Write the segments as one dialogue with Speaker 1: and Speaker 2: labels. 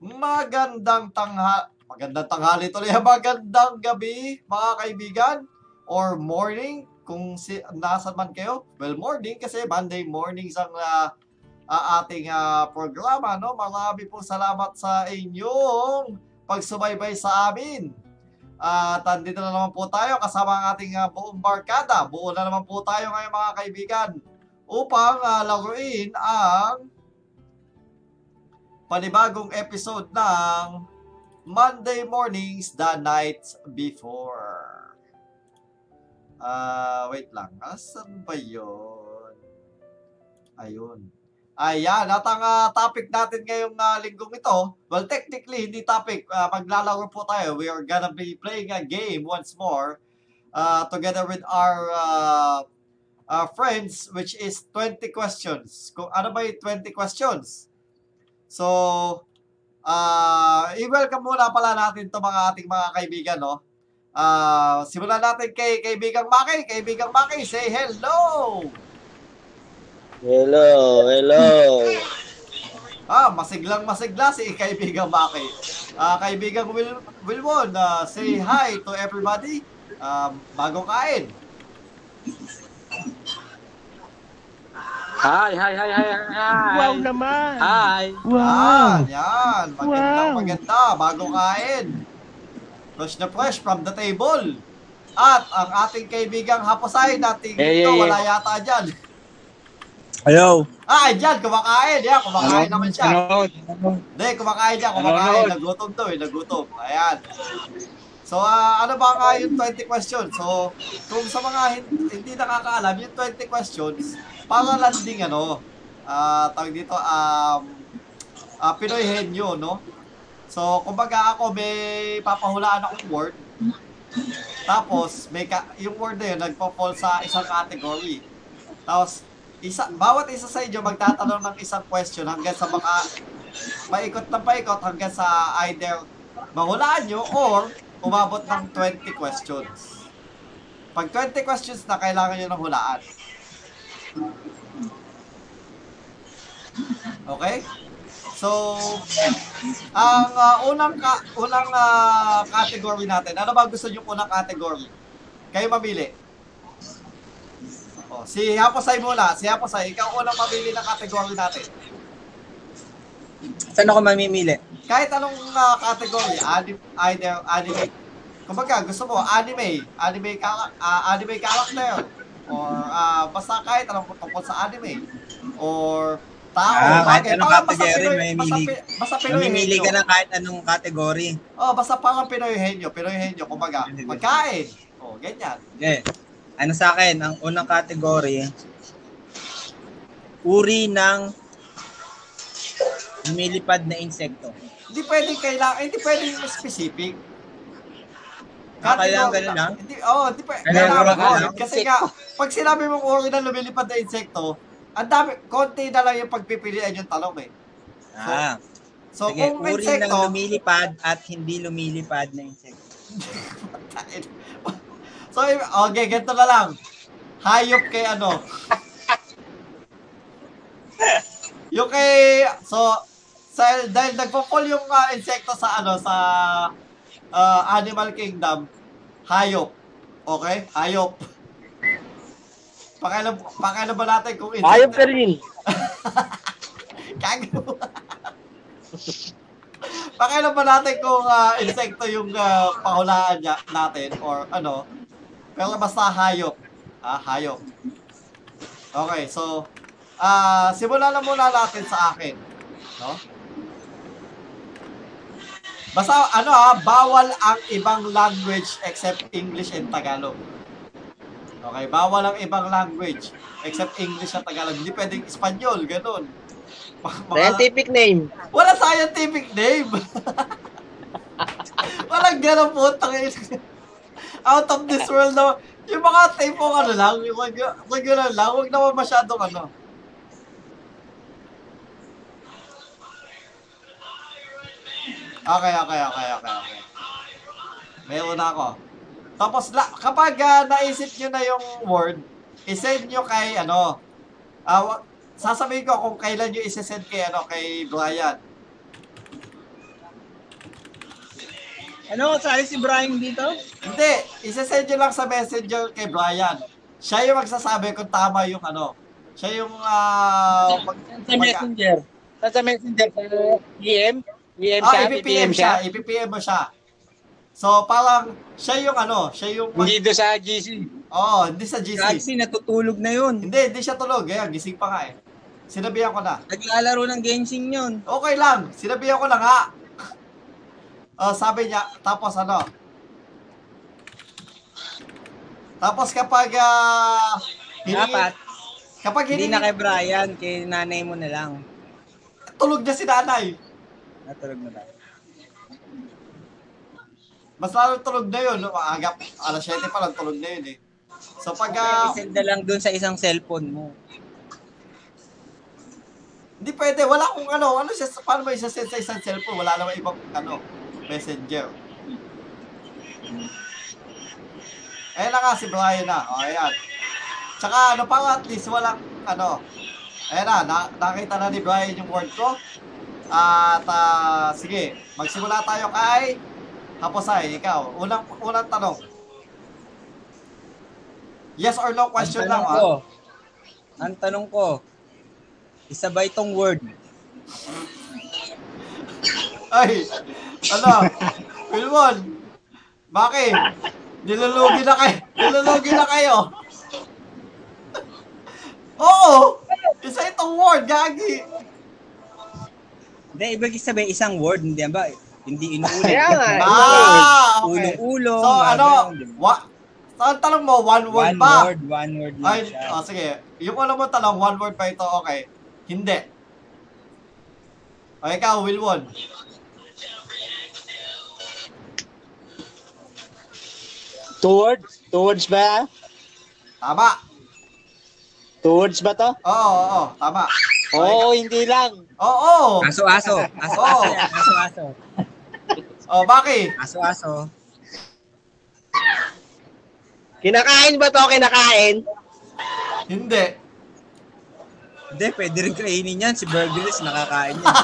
Speaker 1: Magandang tangha magandang tanghali tuloy. Magandang gabi, mga kaibigan. Or morning, kung si, nasan man kayo. Well, morning kasi Monday mornings ang ah, ah, ating ah, programa. No? Marami pong salamat sa inyong pagsubaybay sa amin. At andito na naman po tayo kasama ang ating ah, buong barkada. Buo na naman po tayo ngayon mga kaibigan upang ah, laruin ang panibagong episode ng Monday mornings the night before. Ah, wait lang. Asan ba yun? Ayun. Ayan, at ang ah, topic natin ngayong ah, linggong ito, well, technically, hindi topic. Ah, maglalaro po tayo. We are gonna be playing a game once more ah, together with our ah, ah, friends, which is 20 questions. Kung ano ba yung 20 questions? So, Ah, i-welcome muna pala natin to mga ating mga kaibigan, no? Ah, simulan natin kay kaibigang Maki. Kaibigang Maki, say hello!
Speaker 2: Hello, hello.
Speaker 1: Ah, masiglang masigla si kaibigang Maki. Ah, kaibigang Wil Wilwon, ah, say hi to everybody. Ah, bagong kain.
Speaker 2: Hi, hi, hi, hi, hi.
Speaker 3: Wow naman!
Speaker 2: Hi.
Speaker 1: Ah,
Speaker 3: Wow!
Speaker 1: yan. Magandang
Speaker 3: Wow.
Speaker 1: maganda. Bagong kain. Fresh na fresh from the table. At ang ating kaibigang Haposay, nating
Speaker 2: Hey,
Speaker 1: ito,
Speaker 2: hey,
Speaker 1: wala yata dyan.
Speaker 4: Hello.
Speaker 1: Ah, dyan, kumakain. Yeah, kumakain naman siya.
Speaker 4: Ano?
Speaker 1: Hindi, kumakain siya, kumakain.
Speaker 4: Nanonood.
Speaker 1: Nagutom to eh, nagutom. Ayan. So, ah, ano ba nga yung 20 questions? So, kung sa mga hin- hindi nakakaalam, yung 20 questions, para landing ano, ah, tawag dito, um, ah, Pinoy henyo, no? So, kumbaga ako may papahulaan akong word, tapos may ka- yung word na yun nagpo-fall sa isang category. Tapos, isa, bawat isa sa inyo magtatanong ng isang question hanggang sa mga paikot na paikot hanggang sa either mahulaan nyo or umabot ng 20 questions. Pag 20 questions na, kailangan nyo ng hulaan. Okay? So, ang ah, unang ka, unang ah, category natin. Ano ba gusto niyo unang category? Kayo mamili. Oh, si Haposay muna. Si Haposay, ikaw unang mamili ng category natin.
Speaker 4: Saan ako mamimili?
Speaker 1: kahit anong ah, category, anim, either anime, kumbaga gusto mo anime, anime ka, ah, anime character, or ah, basta kahit anong tungkol sa anime, or tao,
Speaker 4: Ah, kahit
Speaker 1: bagay,
Speaker 4: anong
Speaker 1: parang
Speaker 4: category,
Speaker 1: Pinoy-
Speaker 4: may
Speaker 1: basta
Speaker 4: mili-
Speaker 1: Pi- Basta Pinoy
Speaker 4: Mamimili
Speaker 1: henyo.
Speaker 4: ka ng kahit anong kategory.
Speaker 1: Oh, basta parang Pinoy henyo, Pinoy henyo, kumbaga, pagkain, oh, ganyan.
Speaker 4: Okay. Ano sa akin? Ang unang kategory, uri ng lumilipad na insekto.
Speaker 1: Hindi pwedeng kailangan, hindi pwedeng specific.
Speaker 4: Ah, kailangan ganun lang?
Speaker 1: Hindi, oh, hindi pwedeng.
Speaker 4: Kailangan
Speaker 1: Kailangan
Speaker 4: ganun
Speaker 1: ganun.
Speaker 4: lang?
Speaker 1: Kasi nga, pag sinabi mong uri na lumilipad na insekto, ang dami, konti na lang yung pagpipilian yung talong eh.
Speaker 4: Ah,
Speaker 1: So,
Speaker 4: sige.
Speaker 1: kung
Speaker 4: Uri ng
Speaker 1: insekto,
Speaker 4: lumilipad at hindi lumilipad na insekto.
Speaker 1: so, if- okay, ganito na lang. Hayop kay ano. yung kay, so, sa, dahil nagpo-fall yung ah, insekto sa ano, sa ah, Animal Kingdom, hayop. Okay? Hayop. Pakialam, pakialam ba natin kung insekto?
Speaker 2: Ayop ka rin.
Speaker 1: Gago. Pakialam ba natin kung ah, insekto yung ah, pahulaan niya, natin or ano? Pero basta hayop. Ah, hayop. Okay, so ah simulan na muna natin sa akin. No? Basta ano ah, bawal ang ibang language except English and Tagalog. Okay, bawal ang ibang language except English at Tagalog. Hindi pwedeng Espanyol, ganun. Mga- mga-
Speaker 2: Scientific name.
Speaker 1: wala scientific name. Walang ganun po. Out of this world na. Yung mga tipong ano lang, yung regu- regular lang, huwag naman masyadong ano. Okay, okay, okay, okay, okay. Meron na ako. Tapos la, kapag ah, naisip nyo na yung word, isend nyo kay ano, ah, wa- sasabihin ko kung kailan nyo isesend kay ano, kay Brian.
Speaker 4: Ano, kasali si Brian dito?
Speaker 1: Hindi, isasend nyo lang sa messenger kay Brian. Siya yung magsasabi kung tama yung ano. Siya yung ah, pag,
Speaker 2: Sa messenger. Sa, sa messenger. Sa DM. DM
Speaker 1: ah,
Speaker 3: E
Speaker 2: siya.
Speaker 1: ipipm siya, ipipm mo siya. So parang siya yung ano, siya yung
Speaker 2: Hindi doon sa GC.
Speaker 1: oh, hindi sa GC.
Speaker 4: Kasi natutulog na yun.
Speaker 1: Hindi, hindi siya tulog. Ayan, gising pa nga eh. Sinabihan ko na.
Speaker 4: Naglalaro ng Genshin yun.
Speaker 1: Okay lang, sinabihan ko na nga. Oh, sabi niya, tapos ano? Tapos kapag ah, hiningi-
Speaker 4: Dapat,
Speaker 1: kapag
Speaker 4: hindi na
Speaker 1: hiningi-
Speaker 4: kay Brian, kay nanay mo na lang.
Speaker 1: tulog niya si nanay.
Speaker 4: Natulog na ba?
Speaker 1: Mas lalo tulog na yun. no? Agap, alas 7 pa lang tulog na yun eh. So pag, ah,
Speaker 4: Kaya isend na lang doon sa isang cellphone mo.
Speaker 1: hindi pwede, wala akong ano, ano siya, paano may isasend sa isang cellphone? Wala naman ibang, ano, messenger. Ayan na nga si Brian na, o ayan. Tsaka ano pa, at least walang, ano, ayan na, na nakita na ni Brian yung word ko. At, ah, sige, magsimula tayo kay Haposay, ikaw. Unang, unang tanong. Yes or no question lang,
Speaker 4: tanong
Speaker 1: ah.
Speaker 4: ko, ang tanong ko, isa ba itong word?
Speaker 1: Ay, ano? Wilmon, bakit? Nilulugi na kayo. Nilulugi na kayo. Oo! Isa itong word, gagi.
Speaker 4: Hindi, ibig sabihin isang word, hindi ba? Hindi inuulit.
Speaker 2: Kaya nga,
Speaker 1: Ah, okay.
Speaker 4: Ulo-ulo.
Speaker 1: So, ano, wa, sa tanong mo, one word
Speaker 4: one
Speaker 1: ba?
Speaker 4: word, one word lang
Speaker 1: Ay,
Speaker 4: siya.
Speaker 1: oh, sige. Yung alam mo tanong, one word ba ito? Okay. Hindi. O, ikaw, Wilwon.
Speaker 3: Two words? Two words ba?
Speaker 1: Tama.
Speaker 3: Two words ba to?
Speaker 1: Oo, oo, oo. Tama.
Speaker 3: Oo, hindi lang.
Speaker 1: Oo, oo.
Speaker 4: Aso-aso.
Speaker 1: Oh.
Speaker 4: Aso-aso. yan, Aso-aso.
Speaker 1: O, bakit?
Speaker 4: Aso-aso.
Speaker 3: Kinakain ba to? Kinakain?
Speaker 1: Hindi.
Speaker 4: Hindi, pwede rin kainin yan. Si Burgers nakakain yan.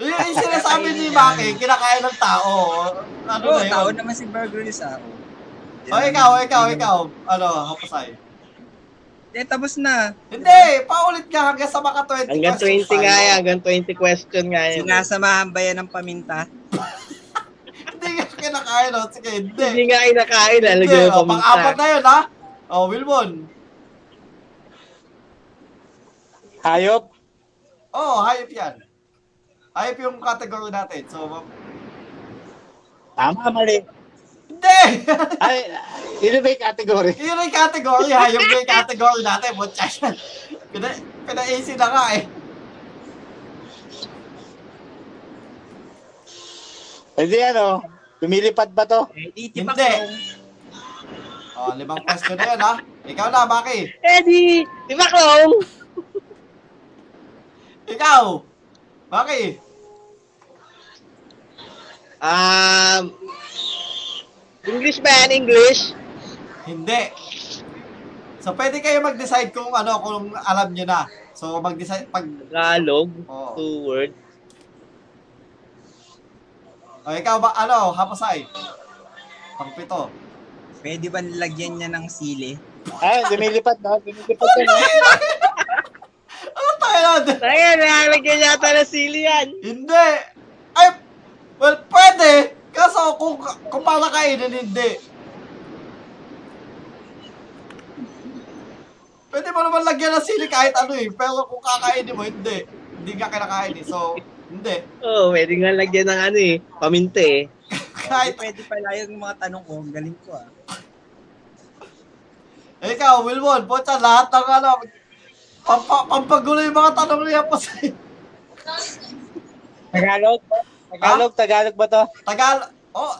Speaker 1: Yung, yung sinasabi ni Maki, kinakain ng tao. Ano
Speaker 4: Oo,
Speaker 1: na yun?
Speaker 4: Oh, tao naman si Burgers ah.
Speaker 1: O ikaw, ikaw, ikaw. Ano, hapasay.
Speaker 4: Eh, tapos na.
Speaker 1: Hindi, paulit ka hanggang sa maka 20
Speaker 3: Hanggang 20
Speaker 1: tayo.
Speaker 3: nga yan. Hanggang 20 question nga yan.
Speaker 4: Sinasamahan ba yan ng paminta?
Speaker 1: Hindi nga kinakain. O, sige, hindi.
Speaker 3: Hindi nga kinakain.
Speaker 1: Hindi, oh,
Speaker 3: Lalagyan
Speaker 1: o,
Speaker 3: mo
Speaker 1: pang-apat
Speaker 3: pamunta.
Speaker 1: na yun, ha? Oh, O, Wilbon.
Speaker 3: Hayop?
Speaker 1: O, hayop Oh, yan. Hayop yung category natin. So, ma-
Speaker 3: Tama, mali.
Speaker 1: hindi!
Speaker 3: Ay, yun ba yung category?
Speaker 1: yun yung category, hayop yung category natin. Butya yan. Pina, pina-AC na nga eh.
Speaker 3: Hindi ano, lumilipad ba to?
Speaker 4: Eh, titipak
Speaker 1: Hindi.
Speaker 4: yung-
Speaker 1: O, Oh, limang question na yun, ha? Ikaw na, Maki.
Speaker 3: Eh di, di ba klong?
Speaker 1: Ikaw! Maki!
Speaker 3: Um, English ba yan? English?
Speaker 1: Hindi. So, pwede kayo mag-decide kung ano, kung alam nyo na. So, mag-decide, pag,
Speaker 3: Tagalog?
Speaker 1: Oo.
Speaker 3: Two word?
Speaker 1: o ikaw ba, ano, hapasay? Pangpito.
Speaker 4: Pwede ba nilagyan niya ng sili?
Speaker 3: Ay, lumilipad na. Lumilipad
Speaker 2: Oh,
Speaker 3: na.
Speaker 1: Ano tayo natin?
Speaker 3: Ay, nakalagyan yata na sili yan.
Speaker 1: Hindi! Ay, well, pwede! Kaso, kung, kung para kainin, hindi. Pwede mo naman lagyan ng sili kahit ano eh. Pero kung kakainin mo, hindi. Hindi ka kinakain eh. So, hindi.
Speaker 3: Oo, oh, pwede nga lagyan ng ano eh, paminta eh.
Speaker 4: Pwede,
Speaker 1: Kahit,
Speaker 4: pwede pala yung mga tanong ko. Ang Galing ko ah.
Speaker 1: Eh, Ikaw, Wilwon, puta, lahat ng ano, pampa, pampagulo yung mga tanong niya po sa
Speaker 3: Tagalog?
Speaker 1: Tagalog?
Speaker 3: Tagalog, Tagalog ba to?
Speaker 1: Tagal, oh,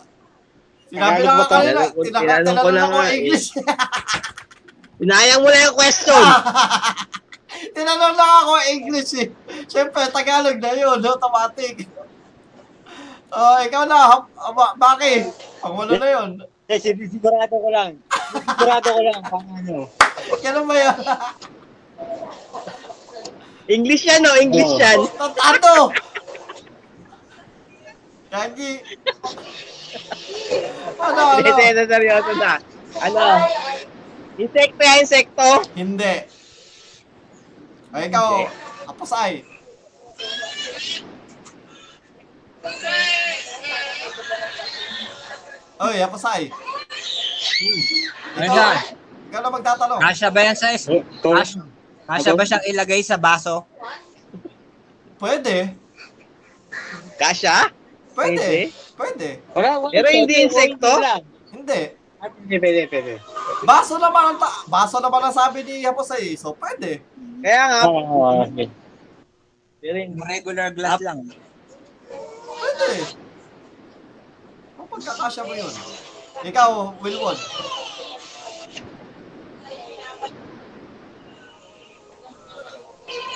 Speaker 1: sinabi
Speaker 3: Tagalog
Speaker 1: na
Speaker 3: ba
Speaker 1: nga
Speaker 3: to?
Speaker 1: kanina,
Speaker 3: Tagalog,
Speaker 1: tinaka-
Speaker 3: tinanong ko
Speaker 1: tinanong
Speaker 3: na
Speaker 1: ako
Speaker 3: nga eh.
Speaker 1: English.
Speaker 3: Inayang mo na yung question.
Speaker 1: tinanong lang ako English eh. Siyempre, Tagalog na yun, automatic. Oh, ikaw na, ha- ha- ba- bakit? Ang wala na yun.
Speaker 3: Eh, sinisigurado ko lang. Sinisigurado ko lang. ano. Paano?
Speaker 1: Kailan ba yan?
Speaker 3: English yan, oh. English
Speaker 1: Tatado! Nanji. ano,
Speaker 2: Hindi,
Speaker 1: ano?
Speaker 2: na seryoso na. Ano? Insekto yan, insekto.
Speaker 1: Hindi. O ikaw, apasay. Oy, apasay.
Speaker 4: Ano na?
Speaker 1: Ikaw na magtatanong.
Speaker 4: Kasya ba yan sa is?
Speaker 2: Oh,
Speaker 4: Kasya, kasya
Speaker 2: Ano?
Speaker 4: ba siyang ilagay sa baso?
Speaker 1: Pwede.
Speaker 2: Kasha?
Speaker 1: Pwede.
Speaker 2: Pwede?
Speaker 1: Pwede.
Speaker 3: Wala, wala.
Speaker 2: Pero hindi
Speaker 3: Pwede,
Speaker 2: insekto?
Speaker 3: pwede lang.
Speaker 1: Hindi.
Speaker 3: Ah, Pwede, pwede, pwede.
Speaker 1: Baso naman ang ta- baso naman ang sabi ni Apasay. So, pwede.
Speaker 2: Kaya nga.
Speaker 3: Oo, okay.
Speaker 2: Pero hindi.
Speaker 4: Regular glass lang.
Speaker 1: Pwede. Kung pagkakasya mo yun. Ikaw, Wilwon.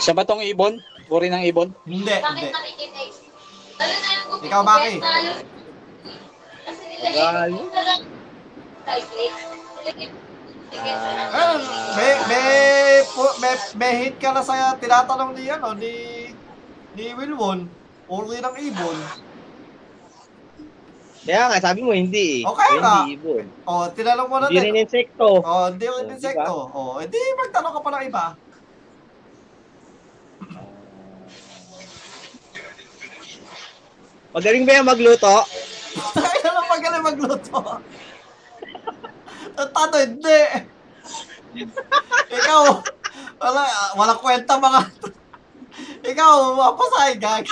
Speaker 3: Siya ba tong ibon? Uri ng ibon?
Speaker 1: Hindi, hindi.
Speaker 5: Bakit makikinig? Lalo na yung kumikinig,
Speaker 1: Ikaw, Maki.
Speaker 5: lalo. Kasi
Speaker 2: Tagal.
Speaker 5: nilagay ko talagang calculate. Nilagay- nilagay ko lang.
Speaker 1: Eh, may, may, pu- may, may hint ka na sa tinatanong ni, ano, ni, ni Wilwon. Uri ng ibon.
Speaker 2: Kaya nga, sabi mo hindi eh.
Speaker 1: O, kaya nga.
Speaker 2: Hindi ibon.
Speaker 1: O, Oh, tinanong mo na
Speaker 2: Hindi
Speaker 1: din.
Speaker 2: rin insekto.
Speaker 1: O, hindi rin
Speaker 2: O,
Speaker 1: insekto. O, hindi, magtanong ka pa ng iba.
Speaker 2: Magaling ba yan magluto?
Speaker 1: Kaya lang magaling magluto. Ang Tato, hindi. Ikaw, wala, wala kwenta mga... Ikaw, mapasay, gag.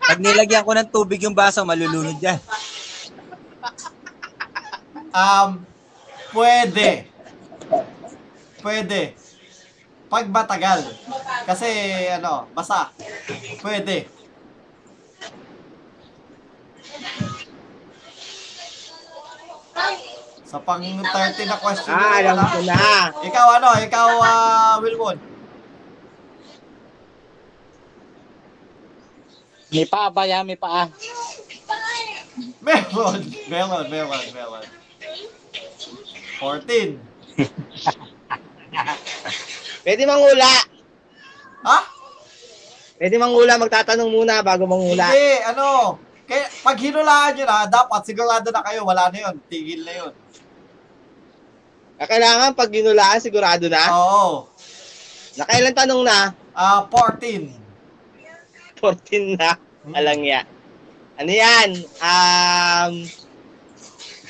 Speaker 4: Pag nilagyan ko ng tubig yung baso, malulunod yan.
Speaker 1: Um, pwede. Pwede. Pag matagal. Kasi, ano, basa. Pwede. Sa pang 30 na question.
Speaker 2: Ah, alam
Speaker 1: wala.
Speaker 2: ko na.
Speaker 1: Ikaw ano? Ikaw, ah, Wilwon.
Speaker 3: May paa ba yan? May paa.
Speaker 1: Melon. Melon, melon, melon. 14.
Speaker 2: Pwede mangula.
Speaker 1: Ha?
Speaker 2: Pwede mangula. Magtatanong muna bago mangula.
Speaker 1: Hindi, ano? Kaya, pag hinulaan nyo na, dapat sigurado na kayo, wala na yun. Tigil na yun.
Speaker 2: Ah, Kailangan pag ginulaan, sigurado
Speaker 1: Oh.
Speaker 2: na.
Speaker 1: Oo.
Speaker 2: Nakailan tanong na?
Speaker 1: Ah, 14.
Speaker 2: 14 na.
Speaker 1: Hmm.
Speaker 2: Alangya. Ano yan? Um,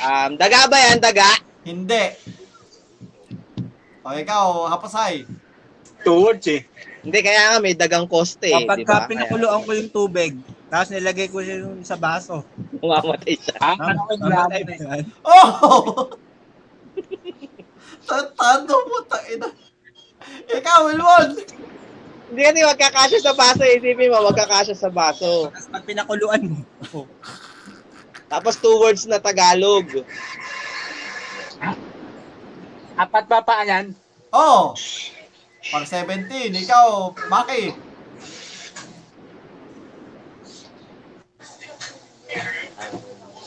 Speaker 2: um, daga ba yan? Daga?
Speaker 1: Hindi. O, ikaw, hapasay.
Speaker 3: Two words eh.
Speaker 2: Hindi, kaya nga may dagang koste. Eh, di
Speaker 4: Kapag
Speaker 2: ba?
Speaker 4: ka pinakuloan ko yung tubig, tapos nilagay ko siya yung sa baso.
Speaker 2: Kaya Umamatay siya.
Speaker 3: Ah,
Speaker 4: Ang-
Speaker 3: ano ko yung
Speaker 4: ang-
Speaker 3: laban?
Speaker 4: ang-
Speaker 1: Oh! Tatando mo, taina. Ikaw, Wilwon.
Speaker 2: Hindi kasi magkakasya sa baso. eh. Isipin mo, magkakasya sa baso.
Speaker 4: Tapos pag pinakuluan mo,
Speaker 2: Tapos two words na Tagalog.
Speaker 3: Apat ba paa yan?
Speaker 1: Oh! Pang 17, ikaw, Maki.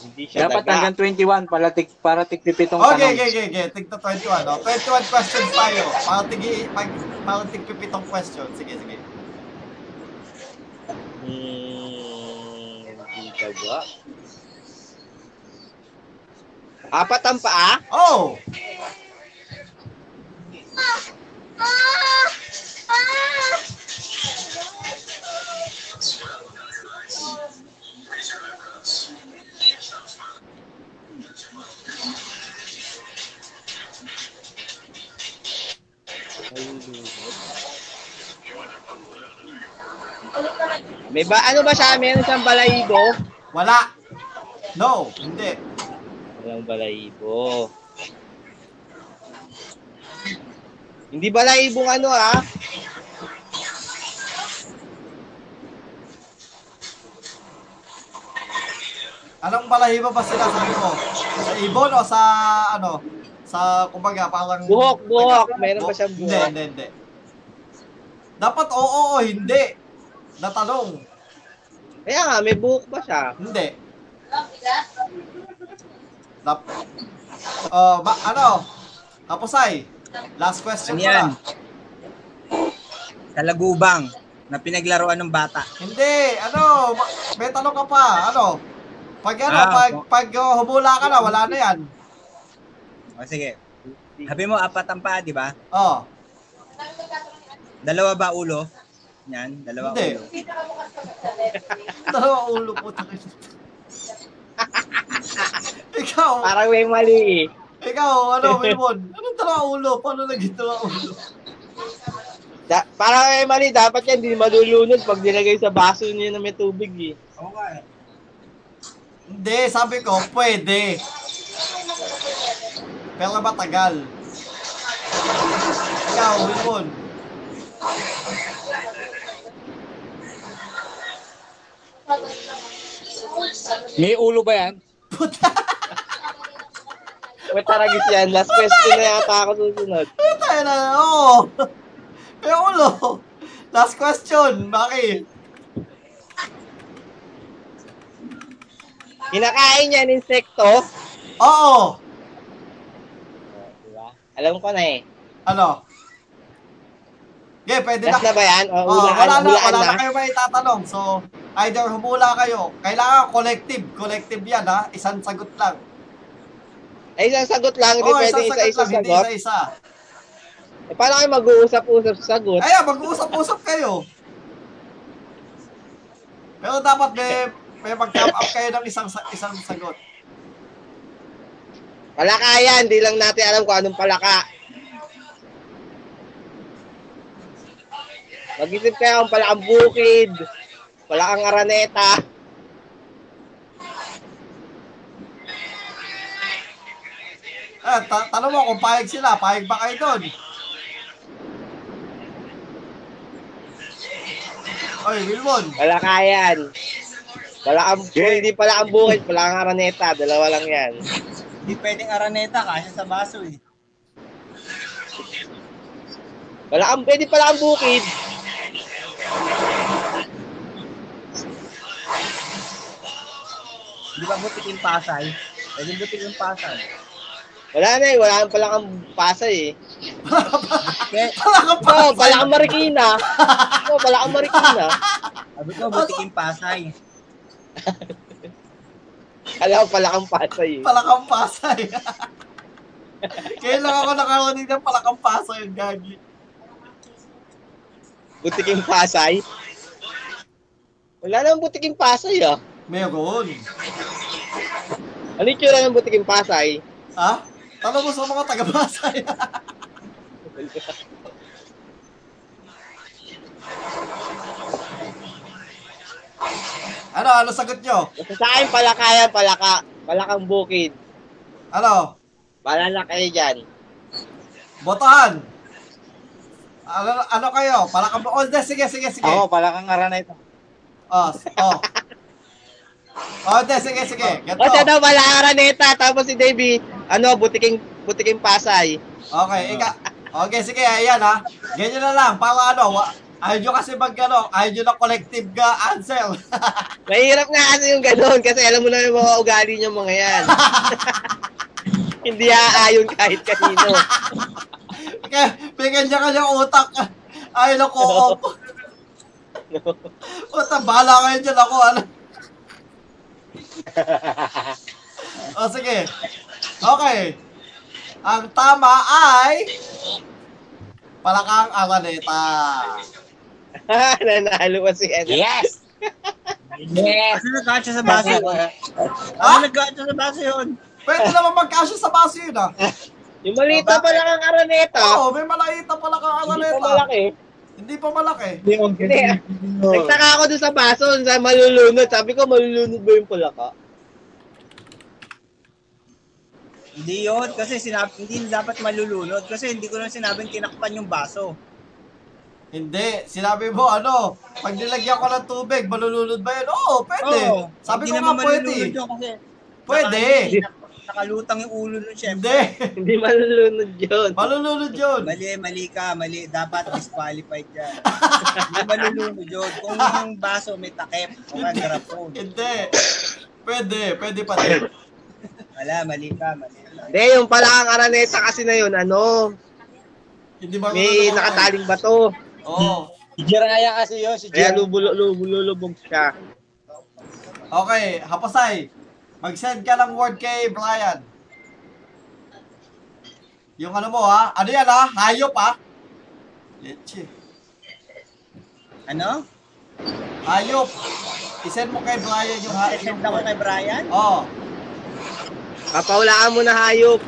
Speaker 2: Hindi siya
Speaker 3: Dapat
Speaker 2: daga.
Speaker 3: hanggang 21 para tig para tiklipitong tanong.
Speaker 1: Okay, okay, okay, okay. Tigta 21. Oh. 21 questions tayo. Parang tigi, pag, parang tigpipitong question. Sige, sige.
Speaker 2: Hmm, hindi daga. Apat ang paa?
Speaker 1: Oh!
Speaker 5: Ah!
Speaker 2: May ba, ano ba siya? Meron siyang balahibo?
Speaker 1: Wala. No, hindi.
Speaker 2: Walang balahibo. Hindi balahibo ano ah.
Speaker 1: Anong balahibo ba sila sa mo? Sa ibon o sa ano? Sa kumbaga parang
Speaker 2: Buhok, buhok. Meron ba siyang
Speaker 1: Hindi,
Speaker 2: buhok?
Speaker 1: hindi, hindi. Dapat oo o hindi. Natanong.
Speaker 2: Kaya nga, may buhok ba siya?
Speaker 1: Hindi. Dap oh, ma- ano? Kaposay. Last question
Speaker 4: Ano
Speaker 1: ko na.
Speaker 4: yan? sa lagubang. na pinaglaruan ng bata.
Speaker 1: Hindi, ano, ma- may tanong ka pa, ano? Pag ano,
Speaker 4: Ah,
Speaker 1: pag,
Speaker 4: po.
Speaker 1: pag oh, humula ka na, wala na yan.
Speaker 4: O sige. Sabi mo, apat ang paa, di ba?
Speaker 1: Oh,
Speaker 4: Dalawa ba ulo? Yan, dalawa
Speaker 1: Hindi.
Speaker 4: ulo.
Speaker 1: dalawa ulo po. ikaw,
Speaker 2: Parang may mali eh.
Speaker 1: ikaw, ano, Wilmon? Anong dalawa ulo? Paano naging dalawa ulo?
Speaker 2: Da- parang may mali. Dapat yan, hindi malulunod pag nilagay sa baso niyo na may tubig eh.
Speaker 4: Oo nga eh.
Speaker 1: Hindi, sabi ko, pwede. Pero matagal. Ikaw, Wilmon.
Speaker 3: May ulo ba yan?
Speaker 2: May taragis yan. Last question na yata ako susunod.
Speaker 1: Ano tayo na? Oo. May ulo. Last question, Maki.
Speaker 2: Kinakain yan, insekto.
Speaker 1: Oo.
Speaker 2: Diba? Alam ko na eh.
Speaker 1: Ano? Okay, pwede na.
Speaker 2: Last na ba yan? O,
Speaker 1: Oo,
Speaker 2: hulaan,
Speaker 1: wala na,
Speaker 2: hulaan
Speaker 1: wala na
Speaker 2: na.
Speaker 1: kayo may tatanong. So, either humula kayo. Kailangan collective. Collective yan, ha? Isang sagot lang.
Speaker 2: Ay, isang sagot lang. Hindi
Speaker 1: Oo,
Speaker 2: pwede
Speaker 1: isang sagot
Speaker 2: isa-isa
Speaker 1: lang, hindi
Speaker 2: sagot.
Speaker 1: isa-isa.
Speaker 2: Eh, paano kayo mag-uusap-usap sa sagot?
Speaker 1: Ayan, mag-uusap-usap kayo. Pero dapat may, may mag-top up kayo ng isang sa- isang sagot.
Speaker 2: Palaka yan. Hindi lang natin alam kung anong palaka. Mag-isip kayo kung palakang bukid, palakang araneta.
Speaker 1: Ah, ta- tanong mo kung payag sila, payag ba kayo doon? Oy, Wilmon.
Speaker 2: Palaka yan. Palakang, hindi palakang bukid, palakang araneta. Dalawa lang yan.
Speaker 4: Hindi pwedeng araneta kasi sa baso eh.
Speaker 2: Palakang, pwede palakang bukid.
Speaker 4: Di ba butik yung pasay? Pwedeng butik yung pasay.
Speaker 2: Wala na eh, wala nang palakang pasay eh.
Speaker 4: Kaya,
Speaker 1: Wala ka pa.
Speaker 2: Oo, oh, palakang marikina. Oo, palakang marikina.
Speaker 4: sabi ko, butik yung pasay.
Speaker 2: Alam ko palakang pasay eh.
Speaker 1: Palakang pasay. Kailan ako nakarating ng palakang pasay, gagi.
Speaker 2: Butiking Pasay? Wala nang butiking Pasay ah.
Speaker 1: Meron.
Speaker 2: Ano yung tsura ng butiking Pasay?
Speaker 1: Ha? Tanong mo sa mga taga-pasay. ano, ano sagot nyo?
Speaker 2: Basta sa akin palakayan, palaka. Palakang bukid.
Speaker 1: Ano?
Speaker 2: Bala na kayo dyan.
Speaker 1: Botohan. Ano, ano kayo? Palakang... Oh, de, sige, sige, sige.
Speaker 3: Oo, pala kang araneta.
Speaker 1: Oh, s- oh. Oh, de, sige, sige.
Speaker 2: O siya
Speaker 1: Ganito.
Speaker 2: daw, bala Araneta. Tapos si Davey, ano, butiking, butiking Pasay.
Speaker 1: Okay, ika. Okay, sige, ayan ha. Ganyan na lang, para ano, wa- ayaw nyo kasi mag, ano, ayaw nyo na collective ka answer.
Speaker 2: Mahirap nga kasi yung ganun kasi alam mo na yung mga ugali niyo mga yan. Hindi aayon kahit kanino.
Speaker 1: Kaya, bigyan niya kanya utak. Ayaw na ko-op. Puta, bahala kayo dyan ako, ano. o, sige. Okay. Ang tama ay... Palakang Araneta.
Speaker 2: Nanalo pa si Ed.
Speaker 3: Yes! Yes!
Speaker 4: Ano nagkatsa sa baso yun? Ano
Speaker 1: Ah?
Speaker 4: nagkatsa sa baso yun?
Speaker 1: Pwede naman magkasya sa baso yun, ah.
Speaker 2: Yung maliit na pala kang Araneta.
Speaker 1: Oo, may malaki na palakang
Speaker 2: Hindi
Speaker 1: Araneta.
Speaker 2: pa malaki.
Speaker 1: Hindi pa malaki.
Speaker 2: Hindi. Nagtaka ako dun sa baso, dun sa malulunod. Sabi ko, malulunod ba yung palaka?
Speaker 4: Hindi yun. Kasi sinab- hindi dapat malulunod. Kasi hindi ko lang sinabing kinakpan yung baso.
Speaker 1: Hindi. Sinabi mo, ano, pag nilagyan ko ng tubig, malulunod ba yun? Oo, pwede.
Speaker 4: Oo.
Speaker 1: Sabi
Speaker 4: Hindi
Speaker 1: ko nga
Speaker 4: naman
Speaker 1: pwede.
Speaker 4: malulunod yun kasi
Speaker 1: Pwede.
Speaker 4: naka- Nakalutang yung ulo
Speaker 1: Hindi.
Speaker 4: nun, syempre.
Speaker 2: Hindi malulunod yun.
Speaker 1: Malulunod yun.
Speaker 4: Mali, mali ka, mali. Dapat disqualified ka. Hindi malulunod yun. Kung yung baso may takip o kaya garapon.
Speaker 1: Hindi. Pwede. Pwede pa din.
Speaker 4: Wala, mali ka, mali.
Speaker 2: Hindi, yung palakang araneta kasi na yun, ano,
Speaker 1: Hindi malulunod.
Speaker 2: may nakataling bato.
Speaker 1: Oo.
Speaker 3: Si Jiraya kasi yun, si
Speaker 2: Kaya
Speaker 3: Jiraya.
Speaker 2: lubulo, lubulubog siya.
Speaker 1: Okay, Hapasay. Mag-send ka ng word kay Brian. Yung ano mo ha? Ano yan ha? Hayop ha? Leche.
Speaker 4: Ano?
Speaker 1: Hayop. I-send mo kay Brian yung hayop.
Speaker 4: Send ako kay Brian?
Speaker 1: Oh,
Speaker 2: Papaulaan mo na hayop.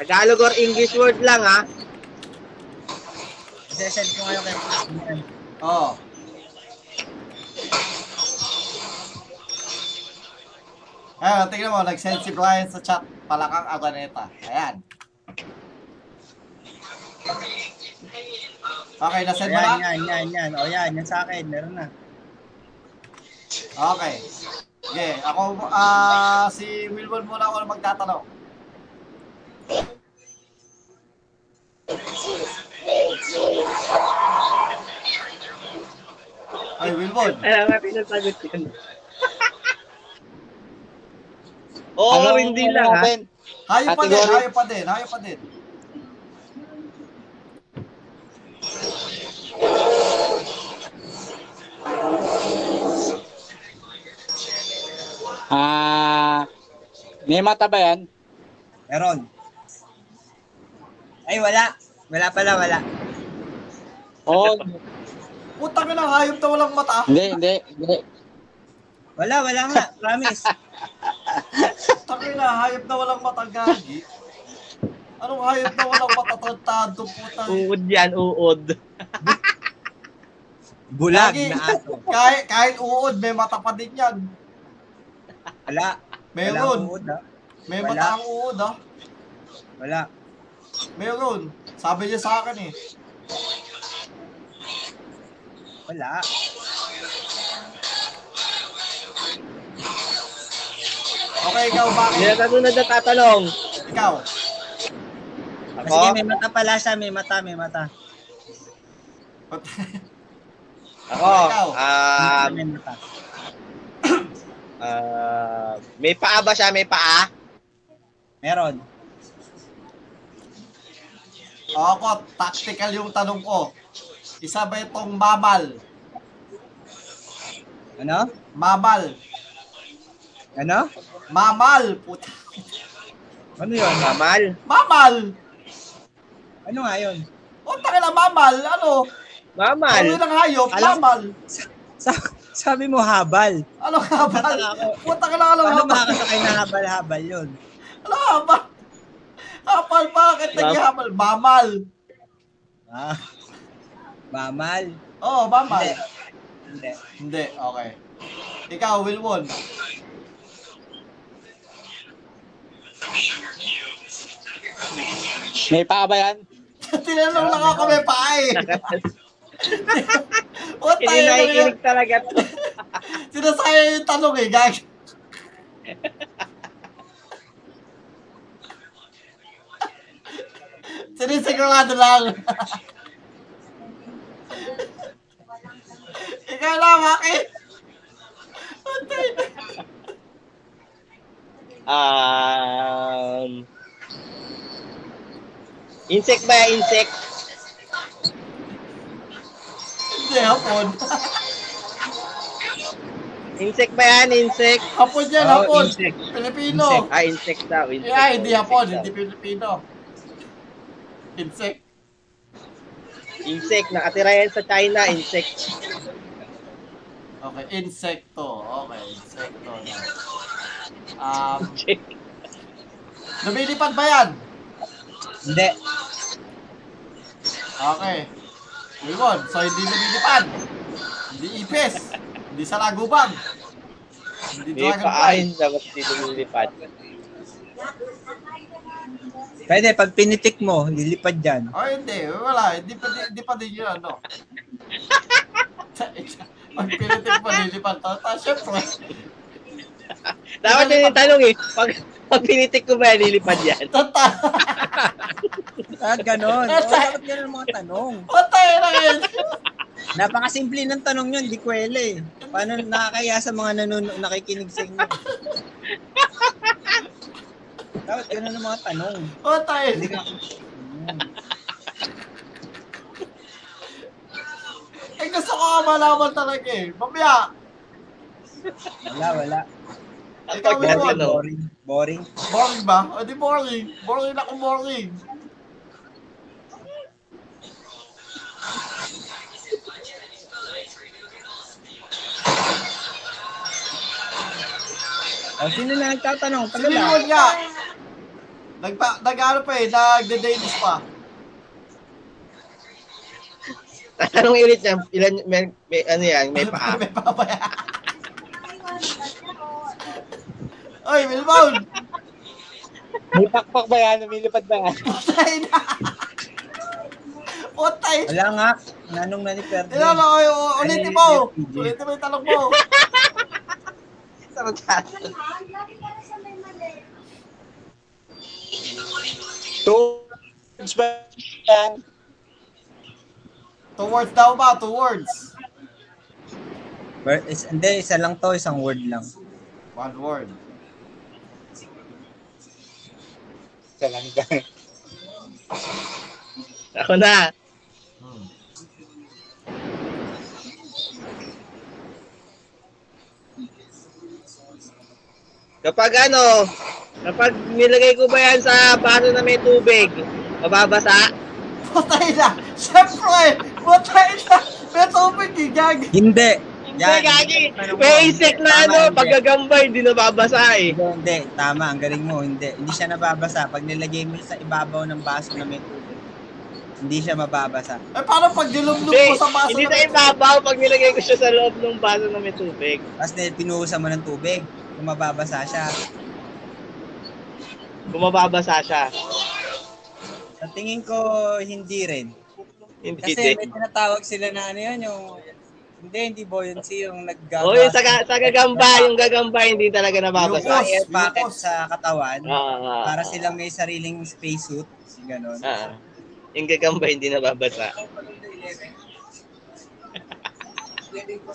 Speaker 2: Tagalog or English word lang ha.
Speaker 4: Send ko ngayon kay Brian.
Speaker 1: oh. Ayun, tingnan mo, nag-send si Brian sa chat. Palakang Araneta. Ayan. Okay, na-send mo
Speaker 4: Ayan,
Speaker 1: na?
Speaker 4: yan, yan, yan. O yan, yan sa akin. Meron na.
Speaker 1: Okay. Okay, ako ah si Wilbon muna ako magtatanong. Ay, Wilbon.
Speaker 2: Alam nga, pinasagot yun. Oo,
Speaker 1: Ano?
Speaker 3: Alam mo
Speaker 2: hindi
Speaker 3: yung
Speaker 2: lang ha.
Speaker 3: open.
Speaker 1: Hayop pa din,
Speaker 3: Category.
Speaker 1: hayop pa din, hayop pa din.
Speaker 3: Ah, may mata ba yan?
Speaker 4: Meron. Ay, wala. Wala pala, wala.
Speaker 3: Oo,
Speaker 1: Putang ina, hayop na walang mata.
Speaker 3: hindi, hindi, hindi.
Speaker 4: Wala, wala nga. Promise.
Speaker 1: Putang ina, hayop na walang mata, gagi. Anong hayop na walang mata, tartado, putang ina.
Speaker 2: Uod yan, uod.
Speaker 4: Bulag
Speaker 1: Lagi.
Speaker 4: na aso.
Speaker 1: Kahit, kahit uod, may mata pa din yan.
Speaker 4: Wala. Wala
Speaker 1: Meron.
Speaker 4: uod, ha?
Speaker 1: May
Speaker 4: Wala.
Speaker 1: mata ang uod, ah.
Speaker 4: Wala.
Speaker 1: Meron. Sabi niya sa akin eh.
Speaker 4: Wala.
Speaker 1: Okay, ikaw bakit?
Speaker 2: Hindi na tatunod na tatanong.
Speaker 1: Ikaw.
Speaker 2: Ako?
Speaker 4: Sige, may mata pala siya. May mata, may mata.
Speaker 2: Ako.
Speaker 1: Ikaw.
Speaker 2: Um,
Speaker 4: may mata.
Speaker 2: ah, may paa ba siya? May paa?
Speaker 4: Meron.
Speaker 1: Ako, tactical yung tanong ko. Isa ba itong mamal?
Speaker 4: Ano?
Speaker 1: Mamal.
Speaker 4: Ano?
Speaker 1: Mamal. Puta.
Speaker 4: Ano yun?
Speaker 2: Kamal?
Speaker 1: Mamal.
Speaker 4: Ano nga yun?
Speaker 1: O takila, mamal. Ano? Ano
Speaker 2: Mamal?
Speaker 1: ng hayop?
Speaker 4: Alam-
Speaker 1: Mamal.
Speaker 4: Sa- sabi mo habal.
Speaker 1: Ano habal?
Speaker 4: Tataka ako.
Speaker 1: Puta ka lang, ano
Speaker 4: Paano
Speaker 1: habal?
Speaker 4: makakasakay na habal-habal yun?
Speaker 1: Ano habal? Habal, bakit
Speaker 2: Mam-
Speaker 1: naghahabal? Mamal.
Speaker 4: Ah. Mamal.
Speaker 1: Oo, Oh, mamal.
Speaker 4: Hindi. Hindi.
Speaker 1: Hindi, okay. Ikaw, Wilwon.
Speaker 3: May paa ba yan?
Speaker 1: Tinanong lang ako may paa eh. O
Speaker 2: Hindi
Speaker 1: tayo na rin.
Speaker 2: nakikinig talaga to.
Speaker 1: Sinasaya yung tanong eh, gag. Sinisigurado lang. Ikaw lang, bakit?
Speaker 2: Um, insect ba yan? Insect?
Speaker 1: Hindi, hapon.
Speaker 2: Insect ba yan? Insect?
Speaker 1: Hapon yan,
Speaker 4: Oh,
Speaker 1: hapon.
Speaker 4: insect.
Speaker 1: Pilipino.
Speaker 2: Insect. Ah, insect daw. Insect.
Speaker 1: Yeah, hindi
Speaker 2: daw,
Speaker 1: hapon,
Speaker 2: insect
Speaker 1: hindi Pilipino. Insect.
Speaker 2: daw. Insect. Nakatira yan sa China. Insect.
Speaker 1: Okay, insekto. Okay, insekto. Um,
Speaker 2: Check.
Speaker 1: lumilipad ba yan?
Speaker 4: Hindi.
Speaker 1: Okay. Wilbon, so hindi lumilipad. Hindi ipis. Hindi sa lagubang. Hindi
Speaker 2: May
Speaker 1: dragonfly.
Speaker 2: paahin dapat dito lumilipad.
Speaker 4: Pwede, pag pinitik mo, lilipad yan.
Speaker 1: Oh, hindi. Wala. Hindi pa, di- hindi pa din yun, ano. Pag pinitin mo, lilipad. Tata, syempre.
Speaker 2: Dapat yun yung tanong eh. Pag, pag pinitik ko ba yan, lilipad yan?
Speaker 1: Tata.
Speaker 4: Dapat Ah, ganon. Oo, dapat ganon ang mga tanong.
Speaker 1: Patay na ngayon.
Speaker 4: Napakasimple ng tanong yun, di kwela eh. Paano nakakaya sa mga nanon nakikinig sa inyo? Dapat ganon ang mga
Speaker 1: Oh,
Speaker 4: tanong.
Speaker 1: Patay.
Speaker 4: Hindi ka... Hmm.
Speaker 1: Eh, malaman talaga eh. Mamaya,
Speaker 4: Wala, wala.
Speaker 1: ikaw
Speaker 2: Ang
Speaker 1: yung
Speaker 2: pagdating,
Speaker 1: ano.
Speaker 2: no?
Speaker 4: Boring. Boring.
Speaker 1: Boring ba? O di boring. Boring ako boring.
Speaker 4: O, sino na nagtatanong?
Speaker 1: Sige
Speaker 4: Tagal
Speaker 1: yun
Speaker 4: lang.
Speaker 1: nga. Nagpa, nag ano pa eh, nagde-dailies pa.
Speaker 2: Anong ulit niya? Ilan, may, may, ano yan? May paa.
Speaker 1: May paa pa yan. Oy, Wilbon!
Speaker 3: May pakpak ba yan? Lumilipad ba yan?
Speaker 1: Patay na! Patay na!
Speaker 4: Wala nga. Nanong na ni Ferdinand. Ano
Speaker 1: Ilan ako yung ulitin mo! Ulitin mo yung tanong mo!
Speaker 3: Two words ba yan?
Speaker 1: Two words daw ba? Two words?
Speaker 4: Where is, hindi, isa lang to, isang word lang.
Speaker 1: One word.
Speaker 3: Isa lang ba?
Speaker 2: Ako na.
Speaker 1: Hmm.
Speaker 2: Kapag ano, kapag nilagay ko ba yan sa baso na may tubig, mababasa?
Speaker 1: Patay na! Siyempre! Patay na! May tubig eh, gag!
Speaker 4: Hindi.
Speaker 2: Hindi, gagi. May isip na ano, pagkagambay, hindi nababasa eh.
Speaker 4: Hindi, hindi. Tama, ang galing mo. Hindi. Hindi siya nababasa. Pag nilagay mo sa ibabaw ng baso na may tubig, hindi siya mababasa.
Speaker 1: Eh, paano pag dilumdum
Speaker 2: Hindi,
Speaker 1: mo sa baso
Speaker 2: hindi
Speaker 1: na
Speaker 2: sa
Speaker 1: may tubig?
Speaker 2: ibabaw pag nilagay ko siya sa loob ng baso na may tubig.
Speaker 4: Tapos na pinuhusan mo ng tubig, kung mababasa siya.
Speaker 2: Bumababasa siya.
Speaker 4: Sa tingin ko, hindi rin.
Speaker 2: Hindi,
Speaker 4: Kasi
Speaker 2: hindi.
Speaker 4: may tinatawag sila na ano yun, yung... Hindi, hindi buoyancy, yung
Speaker 2: O
Speaker 4: naggagawa.
Speaker 2: yung sa, ga- sa gagamba, yung gagamba hindi talaga
Speaker 4: Sa
Speaker 2: nababasa.
Speaker 1: Yung-
Speaker 4: air
Speaker 1: Yukos,
Speaker 4: pocket
Speaker 1: yukos.
Speaker 4: sa katawan,
Speaker 2: Ah,
Speaker 4: para sila may sariling spacesuit, gano'n.
Speaker 2: ah. yung gagamba hindi nababasa.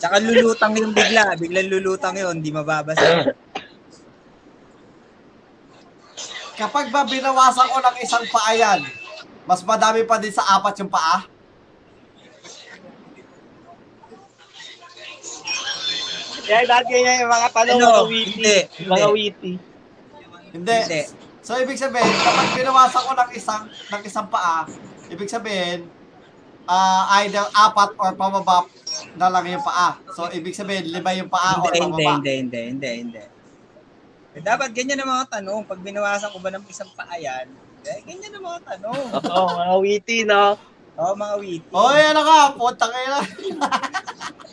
Speaker 4: Tsaka lulutang yung bigla, biglang lulutang yun, di mababasa.
Speaker 1: Kapag ba binawasan ko ng isang paa yan, mas madami pa din sa apat yung paa?
Speaker 2: Kaya dati yan yung mga tanong
Speaker 4: Ano?
Speaker 2: mga witty.
Speaker 4: Hindi,
Speaker 2: Mga
Speaker 4: hindi.
Speaker 2: witty.
Speaker 1: Hindi.
Speaker 4: Hindi.
Speaker 1: So, ibig sabihin, kapag binawasan ko ng isang, ng isang paa, ibig sabihin, ah, either apat or pababa na lang yung paa. So, ibig sabihin, lima yung paa
Speaker 4: Hindi,
Speaker 1: or
Speaker 4: hindi,
Speaker 1: pababa.
Speaker 4: hindi, hindi, hindi, hindi. Eh, Dapat ganyan ang mga tanong. Pag binawasan ko ba ng isang paa yan, eh, ganyan ang mga tanong.
Speaker 2: Oo, mga witty, no?
Speaker 4: Oo, mga witty.
Speaker 1: Oy, ano ka? Putang ina.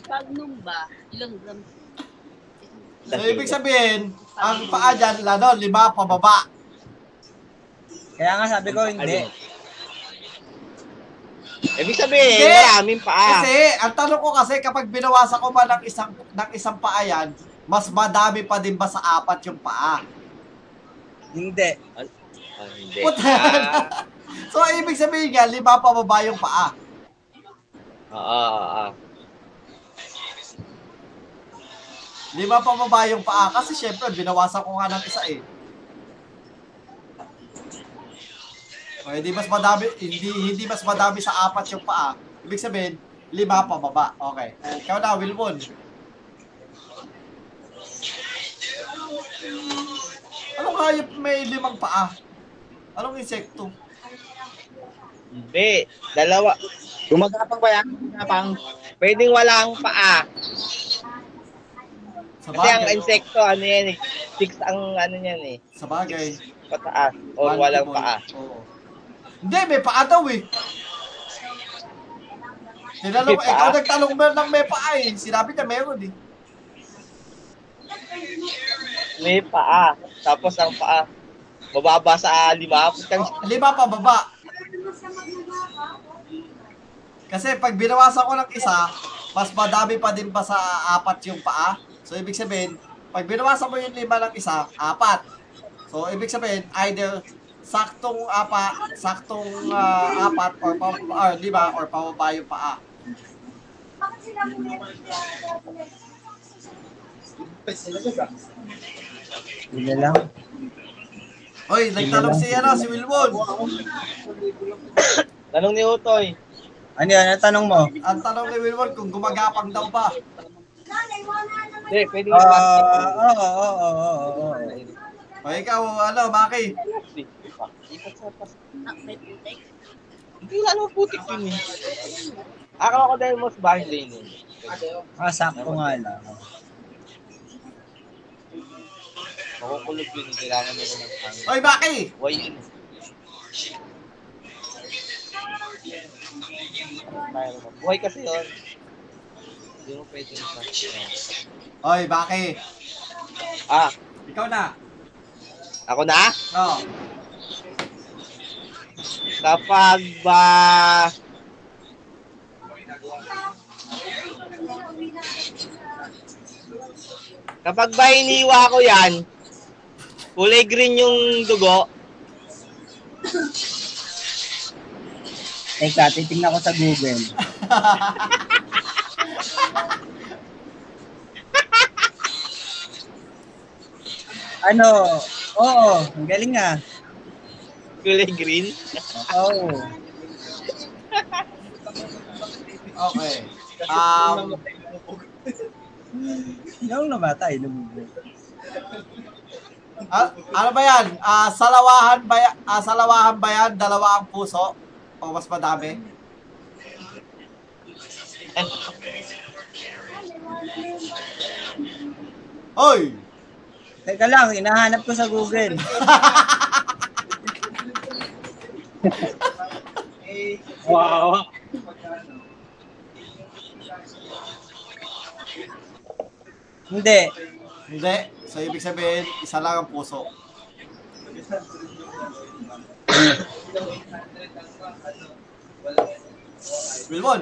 Speaker 5: Magnum ba? Ilang gram?
Speaker 1: So, ibig sabihin, ang paa dyan, lalo, lima pababa.
Speaker 4: Kaya nga sabi ko, hindi.
Speaker 2: Ano? Ibig sabihin,
Speaker 1: Hindi.
Speaker 2: maraming
Speaker 4: Ah.
Speaker 2: paa.
Speaker 1: Kasi, ang tanong ko kasi, kapag binawasan ko ba ng isang, ng isang paa yan, mas madami pa din ba sa apat yung paa?
Speaker 4: Hindi.
Speaker 2: Ah, hindi.
Speaker 1: Puta.
Speaker 2: Ah,
Speaker 1: So, ibig sabihin nga, lima pababa yung paa.
Speaker 2: Ah, Oo, oo, oo.
Speaker 1: Lima pababa yung paa. Kasi, syempre, binawasan ko nga ng isa eh. O, hindi mas madami, hindi, hindi mas madami sa apat yung paa. Ibig sabihin, lima pababa. Okay. Ikaw na, Wilbon. Anong hayop may limang paa? Anong insekto?
Speaker 2: Hindi. Dalawa.
Speaker 3: Gumagapang ba yan? Gumagapang.
Speaker 2: Pwedeng walang paa.
Speaker 1: Sa
Speaker 2: Kasi ang
Speaker 1: bagay.
Speaker 2: insekto, ano yan eh. Six ang ano yan eh.
Speaker 1: Sa bagay.
Speaker 2: Pataas. O walang
Speaker 1: Malibon.
Speaker 2: paa.
Speaker 1: Oo. Hindi, may paa daw eh. Tinanong,
Speaker 2: May paa?
Speaker 1: ikaw nagtanong meron ng may paa eh. Sinabi niya meron eh.
Speaker 2: May paa. Tapos ang paa. Bababa sa lima. Putang
Speaker 1: Oh, lima pa baba. Kasi pag binawasan ko ng isa, mas madami pa din ba sa apat yung paa? So, ibig sabihin, pag binawasan mo yung lima ng isa, apat. So, ibig sabihin, either saktong apa, saktong ah, apat or, pa, or lima or pababa yung paa.
Speaker 4: Hindi lang.
Speaker 1: Hoy, nagtanong si ano, si Wilbon.
Speaker 2: Tanong ni Utoy.
Speaker 4: Ano yan? Ang tanong mo?
Speaker 1: Ang tanong ni Wilwon kung gumagapang daw ba.
Speaker 3: Hindi, pwede
Speaker 4: Oo,
Speaker 3: naman.
Speaker 4: Ah, oo, oo, oo, oo.
Speaker 1: O ikaw, ano, Maki?
Speaker 2: Hindi lalo putik yun eh. Ako ako dahil mas bahay din eh.
Speaker 4: Ah, sakto nga lang.
Speaker 2: Makukulog yun, kailangan nila ng hangin.
Speaker 1: Oy, Maki!
Speaker 2: Why yun? Mayroon mo. Buhay kasi yun. Hindi mo pwede yung
Speaker 1: Oy, Maki!
Speaker 2: Ah,
Speaker 1: Ikaw na.
Speaker 2: ako na?
Speaker 1: Oh.
Speaker 2: Kapag ah, ba... Kapag ba iniwa ko yan, kulay green yung dugo,
Speaker 4: Teka, titignan ko sa Google. ano? Oo, ang galing nga.
Speaker 2: kulay green.
Speaker 4: Oo.
Speaker 1: Okay. Um,
Speaker 4: Yung namatay, lumubog.
Speaker 1: ah, ano ba yan? Ah, salawahan ba yan? Ah, salawahan ba yan? Dalawa ang puso? O mas madami? Oy!
Speaker 4: Teka lang, hinahanap ko sa Google.
Speaker 3: Wow.
Speaker 4: Hindi.
Speaker 1: Hindi. So, ibig sabihin, isa lang ang puso. Wilmon,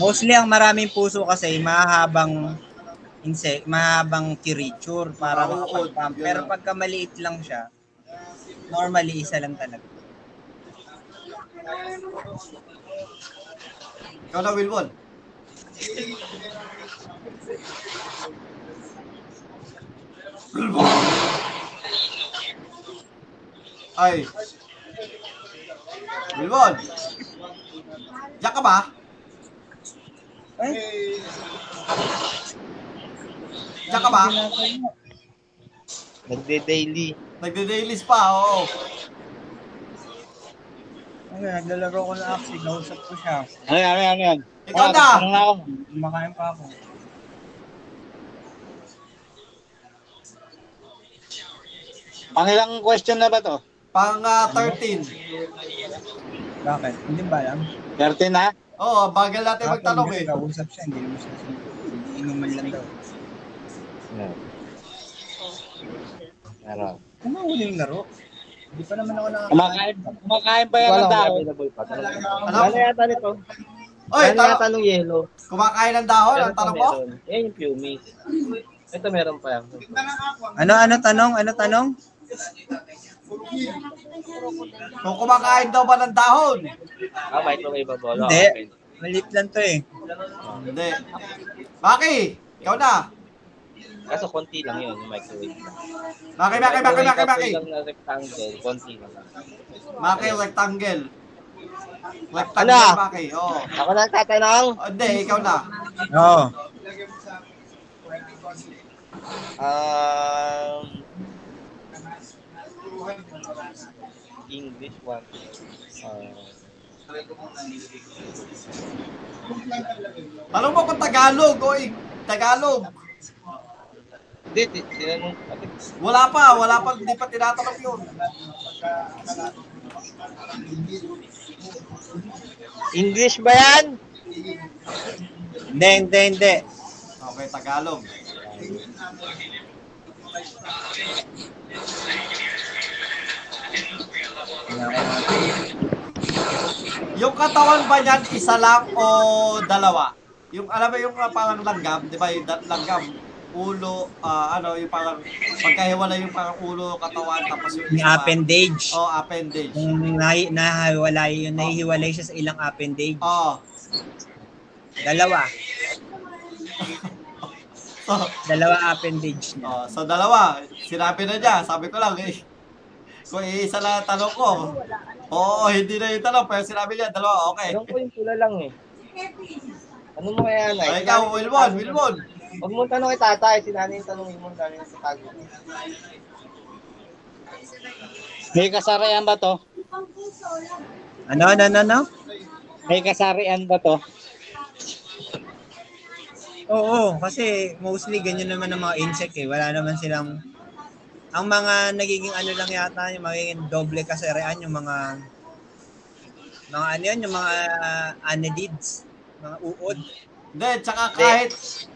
Speaker 4: Mostly ang maraming puso kasi mahabang insect, mahabang creature para
Speaker 1: Oo,
Speaker 4: makapag-pump.
Speaker 1: yun
Speaker 4: Pero
Speaker 1: lang.
Speaker 4: pagka maliit lang siya, normally isa lang talaga.
Speaker 1: ikaw na Wilmon. Wilmon! Ay. Wilmon! Diyan ka ba?
Speaker 4: Eh,
Speaker 1: Diyan ka ba?
Speaker 2: Nagde-daily.
Speaker 1: Nagde-dailies pa, oo.
Speaker 4: Ano, naglalaro ko ng Axie, kausap ko siya.
Speaker 3: Ano yan, ano yan, ano yan?
Speaker 1: Ikaw
Speaker 3: Wala,
Speaker 1: na!
Speaker 3: Ano na ako?
Speaker 4: Kumakain pa ako.
Speaker 3: Pangilang question na ba to?
Speaker 1: Pang ah, 13.
Speaker 4: Bakit? Hindi ba alam?
Speaker 3: 13 na?
Speaker 1: Oo, bagal natin
Speaker 4: Ako,
Speaker 1: magtanong
Speaker 4: hindi,
Speaker 1: eh.
Speaker 4: Kausap siya, hindi naman siya sinasagot. Hindi inuman lang daw.
Speaker 2: Meron.
Speaker 4: Ano ang huli yung laro? Hindi pa naman ako nakakain.
Speaker 3: Kumakain, kumakain pa yan ng tao.
Speaker 1: Ano?
Speaker 2: Ano yata nito?
Speaker 1: Oy,
Speaker 2: ano
Speaker 1: talo,
Speaker 2: yata nung yellow?
Speaker 1: kumakain ng dahon, ang
Speaker 2: Meron pa
Speaker 1: tanong mo?
Speaker 2: meron. Yan yung pumi. Ito meron pa yan.
Speaker 4: Ano, ano tanong? Ano tanong?
Speaker 1: Kung kumakain daw ba ng dahon?
Speaker 2: Ah, microwave ba bolo?
Speaker 4: Hindi. Maliit lang to eh.
Speaker 1: Hindi. Maki, ikaw na.
Speaker 2: Kaso konti lang yun, yung microwave. lang.
Speaker 1: Maki, Maki, Maki,
Speaker 2: Microwave
Speaker 1: Maki,
Speaker 2: kasi
Speaker 1: Maki.
Speaker 2: lang na rectangle, konti lang.
Speaker 1: Maki, rectangle. Rectangle,
Speaker 2: Ano?
Speaker 1: Maki, oo.
Speaker 2: Ako na tatanong.
Speaker 1: Oh, Hindi, ikaw na.
Speaker 4: Oo.
Speaker 2: Um, English one. Uh,
Speaker 1: Tanong mo kung Tagalog, oy. Tagalog.
Speaker 2: Hindi, di- tinanong.
Speaker 1: Wala pa, wala pa, hindi pa tinatanong yun.
Speaker 2: English ba yan?
Speaker 4: Hindi, hindi, hindi.
Speaker 1: Okay, Tagalog. Yung katawan ba niyan, isa lang o dalawa? Yung, alam mo yung ah, parang langgam, di ba? Yung dat- langgam, ulo, ah, ano, yung parang, pagkahiwala yung parang ulo, katawan, tapos yung
Speaker 4: Yung
Speaker 1: pa.
Speaker 4: appendage.
Speaker 1: Oh, appendage.
Speaker 4: Yung nahi, nahiwalay, yung nahihiwalay siya sa ilang appendage.
Speaker 1: Oh,
Speaker 4: Dalawa.
Speaker 1: So,
Speaker 4: Dalawa appendage niya.
Speaker 1: oh, so dalawa, sinabi na niya, sabi ko lang eh. Kung iisa lang ang tanong ko, oo, hindi na yung tanong, pero sinabi niya, dalawa, okay.
Speaker 2: Alam ko yung pula lang eh. Ano mo kaya na?
Speaker 1: So, ikaw, Wilmon, Wilmon.
Speaker 2: Huwag mo tanong kay tatay. Si nanay yung tanongin mo. Dami sa tago.
Speaker 3: May kasarian ba to?
Speaker 4: Ano, ano, ano, ano?
Speaker 3: May kasarian ba to?
Speaker 4: Oo, kasi mostly ganyan naman ang mga insect eh. Wala naman silang... Ang mga nagiging ano lang yata, yung magiging doble kasarean, yung mga... Mga ano yun, yung mga uh, anadids, mga uod.
Speaker 1: Hindi, tsaka kahit,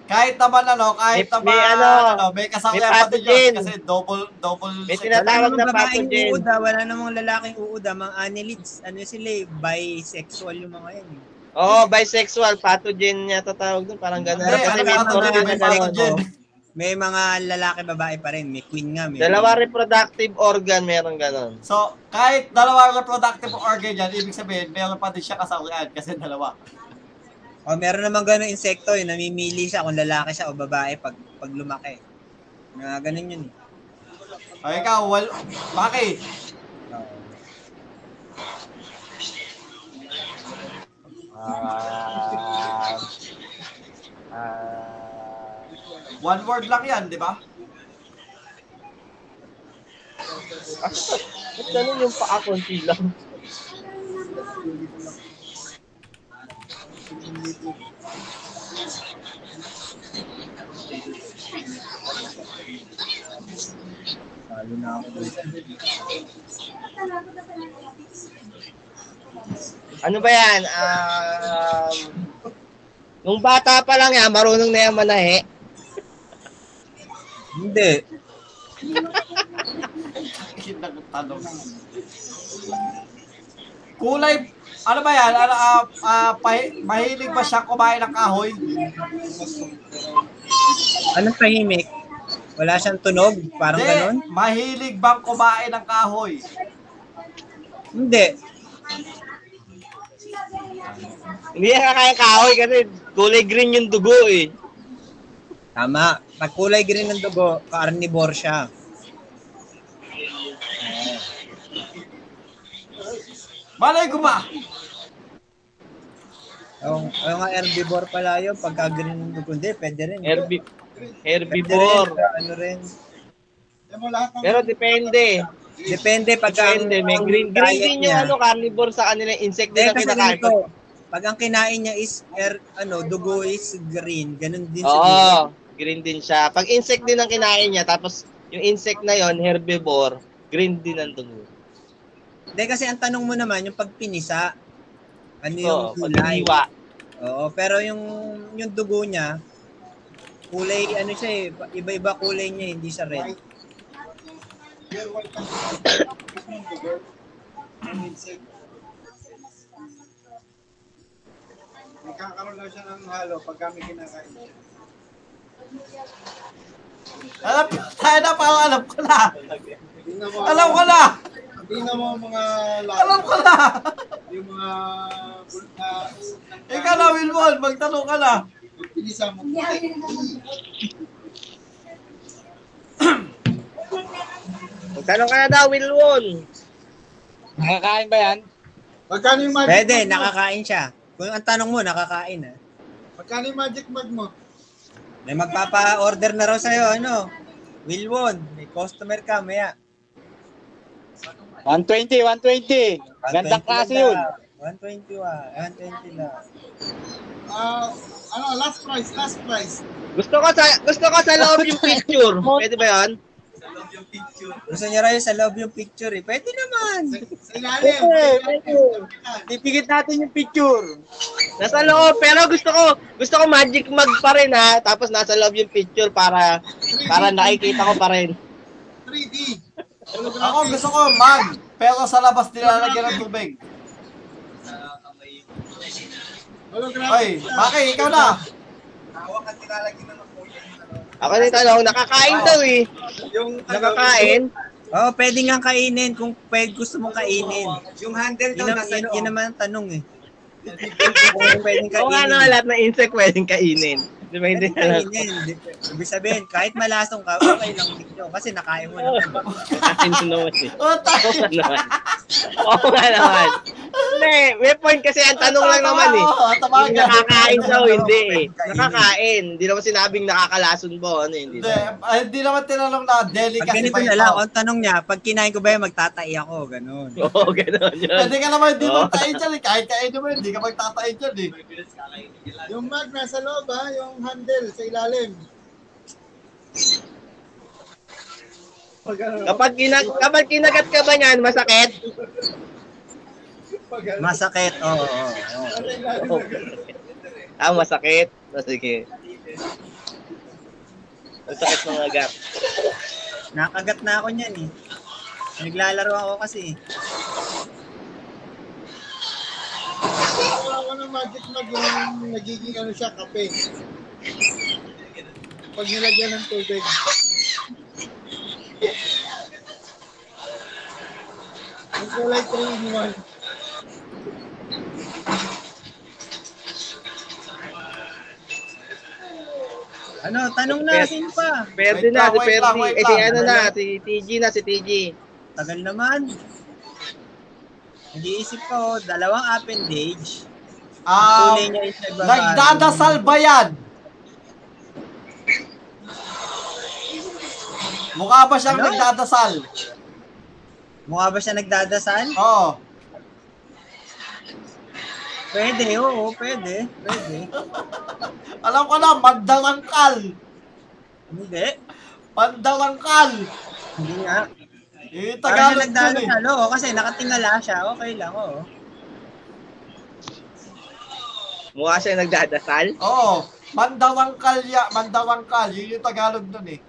Speaker 1: kahit naman ano, kahit naman,
Speaker 2: May- may
Speaker 1: ano,
Speaker 2: ano,
Speaker 1: may kasangyan pa din
Speaker 2: may
Speaker 1: yun.
Speaker 2: pathogen.
Speaker 1: Kasi double, double,
Speaker 2: May
Speaker 1: sex.
Speaker 2: tinatawag-
Speaker 4: Wala
Speaker 2: Tatawag
Speaker 4: namang
Speaker 2: na
Speaker 4: babaeng
Speaker 2: pathogen.
Speaker 4: uod ah, wala namang lalaking uod ah, mga annelids. Ano sila eh, bisexual yung mga yan eh.
Speaker 2: Oo, oh, bisexual. Pathogen niya tatawag doon. Parang gano'n.
Speaker 1: Hindi,
Speaker 2: Kasi
Speaker 1: ano ba
Speaker 2: may mga
Speaker 1: pathogen? May
Speaker 2: na gano'n.
Speaker 1: pathogen.
Speaker 2: oh.
Speaker 4: May mga lalaki babae pa rin, may queen nga. May
Speaker 2: Dalawa reproductive organ meron gano'n.
Speaker 1: So, kahit dalawang reproductive organ yan, ibig sabihin, meron pa din siya kasangyan kasi dalawa.
Speaker 4: O meron naman gano'ng insekto eh, namimili siya kung lalaki siya o babae pag, pag lumaki. Na ganun yun eh.
Speaker 1: O ikaw, well, Maki,
Speaker 4: Oo.
Speaker 2: Ah.
Speaker 3: ah,
Speaker 1: one word lang yan, di ba?
Speaker 2: Ba't ganun yung paa konti lang?
Speaker 4: Talo na ako dito.
Speaker 2: Ano ba yan? Um, nung bata pa lang yan, marunong na yan manahe.
Speaker 4: Hindi.
Speaker 1: Yun ang tanong. Kulay, ano ba yan? Ano, ah, ah, pahi- mahilig ba siyang kumain ng kahoy?
Speaker 4: Anong tahimik? Wala siyang tunog? Parang
Speaker 1: Hindi,
Speaker 4: ganun?
Speaker 1: mahilig bang kumain ng kahoy?
Speaker 4: Hindi.
Speaker 2: Hindi yan kakain kahoy kasi kulay green yung dugo eh.
Speaker 4: Tama. Pag kulay green ng dugo, carnivore siya.
Speaker 1: Malay ko ba?
Speaker 4: Yung, yung nga herbivore pala yun, pagka green ng dugo, hindi, pwede rin.
Speaker 2: Herbi
Speaker 4: Pwede rin,
Speaker 2: herbivore.
Speaker 4: ano rin.
Speaker 2: Pero depende.
Speaker 4: Depende pagka...
Speaker 2: Depende. May green. Eh, Green din yung ano, carnivore sa kanila. Insect din
Speaker 4: Hindi
Speaker 2: ang
Speaker 4: kasi
Speaker 2: kinakain.
Speaker 4: ganito, pag ang kinain niya is er, ano, dugo is green, ganun din
Speaker 2: Oo.
Speaker 4: siguro.
Speaker 2: green din siya. Pag insect din ang kinain niya, tapos yung insect na yon herbivore, green din ang dugo.
Speaker 4: Hindi kasi ang tanong mo naman yung pagpinisa, ano yung
Speaker 2: So, pag
Speaker 4: kulay.
Speaker 2: iniwa,
Speaker 4: Oo, pero yung yung dugo niya kulay ano siya eh, iba-iba kulay niya, hindi siya red.
Speaker 6: Nagkakaroon lang siya ng halo pag kami kinakain.
Speaker 1: Alam ko tayo na, parang alam ko na.
Speaker 6: Tingnan mo,
Speaker 1: Alam ko na!
Speaker 6: Tingnan mo ang mga lahat.
Speaker 1: Alam ko na!
Speaker 6: Yung mga bul- na
Speaker 1: Ikaw na, Wilmon, magtanong ka na.
Speaker 6: pinisa mo.
Speaker 2: Magtanong ka na daw, Wilwon.
Speaker 3: Nakakain ba yan?
Speaker 6: Magkano yung magic
Speaker 4: Pwede,
Speaker 6: mag mo?
Speaker 4: nakakain siya. Kung ang tanong mo, nakakain ah.
Speaker 6: Magkano yung magic mag mo?
Speaker 4: May magpapa-order na raw sa'yo, ano? Wilwon, may customer ka, maya.
Speaker 3: 120, 120. Gandang
Speaker 4: 120
Speaker 3: klase
Speaker 4: lang
Speaker 3: yun.
Speaker 4: daw. 120 ah, 120 lang.
Speaker 6: Ah, ano, last price, last price.
Speaker 2: Gusto ko sa gusto ko sa loob yung picture. Pwede ba 'yon?
Speaker 4: Gusto niya raw yung sa love yung picture eh. Pwede naman.
Speaker 6: Sa ilalim.
Speaker 3: Pipigit natin yung picture.
Speaker 2: Nasa loob pero gusto ko gusto ko magic mag pa rin ha. Tapos nasa loob yung picture para para nakikita ko pa rin.
Speaker 6: 3D.
Speaker 1: Ako gusto ko, mag. Pero sa labas nilalagyan ng tubig. Ay,
Speaker 6: Holographic.
Speaker 1: Maki, ikaw na.
Speaker 2: Ako na yung tanong, nakakain daw eh.
Speaker 6: Yung
Speaker 2: Nakakain.
Speaker 4: Oo, oh, pwede nga kainin kung pwede gusto mong kainin.
Speaker 6: Yung handle
Speaker 4: Yun, ang-
Speaker 2: ano,
Speaker 4: yun, yun naman ang tanong eh. Kung pwedeng
Speaker 2: oh. Oo nga
Speaker 4: kainin.
Speaker 2: naman, lahat ng insect pwedeng kainin. Di ba hindi
Speaker 4: Ay,
Speaker 2: alam?
Speaker 4: yun, yun. Ibig sabihin, kahit malasong ka, okay lang din yun. Kasi nakain mo na.
Speaker 2: Akin to naman eh.
Speaker 1: Oh,
Speaker 2: Oo
Speaker 1: tayo.
Speaker 2: nga naman. Oo nga naman. Hindi, may point kasi ang tanong lang naman eh.
Speaker 1: Oo, tama
Speaker 2: Yung
Speaker 1: ka.
Speaker 2: nakakain daw, hindi eh.
Speaker 4: Kainin.
Speaker 2: Nakakain. Hindi naman sinabing nakakalason po. Ano, hindi.
Speaker 1: Hindi, ah, hindi naman tinanong na
Speaker 4: Pag
Speaker 1: delicacy
Speaker 4: ganito
Speaker 1: ba
Speaker 4: na
Speaker 1: ito?
Speaker 4: lang, ang tanong niya, pag kinain ko ba yan, magtatai ako, ganun.
Speaker 2: Oo, ganun yun.
Speaker 1: Hindi ka naman hindi
Speaker 2: Oo.
Speaker 1: magtain dyan eh. Kahit kainin mo, hindi ka magtatain dyan eh.
Speaker 6: Yung mag nasa loob ha, yung handle sa ilalim. Pag ano,
Speaker 2: Kapag, kinag kapag kinagat ka ba niyan, masakit?
Speaker 6: pag ano,
Speaker 4: Masakit, oo, oo, oo.
Speaker 6: sa ilalim.
Speaker 2: Oo. Ah, masakit. O, sige. Masakit ng agap.
Speaker 4: Nakagat na ako niyan eh. Naglalaro ako kasi.
Speaker 6: Wala ko ng magic mag yung nagiging ano siya, kape. Pag nilagyan ng tubig. Ang kulay 3 in 1.
Speaker 4: Ano, tanong na, sino pa?
Speaker 1: Wait
Speaker 2: Pwede na,
Speaker 1: lang,
Speaker 2: si
Speaker 1: wait
Speaker 2: Perdi.
Speaker 1: lang, wait
Speaker 2: Eh, si
Speaker 1: lang.
Speaker 2: ano na, si TG na, si TG.
Speaker 4: Tagal naman. Nag-iisip ko, dalawang appendage.
Speaker 1: Um,
Speaker 4: Kulay niya is nagbabalo.
Speaker 1: nagdadasal ba yan? Mukha ba siyang
Speaker 4: Ano?
Speaker 1: nagdadasal?
Speaker 4: Mukha ba siya nagdadasal?
Speaker 1: Oo.
Speaker 4: Pwede, oo, pwede. Pwede.
Speaker 1: Alam ko na, magdarangkal.
Speaker 4: Hindi.
Speaker 1: Pandarangkal.
Speaker 4: Hindi nga.
Speaker 1: Eh,
Speaker 4: Parang siya
Speaker 1: Tagalog yun eh.
Speaker 4: nagdadasal, oo, kasi nakatingala siya. Okay lang, oo.
Speaker 2: Mukha siya nagdadasal.
Speaker 1: Oo. Mandarangkal ya, mandarangkal. Yun yung Tagalog nun eh.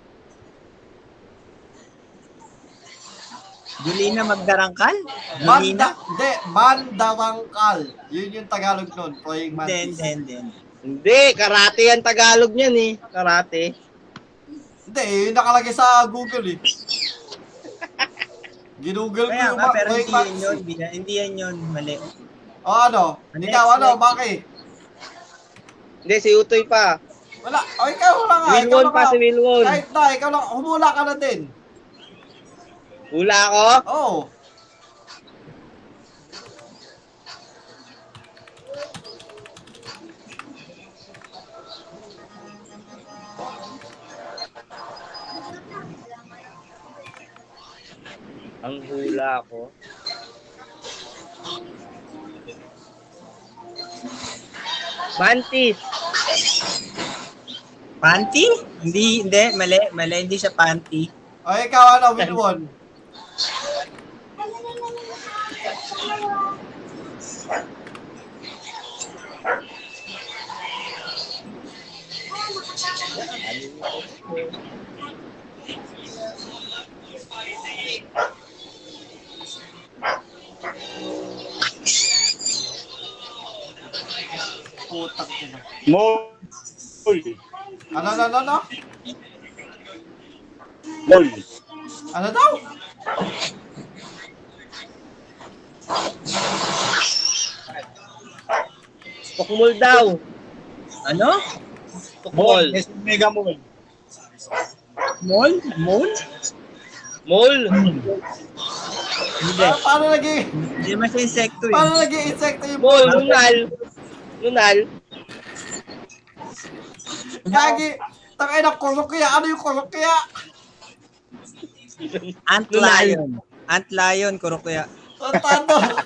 Speaker 4: Julina Magdarangkal?
Speaker 1: Manda,
Speaker 4: Julina?
Speaker 1: hindi, mandarangkal. Yun yung Tagalog nun, praying
Speaker 4: Hindi,
Speaker 1: mantis.
Speaker 4: hindi, hindi.
Speaker 2: Hindi, karate yan Tagalog niyan eh. Karate.
Speaker 1: Hindi, eh, yun nakalagay sa Google eh. Ginugol ko
Speaker 4: Kaya
Speaker 1: yung
Speaker 4: nga,
Speaker 1: ma-
Speaker 4: pero
Speaker 1: praying
Speaker 4: hindi
Speaker 1: mantis. eh.
Speaker 4: yan yun. Hindi yan, hindi yan yun. Mali.
Speaker 1: O ano?
Speaker 4: Next,
Speaker 1: Ikaw ano?
Speaker 4: next.
Speaker 1: Bakit?
Speaker 2: Hindi, si Utoy pa.
Speaker 1: Wala. O ikaw wala nga. ikaw
Speaker 2: Wilwon
Speaker 1: na
Speaker 2: pa,
Speaker 1: nga.
Speaker 2: si Wilwon.
Speaker 1: Kahit na, ikaw lang. Humula ka na din.
Speaker 2: Hula ako.
Speaker 1: Oo. Oh.
Speaker 2: Ang hula ko. Mantis.
Speaker 4: Panty? Hindi, hindi. Mali, mali. Hindi siya panty.
Speaker 1: O ikaw ano? Wilwon. Putang ina.
Speaker 7: Mol.
Speaker 1: Ano, ano, ano, ano?
Speaker 7: Mol.
Speaker 1: Ano daw?
Speaker 2: Pokmol daw.
Speaker 4: Ano?
Speaker 2: Pokmol.
Speaker 7: Yes, mega mol.
Speaker 4: Mall? Mall?
Speaker 2: Mol.
Speaker 4: Hindi.
Speaker 1: Ah, paano naging,
Speaker 4: Hindi naman siya insekto
Speaker 1: paano
Speaker 4: eh.
Speaker 1: naging insekto yung
Speaker 2: Mol. Lunal. Lunal.
Speaker 1: Gagi, tangay na kurokya. Ano yung kurokya?
Speaker 4: Ant lion. Ant lion, kurukuya.
Speaker 1: Tantano. ano.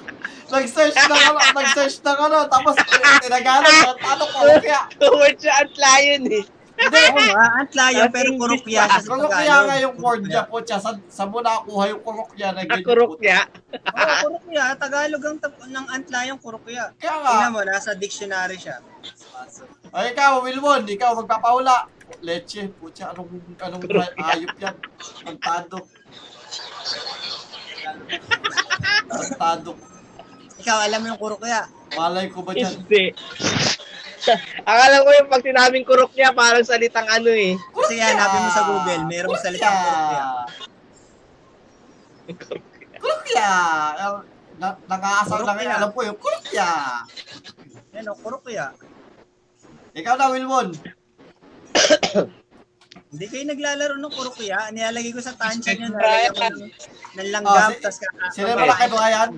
Speaker 1: Nag-search na ano, nag-search na ano, tapos tinagalan, tantano, kurokya.
Speaker 2: Toward siya at lion eh.
Speaker 1: Hindi,
Speaker 4: Oo nga, ant lion, pero kurukuya siya sa
Speaker 1: kurokya nga yung word niya po siya. Sa, sa mo nakakuha yung kurokya na ganyan.
Speaker 2: Akurok Ah, niya.
Speaker 4: Oo, kurukuya. Tagalog ang tap- ng ant lion, kurukuya.
Speaker 1: Kaya nga.
Speaker 4: Tingnan mo, nasa dictionary siya.
Speaker 1: O Ah, ikaw, Wilwon, ikaw magpapahula. Leche, putya, anong, anong ayop yan? Tantado. Tantado.
Speaker 4: Ikaw, alam mo yung kurukuya.
Speaker 1: Malay ko ba dyan?
Speaker 2: Hindi. Akala ko yung pag sinabing kurok niya, parang salitang ano eh.
Speaker 4: Kasi
Speaker 1: Kurokya!
Speaker 4: hanapin mo sa Google, merong
Speaker 1: Kurokya!
Speaker 4: salitang kurokya.
Speaker 1: Kurokya! Al- Na, nakaasal na ngayon,
Speaker 4: Kurokya.
Speaker 1: alam ko yung kurokya!
Speaker 4: Yan o, kurukuya.
Speaker 1: Ikaw na, Wilwon.
Speaker 4: Hindi kayo naglalaro ng kurukuya. Nilalagay ko sa tansya nyo.
Speaker 3: Brian.
Speaker 4: Nilalagay ko ng- ng langgam.
Speaker 1: Oh, si-
Speaker 4: tas kakain.
Speaker 1: Sino yung malaki Brian?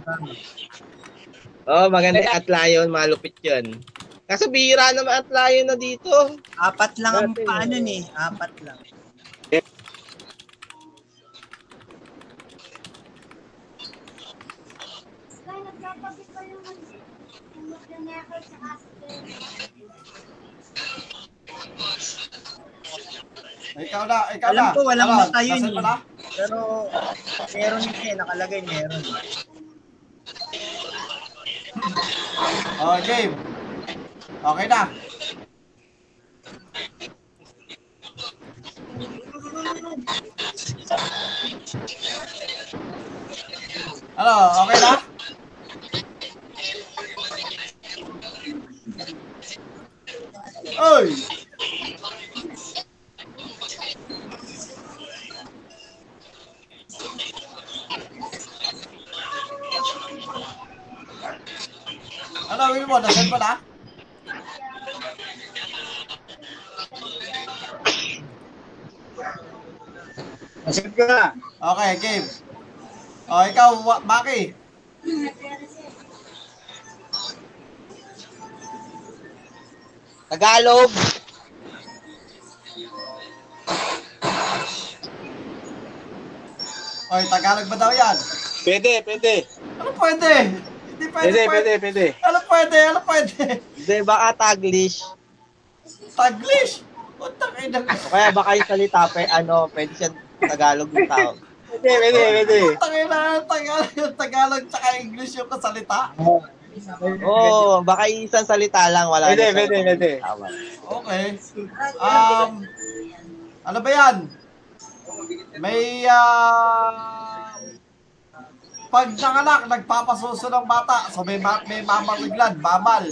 Speaker 2: Oo, oh, maganda yung atlayon, malupit yun. Kaso bihira naman atlayon na dito.
Speaker 4: Apat lang ang paano ni. Apat lang.
Speaker 1: Ikaw na, ikaw
Speaker 4: Alam
Speaker 1: na.
Speaker 4: ko, walang
Speaker 1: Ano,
Speaker 4: mata yun
Speaker 1: nasan
Speaker 4: eh.
Speaker 1: mo na?
Speaker 4: Pero meron eh. Nakalagay meron.
Speaker 1: Oh, game. Okay na. Ano, okay na? Oy! Ano, Wilmo, nasan mo na?
Speaker 6: Masip ka na.
Speaker 1: Okay, game. Oh, ikaw, Wa- Maki.
Speaker 2: Tagalog.
Speaker 1: Oy, Tagalog ba daw yan?
Speaker 7: Pwede, pwede.
Speaker 1: Ano pwede? Hindi pwede,
Speaker 7: Pwede,
Speaker 1: pwede.
Speaker 7: pwede, pwede.
Speaker 1: Ano pwede? Ano pwede?
Speaker 2: Hindi, baka Taglish.
Speaker 1: Taglish! Putang ina.
Speaker 2: O kaya baka yung salita, pe, ano, pwede siya Tagalog ng tao.
Speaker 7: Pwede, pwede, pwede.
Speaker 1: Putang ina, Tagalog, Tagalog tsaka English yung kasalita.
Speaker 2: Oo, Oh, baka yung isang salita lang, wala na
Speaker 7: Pwede,
Speaker 2: siya.
Speaker 7: pwede, pwede.
Speaker 2: Tama.
Speaker 1: Okay. Um, ano ba yan? May, ah... pag nanganak, nagpapasuso ng bata. So may, ma- may mamariglan, mamal.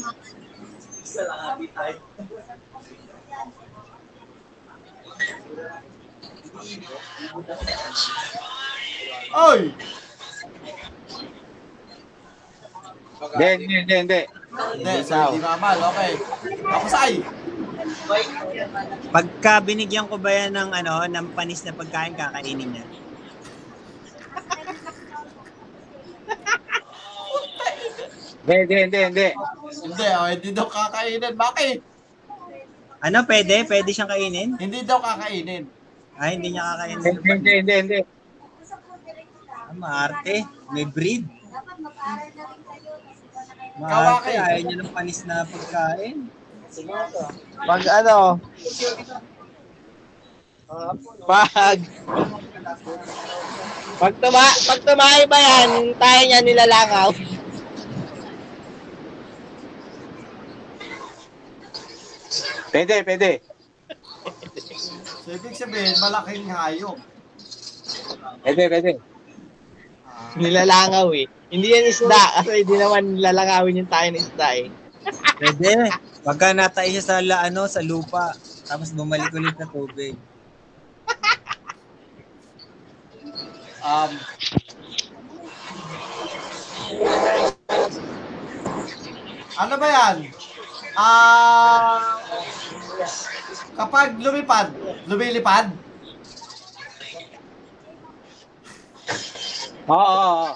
Speaker 1: Oy!
Speaker 7: Hindi, hindi, hindi, hindi.
Speaker 1: Hindi, so hindi mamal. Okay. Tapos ay!
Speaker 4: Pagka binigyan ko ba yan ng, ano, ng panis na pagkain, kakainin niya.
Speaker 7: Hindi, hindi, hindi, hindi.
Speaker 1: Hindi, oh, hindi daw kakainin. Bakit?
Speaker 4: Ano, pwede? Pwede siyang kainin?
Speaker 1: Hindi daw kakainin.
Speaker 4: Ay, hindi niya kakainin.
Speaker 7: Hindi, hindi, hindi, hindi.
Speaker 4: Ah, maarte. May breed.
Speaker 5: Dapat mag-aaral na rin kayo kasi wala kayo
Speaker 4: Maarte.
Speaker 1: Kawaki.
Speaker 4: Ayaw niya ng panis na pagkain.
Speaker 2: Pag ano, pag pag tuma pag tumahay ba yan, tayo niya nilalangaw.
Speaker 7: Pwede, pwede.
Speaker 1: So, ibig sabihin, malaking hayop.
Speaker 7: Pwede, pwede.
Speaker 2: Nilalangaw eh. Hindi yan isda, kasi hindi naman nilalangawin yung tayo ng isda eh.
Speaker 4: Pwede. Pagka natay siya sa, la- ano, sa lupa, tapos bumalik ulit na tubig.
Speaker 1: Um, ano ba yan? Ah, kapag lumipad, lumilipad?
Speaker 7: Oo, oo, oo.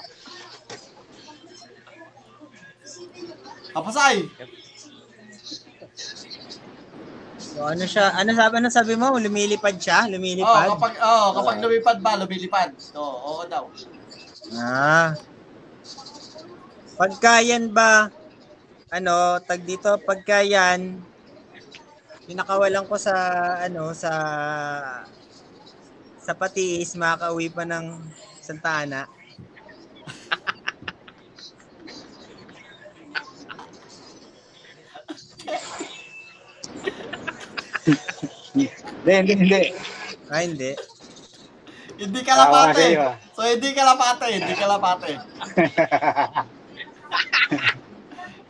Speaker 1: Kapasay!
Speaker 4: So, ano siya? Ano sabi, ano sabi mo? Lumilipad siya?
Speaker 1: Oh,
Speaker 4: Lumilipad?
Speaker 1: kapag, oh, kapag lumipad ba, lumilipad? Oo, oo daw.
Speaker 4: Ah. Pagka yan ba, ano, tag dito, pagka yan, pinakawalan ko sa, ano, sa, sa patiis, makakauwi pa ng Santa Ana.
Speaker 7: Hindi, hindi, hindi.
Speaker 4: Ah, hindi.
Speaker 1: Hindi
Speaker 7: Tawa
Speaker 1: kalapate.
Speaker 7: kayo, ah.
Speaker 1: So, hindi kalapate, hindi kalapate.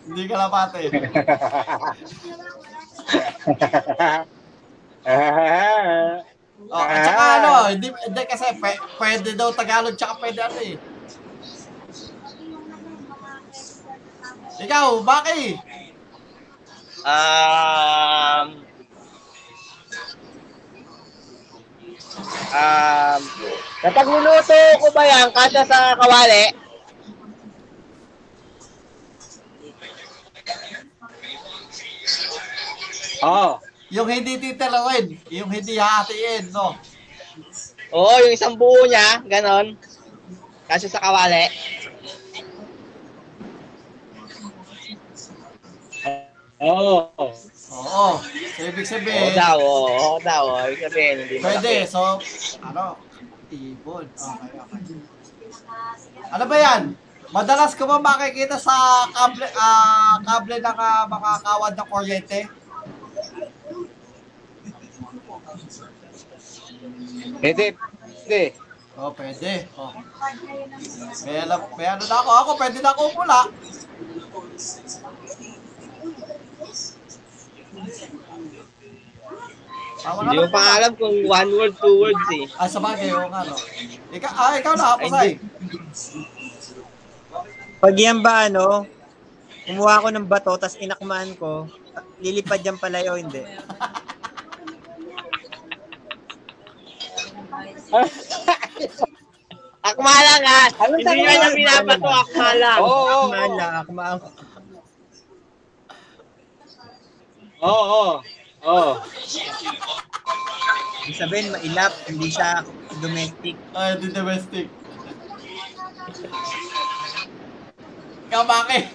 Speaker 1: hindi kalapate. Oh, at saka
Speaker 7: Ah.
Speaker 1: ano, hindi, hindi kasi pe- pwede daw Tagalog tsaka pwede ano eh. Ikaw, Baki!
Speaker 2: Um, Um, kapag niluto ko ba yan, kasya sa kawali?
Speaker 7: Oo.
Speaker 1: Yung hindi titilarin, yung hindi hahatiin, no?
Speaker 2: Oo, yung isang buo niya, ganon. Kasya sa kawali.
Speaker 7: Oo.
Speaker 1: Oo. So, ibig
Speaker 2: Oo
Speaker 1: sabihin,
Speaker 2: daw, oo, oo daw. oo. Ibig sabihin, hindi
Speaker 1: pwede.
Speaker 2: malaki.
Speaker 1: So, ano? Ibon. Okay, okay. Ano ba yan? Madalas ka ba makikita sa kable, ah, kable ng ah, mga kawad ng kuryente?
Speaker 7: Pwede. Pwede.
Speaker 1: Oh, pwede. Oh. May, alam, may ano na ako. Ako, pwede na ako pula. Tama
Speaker 2: Hindi mo
Speaker 1: naman
Speaker 2: pa
Speaker 1: pula.
Speaker 2: alam kung one word, two words eh.
Speaker 1: Ah, sa bagay, oo nga, no. Ikaw, ah, ikaw na, ako, Sai.
Speaker 4: Pag yan ba, ano, kumuha ako ng bato, tapos inakmaan ko, lilipad yan palayo, hindi.
Speaker 2: Akma lang ha.
Speaker 3: Anong
Speaker 2: Hindi
Speaker 3: tanong
Speaker 2: yan
Speaker 3: yun?
Speaker 2: ang binabato, akma lang.
Speaker 7: Oo, oo,
Speaker 4: Akmaan
Speaker 7: oo.
Speaker 4: lang, akmaan ko.
Speaker 7: Oo, oo. Oo.
Speaker 4: Ibig sabihin, mailap, hindi siya domestic.
Speaker 1: Ay, the domestic. Ikaw, bakit?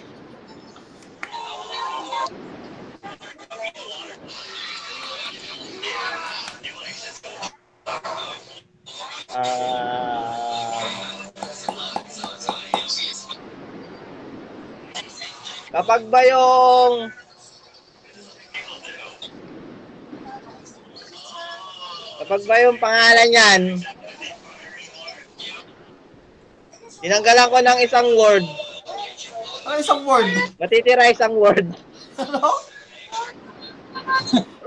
Speaker 2: Kapag ba yung... Kapag ba yung pangalan niyan, tinanggalan ko ng isang word,
Speaker 1: Ano isang word?
Speaker 2: matitira isang word.
Speaker 1: Ano?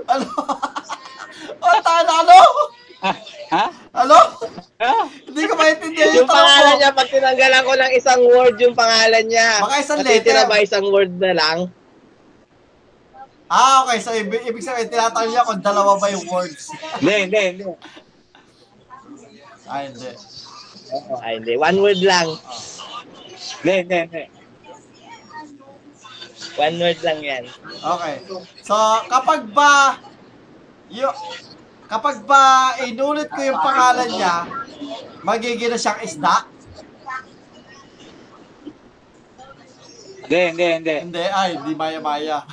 Speaker 1: Ano? oh, tana, ano?
Speaker 7: Ah, Ha?
Speaker 1: Ano?
Speaker 7: Ha?
Speaker 1: Hindi ko maintindihan
Speaker 2: Yung
Speaker 1: yung tanong
Speaker 2: pangalan
Speaker 1: mo.
Speaker 2: niya, pag tinanggalan ko ng isang word yung pangalan niya,
Speaker 1: Baka isang
Speaker 2: matitira
Speaker 1: letter.
Speaker 2: ba isang word na lang?
Speaker 1: Ah, okay. So, ibig, ibig sabihin, tinatanong niya kung dalawa ba yung words.
Speaker 7: Hindi, hindi, hindi.
Speaker 1: Ay, Ah, hindi.
Speaker 2: Oh, Ay, hindi. One word lang.
Speaker 7: Hindi, hindi, hindi.
Speaker 2: One word lang yan.
Speaker 1: Okay. So, kapag ba, yo, kapag ba inulit ko yung pangalan niya, magiging na siyang isda?
Speaker 7: Hindi, hindi, hindi.
Speaker 1: Hindi, ay, hindi maya-maya.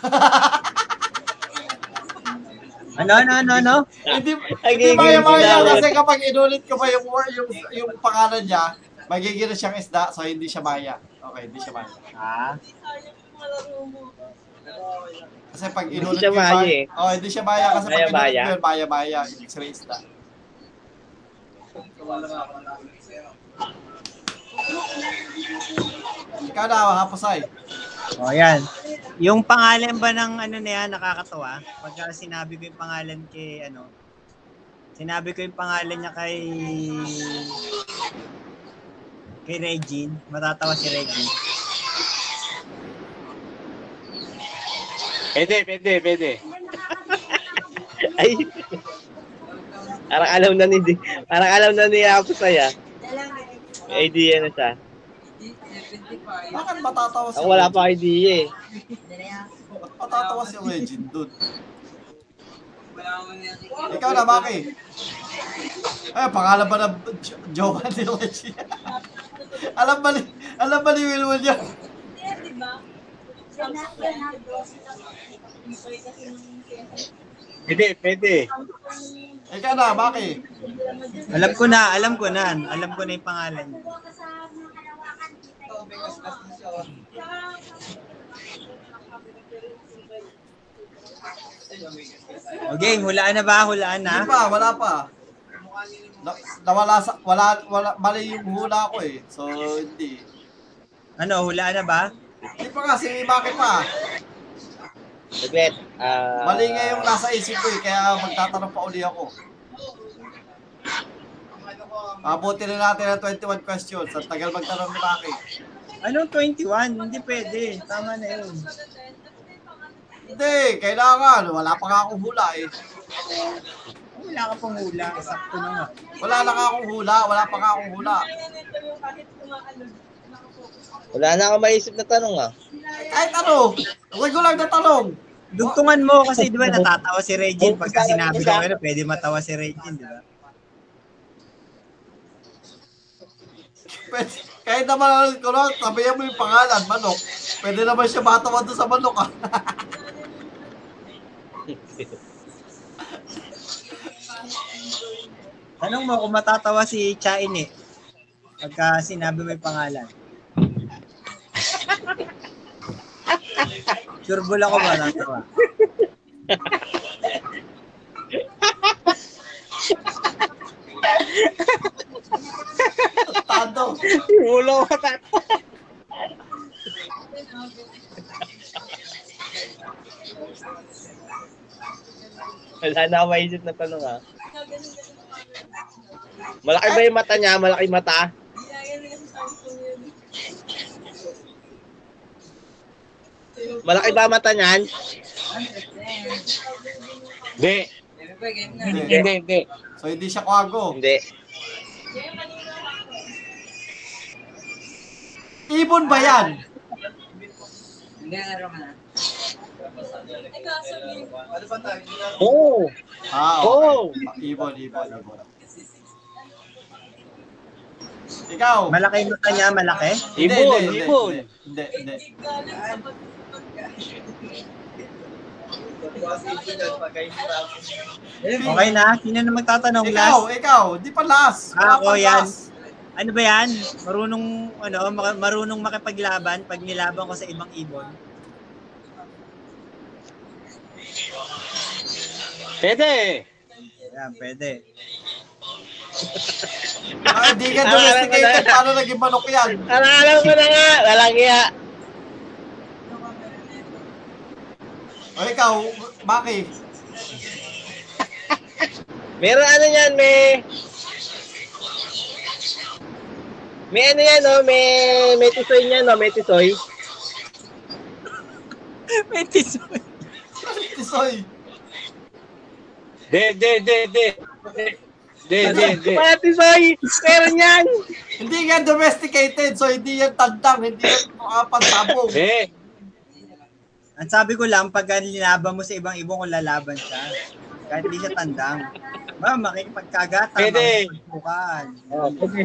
Speaker 4: Ano, ano, ano, ano?
Speaker 1: hindi, hindi
Speaker 2: Nagiging
Speaker 1: maya-maya
Speaker 2: isda.
Speaker 1: kasi kapag inulit ko pa yung, wor- yung, yung pangalan niya, magiging na siyang isda, so hindi siya maya. Okay, hindi siya maya.
Speaker 4: Ah,
Speaker 1: Kasi pag
Speaker 2: Hindi
Speaker 1: inulit
Speaker 2: siya
Speaker 1: ko yung
Speaker 2: maya
Speaker 1: pangalan-
Speaker 2: eh.
Speaker 1: Oh, hindi siya maya kasi pag inulit
Speaker 2: Maya-maya.
Speaker 1: ko yun, maya-maya, ibig sabihin isda. Ikaw na, hapasay.
Speaker 4: o yan. Yung pangalan ba ng ano na yan, nakakatawa? Pagka sinabi ko yung pangalan kay, ano, sinabi ko yung pangalan niya kay, kay Regine. Matatawa si Regine.
Speaker 7: Pwede, pwede, pwede.
Speaker 2: Ay. Parang alam na ni parang alam na ni Apo saya. May idea na siya.
Speaker 1: Bakit matatawa si
Speaker 2: Ako Ah, wala pa idea eh.
Speaker 1: Ba't matatawa si Regine dun? Ikaw na, Maki. Ay, pangalan ba ng jo- jowa ni Regine? alam ba ni, alam ba ni Wilwil yun?
Speaker 7: Pwede, pwede.
Speaker 1: Ikaw na, Maki.
Speaker 4: Alam ko na, alam ko na. Alam ko na yung pangalan niya. Okay, hulaan na ba? Hulaan
Speaker 1: Hindi
Speaker 4: na?
Speaker 1: pa, wala pa. Na, nawala sa, wala, wala, mali yung hula ko eh. So, hindi.
Speaker 4: Ano, hulaan na ba?
Speaker 1: Hindi pa nga, si Maki pa.
Speaker 2: Saglit. Ah.
Speaker 1: Mali nga yung nasa isip ko eh, kaya magtatanong pa uli ako. Abuti na natin ang 21 questions. Ang tagal magtanong ni Maki.
Speaker 4: Anong 21? Ano, Hindi pwede. Tama na yun.
Speaker 1: Hindi, kailangan. Wala pa nga akong hula eh.
Speaker 6: wala ka pang hula. Sakto naman.
Speaker 1: Wala lang akong hula. Wala pa nga akong hula.
Speaker 2: Wala na akong maisip na tanong ah.
Speaker 1: Kahit ano. Regular na tanong.
Speaker 4: Dugtungan mo kasi di ba natatawa si Regine pagka
Speaker 3: Dugtungan
Speaker 4: sinabi
Speaker 3: mo siya.
Speaker 4: ko ano, pwede matawa si Regine, di ba?
Speaker 1: Pwede, kahit naman ano, kung ano, sabihan mo yung pangalan, manok. Pwede naman siya matawa doon sa manok ah.
Speaker 4: Tanong mo kung matatawa si Chain eh. Pagka sinabi mo yung pangalan. Sure bull ako matatawa.
Speaker 1: Tado.
Speaker 2: Ulo ko na. Wala na akong maisip na tanong ah. Malaki ba yung mata niya? Malaki mata? Malaki ba ang mata niyan?
Speaker 7: Hindi.
Speaker 1: Hindi.
Speaker 7: Hindi, hindi.
Speaker 1: So hindi siya kwago.
Speaker 2: Hindi.
Speaker 1: Ibon ba yan?
Speaker 2: Oo.
Speaker 1: Ah, okay.
Speaker 2: Oo.
Speaker 1: Ibon, ibon, ibon. Ikaw.
Speaker 4: Malaki yung mata niya, malaki.
Speaker 1: Hindi,
Speaker 7: Ibon,
Speaker 1: hindi, hindi,
Speaker 7: ibon.
Speaker 1: Hindi, hindi.
Speaker 4: Okay na, sino na magtatanong
Speaker 1: Ikaw, eh.
Speaker 4: last?
Speaker 1: ikaw. Di pa last.
Speaker 4: Ah,
Speaker 1: Wala pa
Speaker 4: ako yan.
Speaker 1: last.
Speaker 4: Ano ba yan? Marunong, ano, maka- marunong makipaglaban pag nilaban ko sa ibang ibon.
Speaker 7: Pwede.
Speaker 4: Yeah, pwede.
Speaker 1: Ah, Hindi ka
Speaker 2: Ah,
Speaker 1: domesticated.
Speaker 2: wala na.
Speaker 1: Paano naging manok yan?
Speaker 2: Alam ko na nga. Walang iya.
Speaker 1: O ikaw, Maki.
Speaker 2: Meron ano yan, may... May ano yan, no? May, may tisoy niyan, no? May tisoy.
Speaker 4: May tisoy.
Speaker 1: Tisoy.
Speaker 7: Hindi, hindi, hindi, hindi. Hindi, hindi, hindi.
Speaker 2: Mga tisoy! Meron yan!
Speaker 1: Hindi yan domesticated. So hindi yan tandang. Hindi yan uh, pansabong.
Speaker 7: Hindi.
Speaker 4: Ang sabi ko lang, pag nilaban mo sa ibang ibon, kung lalaban siya, kahit hindi siya tandang, ba, makikipagkagata,
Speaker 7: Pwede.
Speaker 4: makikipagpukan.
Speaker 7: Oh, pwede.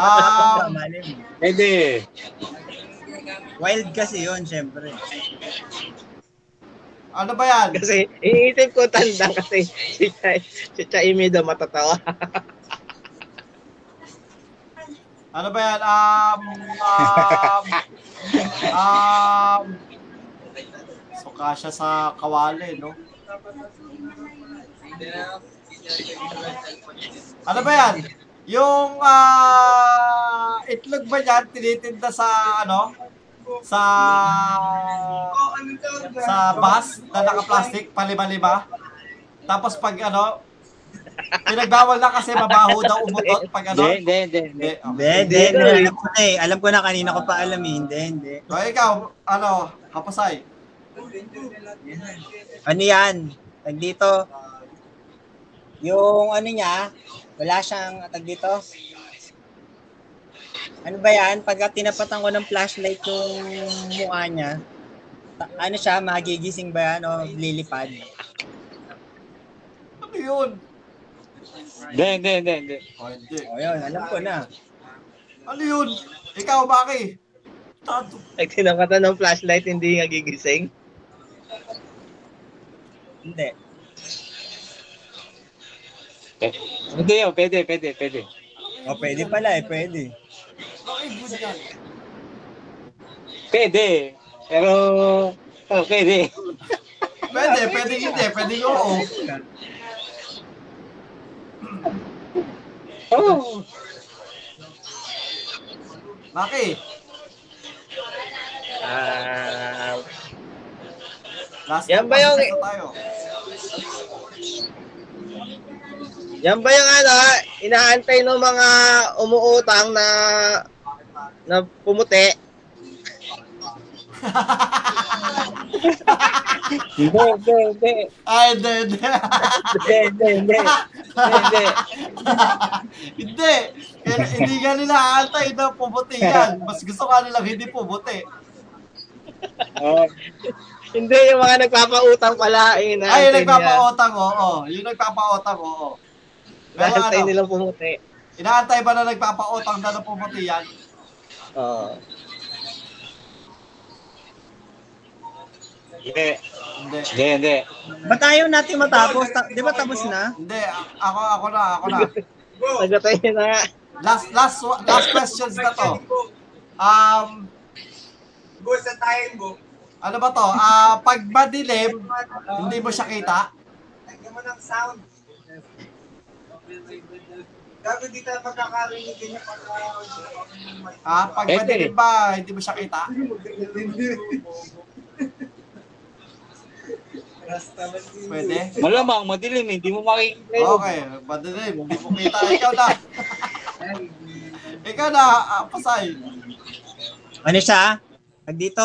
Speaker 1: Ah,
Speaker 4: Mali mo.
Speaker 7: Pwede.
Speaker 4: Wild kasi yun, syempre.
Speaker 1: ano ba yan?
Speaker 2: Kasi, iniisip ko tanda kasi si Chay, si Chay Mido matatawa.
Speaker 1: Ano ba yan? Um, um, um, so kasya sa kawali, no? Ano ba yan? Yung ah, itlog ba yan tinitinda sa ano? Sa sa bus na naka-plastic, palima-lima. Tapos pag ano, pinagbawal na kasi mabaho daw umutot pag ano.
Speaker 7: Hindi, hindi, hindi, hindi.
Speaker 1: Hindi, okay.
Speaker 4: Hindi, hindi, hindi. Alam ko na eh. Alam ko na kanina ko pa alam eh. Hindi, hindi.
Speaker 1: So, Oh, ikaw, ano, kapasay.
Speaker 4: Ano yan? Tag dito. Yung ano niya, wala siyang tag dito. Ano ba yan? Pagka tinapatan ko ng flashlight yung mukha niya, ta- ano siya, magigising ba yan o lilipad?
Speaker 1: Ano yun?
Speaker 7: Hindi, hindi, hindi, hindi.
Speaker 1: O, hindi.
Speaker 4: O yun, alam ko na.
Speaker 1: Ano yun? Ikaw, Maki. Tato.
Speaker 2: Pag tinapatan ng flashlight, hindi nga gigising.
Speaker 4: Hindi.
Speaker 7: Hindi, oh, pwede, pwede, pwede.
Speaker 4: O pwede pala eh, pwede.
Speaker 1: Maki, good yan.
Speaker 7: Pwede. Pero, oh, pwede.
Speaker 1: Pwede, pwede hindi, pwede oo.
Speaker 7: Oh,
Speaker 1: Maki,
Speaker 2: Ah,
Speaker 1: last
Speaker 2: Yan ba
Speaker 1: last
Speaker 2: yung-
Speaker 1: na tayo.
Speaker 2: yan ba yung ano, inaantay ng mga umuutang na na pumuti?
Speaker 7: Hindi, hindi, hindi.
Speaker 1: Ay, hindi, hindi.
Speaker 7: Hindi, hindi, hindi. Hindi,
Speaker 1: hindi. Kaya hindi ka nila aantay na pubuti yan. Mas gusto ka nilang hindi pubuti.
Speaker 7: Oh,
Speaker 2: Hindi, yung mga nagpapautang pala. Eh,
Speaker 1: Ay,
Speaker 2: inaantay
Speaker 1: yung
Speaker 2: nila.
Speaker 1: nagpapaotang, oo. Yung nagpapaotang, oo. Pero
Speaker 2: Inaantay
Speaker 1: ano,
Speaker 2: nilang pumuti.
Speaker 1: inaantay ba na nagpapaotang na na puputi yan?
Speaker 2: Oo.
Speaker 7: Hindi,
Speaker 1: Hindi.
Speaker 7: hindi, hindi.
Speaker 4: Ba't ayaw natin matapos? Ta- di ba tapos na?
Speaker 1: Hindi, a- ako, ako na, ako na.
Speaker 2: Sagutin niyo na nga.
Speaker 1: Last, last, wa- last questions na to. Um,
Speaker 6: Go sa time mo.
Speaker 1: ano ba to? Ah, pag madilim, hindi mo siya kita.
Speaker 6: Lagyan mo ng sound. Gago di tayo pagkakarinig niya pagka...
Speaker 1: Ah, pag
Speaker 7: Pwede.
Speaker 1: madilim ba, hindi mo siya kita? Pwede?
Speaker 7: Malamang, madilim, hindi mo makikita. yun.
Speaker 1: Okay, madilim, hindi mo kita. Ikaw na. Ikaw na, ah, pasay.
Speaker 4: Ano siya? Pag dito?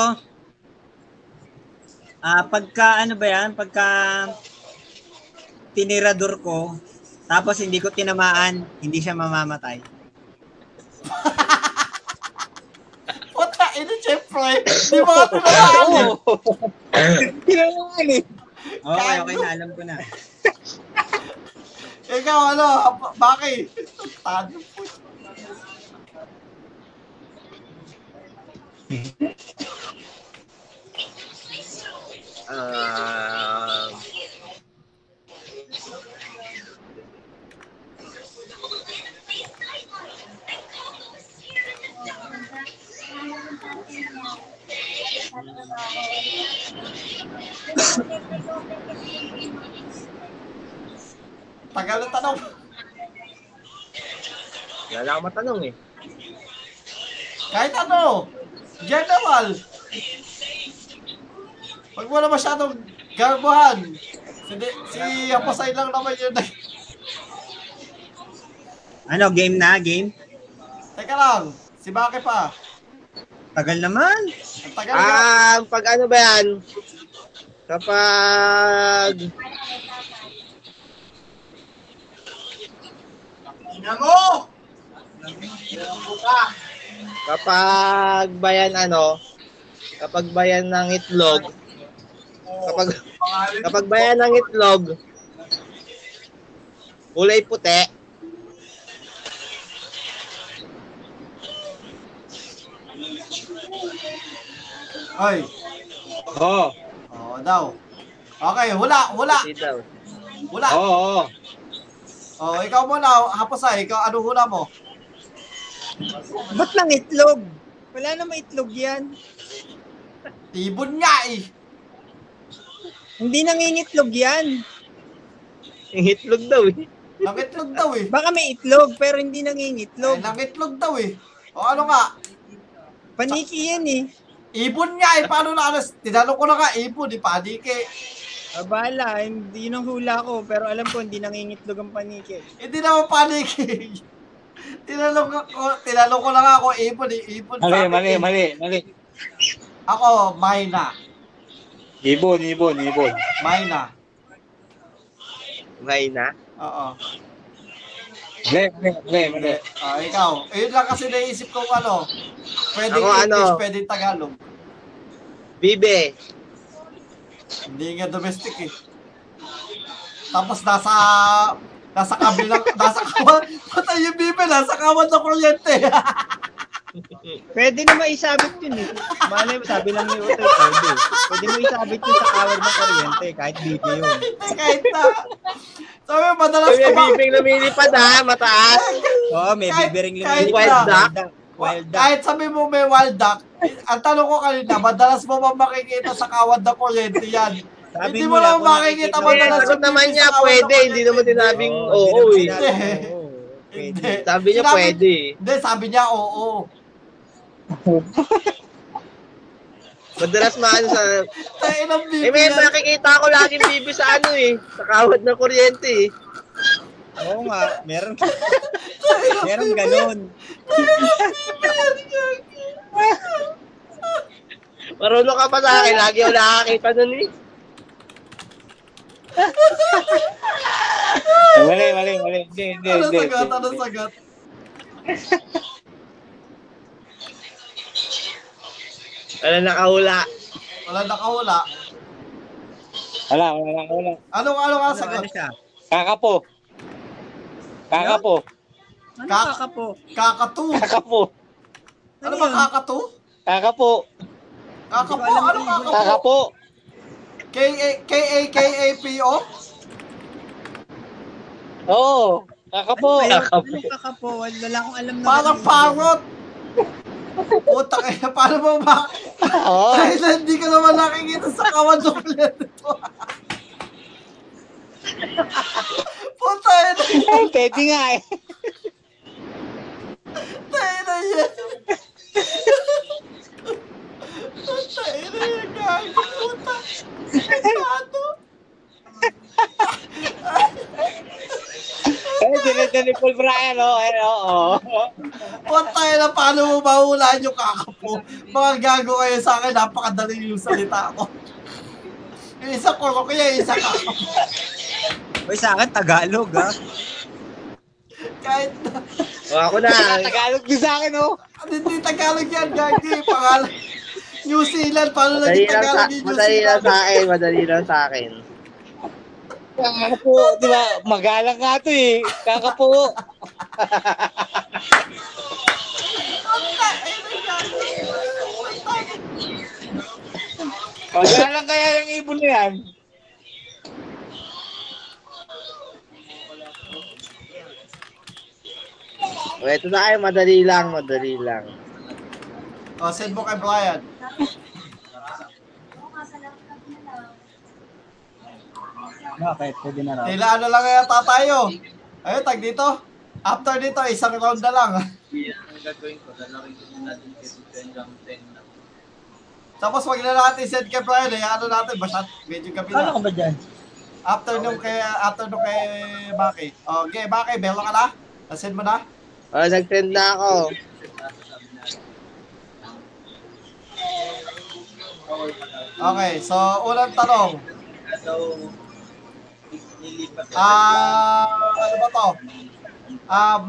Speaker 4: Ah, pagka ano ba yan? Pagka tinirador ko, tapos hindi ko tinamaan, hindi siya mamamatay.
Speaker 1: Puta, ina, syempre. Hindi mo ka tinamaan eh.
Speaker 7: Kailangan eh.
Speaker 4: Okay, okay na, alam ko na.
Speaker 1: Ikaw, ano, ba- bakit? Tado po.
Speaker 2: Ah,
Speaker 1: Tagal na tanong.
Speaker 2: wala na akong matanong eh.
Speaker 1: Kahit ano, general. Huwag mo na masyadong garbuhan. Si, si Apasay lang naman yun.
Speaker 4: Ano, game na? Game?
Speaker 1: Teka lang, si Baki pa.
Speaker 4: Tagal naman.
Speaker 1: Ang tagal na.
Speaker 2: Ah, pag ano ba yan? Kapag...
Speaker 6: Ina mo!
Speaker 2: Kapag ba yan ano? Kapag ba yan ng itlog? Kapag... Kapag ba yan ng itlog? Kulay puti.
Speaker 1: Oy.
Speaker 7: Oo,
Speaker 1: Oo daw. Okay, hula, hula,
Speaker 2: Hindi daw.
Speaker 1: hula.
Speaker 7: oo, oo.
Speaker 1: Oh, ikaw muna, Hapasay, ikaw ano hula mo?
Speaker 4: Ba't lang itlog? Wala namang itlog yan.
Speaker 1: Ibon nga eh.
Speaker 4: Hindi nangingitlog yan.
Speaker 2: Yung itlog daw eh.
Speaker 1: Nangitlog daw eh.
Speaker 4: Baka may itlog, pero hindi
Speaker 1: Ay,
Speaker 4: nangingitlog.
Speaker 1: nangitlog daw eh. O ano nga,
Speaker 4: Paniki yan eh.
Speaker 1: Ibon nga eh, paano na alas? Tinanong ko na nga, ibon, eh. di panike.
Speaker 4: Abala, Ah, hindi yun ang hula ko, pero alam ko hindi nangingitlog ang paniki.
Speaker 1: Hindi naman panike. tinanong ko, oh, tinanong ko na nga ako, ibon, eh, ibon.
Speaker 7: Mali,
Speaker 1: sabi
Speaker 7: mali,
Speaker 1: eh.
Speaker 7: mali, mali.
Speaker 1: Ako, Mayna.
Speaker 7: Ibon, ibon, ibon.
Speaker 1: Mayna.
Speaker 2: May na.
Speaker 1: Oo.
Speaker 7: Mali, mali, mali, mali.
Speaker 1: Hindi. Ah, ikaw. Ayun lang kasi naisip kong ano. Pwede
Speaker 2: Ako,
Speaker 1: English,
Speaker 2: ano?
Speaker 1: pwede Tagalog.
Speaker 2: Bibe.
Speaker 1: Hindi nga domestic eh. Tapos nasa nasa kabilang nasa kawan patay yung bibe nasa kawan ng kuryente
Speaker 4: Pwede naman isabit yun eh. Malay mo, sabi lang ni Utoy, pwede. Pwede mo isabit yun sa kawad ng kuryente, kahit video yun.
Speaker 1: kahit na sabi mo, madalas
Speaker 2: Kaya
Speaker 1: ko
Speaker 2: bibing lumilipad ha, mataas.
Speaker 4: Oo, may
Speaker 1: Kahit-
Speaker 4: bibering
Speaker 1: kahit
Speaker 4: lumilipad.
Speaker 2: Wild duck.
Speaker 4: Wild duck.
Speaker 1: Kahit sabi mo may wild duck, ang tanong ko kanina, madalas mo ba makikita sa kawad na kuryente yan?
Speaker 4: Sabi
Speaker 1: Hindi mo
Speaker 4: mo
Speaker 1: lang
Speaker 4: lang kung
Speaker 1: makikita
Speaker 4: nakikita-
Speaker 2: Kaya
Speaker 1: madalas
Speaker 2: sagot
Speaker 1: yung
Speaker 2: naman
Speaker 1: bibig
Speaker 2: niya,
Speaker 1: sa kawan
Speaker 2: pwede.
Speaker 1: ng
Speaker 2: Hindi naman
Speaker 1: kuryente.
Speaker 2: tinabing
Speaker 4: Oo,
Speaker 2: oo
Speaker 4: hindi
Speaker 2: eh.
Speaker 4: naman sinabi,
Speaker 1: Hindi.
Speaker 4: oo, pwede.
Speaker 1: Hindi.
Speaker 2: Sabi niya
Speaker 1: Sinabi-
Speaker 2: pwede eh.
Speaker 1: Hindi, sabi niya oo.
Speaker 2: Madalas maano sa...
Speaker 1: Tayo ng bibig
Speaker 2: Eh, may
Speaker 1: yan.
Speaker 2: makikita ko laging bibi sa ano eh. Sa kawad ng kuryente eh.
Speaker 4: Oo nga, meron, meron ganun.
Speaker 2: Marunong ka pa sa akin. Lagi ako nakakita nun eh.
Speaker 7: Mali, mali, mali. Hindi, hindi,
Speaker 1: Ano
Speaker 7: hindi.
Speaker 1: sagot?
Speaker 7: hindi.
Speaker 1: Ano sagot?
Speaker 2: Wala nakahula.
Speaker 1: Wala nakahula.
Speaker 7: Wala, wala, wala.
Speaker 1: Ano ano nga
Speaker 4: Ano,
Speaker 1: sagot?
Speaker 4: ano siya?
Speaker 7: Kakapo. Kakapo.
Speaker 4: Ano
Speaker 1: Kak-
Speaker 4: kakapo?
Speaker 1: Kakatu.
Speaker 7: Kakapo.
Speaker 1: Ano
Speaker 4: Ano
Speaker 1: ba
Speaker 4: yun?
Speaker 1: kakatu?
Speaker 7: Kakapo.
Speaker 1: Kakapo.
Speaker 4: Hindi ko alam
Speaker 1: Ano
Speaker 4: kung
Speaker 1: kakapo?
Speaker 4: ano.
Speaker 7: Kakapo.
Speaker 1: K-A-K-A-P-O?
Speaker 7: Oo. Kakapo.
Speaker 4: Ano ba yun?
Speaker 2: Kakapo.
Speaker 4: Ano kakapo? Wala akong alam na.
Speaker 1: Parang parrot. Puta kaya, paano mo ba?
Speaker 7: Oo.
Speaker 1: Kahit na hindi ka naman nakikita sa kawan ng planeto. Puta yun.
Speaker 7: Pwede nga eh.
Speaker 1: Puta na yun. Puta na yun, gago. Puta. Ano?
Speaker 7: Eh, dinito ni Paul Brian, oo. eh, oo.
Speaker 1: Puta na, paano mo mahulaan yung kakapo? Mga gago kayo sa akin, napakadali yung salita ko. Yung isa ko kaya yung isa kakapo.
Speaker 4: Uy, sa akin, Tagalog, ah. ha?
Speaker 1: Kahit na,
Speaker 2: O ako na.
Speaker 7: Tagalog din sa akin, oh. oo.
Speaker 1: Ano, Hindi Tagalog yan, Gagi. Pangalan. New Zealand. Paano
Speaker 2: Madali
Speaker 1: naging
Speaker 2: lang sa,
Speaker 1: Tagalog yung New
Speaker 2: madali lang sa
Speaker 1: Zealand?
Speaker 2: akin. Madali lang sa akin.
Speaker 7: Kakapo, di ba? Magalang nga to eh. Kakapo. Magalang kaya yung ibon na yan.
Speaker 2: O ito na kayo. Madali lang. Madali lang.
Speaker 1: O, send mo Oh, kay Brian.
Speaker 4: Bakit? Ah, Pwede na raw.
Speaker 1: Tila ano lang yata tayo. Ayun, tag dito. After dito, isang round na lang. Tapos wag na natin send kay Brian eh. Ano natin, basta medyo gabi
Speaker 4: Ano
Speaker 1: na.
Speaker 4: ka ba dyan?
Speaker 1: After nung kay, after nung kay Maki. Okay, Maki, belo ka na? Send mo na?
Speaker 2: O nag-send na ako.
Speaker 1: Okay, so unang tanong. Ah, ano ba to? Um,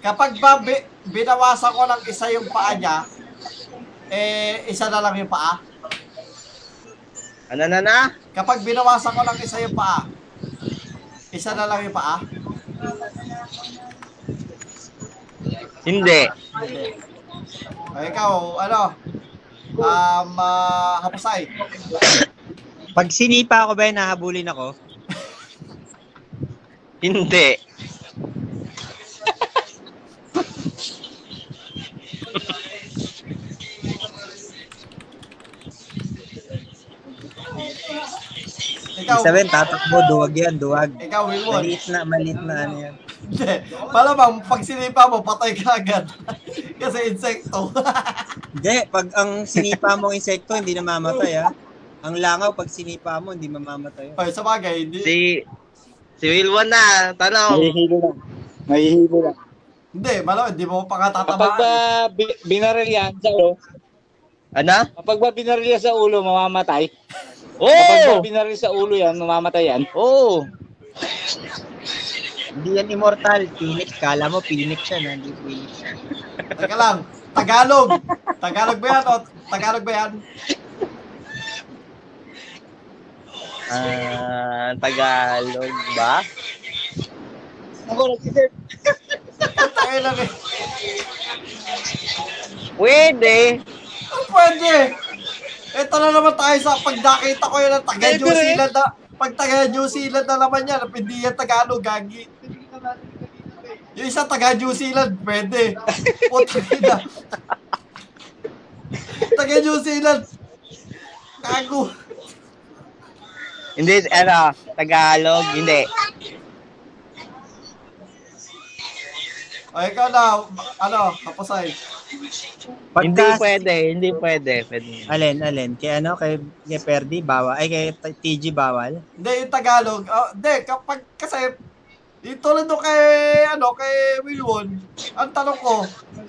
Speaker 1: kapag ba bi- binawasan ko ng isa yung paa niya, eh, isa na lang yung paa.
Speaker 2: Ano na na?
Speaker 1: Kapag binawasan ko ng isa yung paa, isa na lang yung paa.
Speaker 2: Hindi.
Speaker 1: Hindi. O, ikaw, ano? Um, ah, hapasay.
Speaker 4: Pag sinipa ako ba yun, nahabulin ako?
Speaker 2: Hindi.
Speaker 1: Ikaw,
Speaker 4: Ibig sabihin, tatakbo, duwag yan, duwag.
Speaker 1: ikaw, Wilwon.
Speaker 4: Maliit na, maliit na ano yan.
Speaker 1: Hindi. Malamang, pag sinipa mo, patay ka agad. Kasi insekto.
Speaker 4: Hindi, pag ang sinipa mong insekto, hindi namamatay, ha? Ang langaw, pag sinipa mo, hindi mamamatay. yun.
Speaker 1: Ay, sa bagay, hindi.
Speaker 2: Si... Si Wilwan na. Tanong.
Speaker 7: Nahihilo lang. Nahihilo lang.
Speaker 1: Hindi, malamang, hindi mo pa
Speaker 7: Kapag
Speaker 1: katatamaan.
Speaker 7: ba bi- binaril yan sa ulo,
Speaker 2: Ano?
Speaker 7: kapag ba binaril yan sa ulo, mamamatay.
Speaker 2: Oh!
Speaker 7: Kapag ba
Speaker 2: Oo!
Speaker 7: binaril sa ulo yan, mamamatay yan.
Speaker 2: Oo!
Speaker 4: Hindi yan immortal. Pinik. Kala mo, pinik siya, na, hindi pinik siya.
Speaker 1: Teka lang. Tagalog. Tagalog ba yan? O, Tagalog ba yan?
Speaker 2: Ah, Tagalog ba?
Speaker 1: Tangay lang eh.
Speaker 2: Pwede.
Speaker 1: Ang pwede. Ito na naman tayo sa pag nakita ko yun ang taga
Speaker 2: Pwede
Speaker 1: New
Speaker 2: rin.
Speaker 1: Zealand na pag taga New Zealand na naman yan, hindi yan Tagalog, gagi. Yung isa taga New Zealand, pwede. Putang ina. Taga New Zealand. Gago.
Speaker 2: Hindi, ano, Tagalog, hindi.
Speaker 1: O, ikaw na, ano, kapasay.
Speaker 2: Hindi
Speaker 4: Pagka,
Speaker 2: pwede, hindi pwede. pwede.
Speaker 4: Alin, alin. Kay ano, kay, kay Perdi, bawal. Ay, kay T- TG, bawal.
Speaker 1: Hindi, yung Tagalog. Oh, hindi, kapag, kasi, yung tulad nung kay, ano, kay Wilwon, ang tanong ko,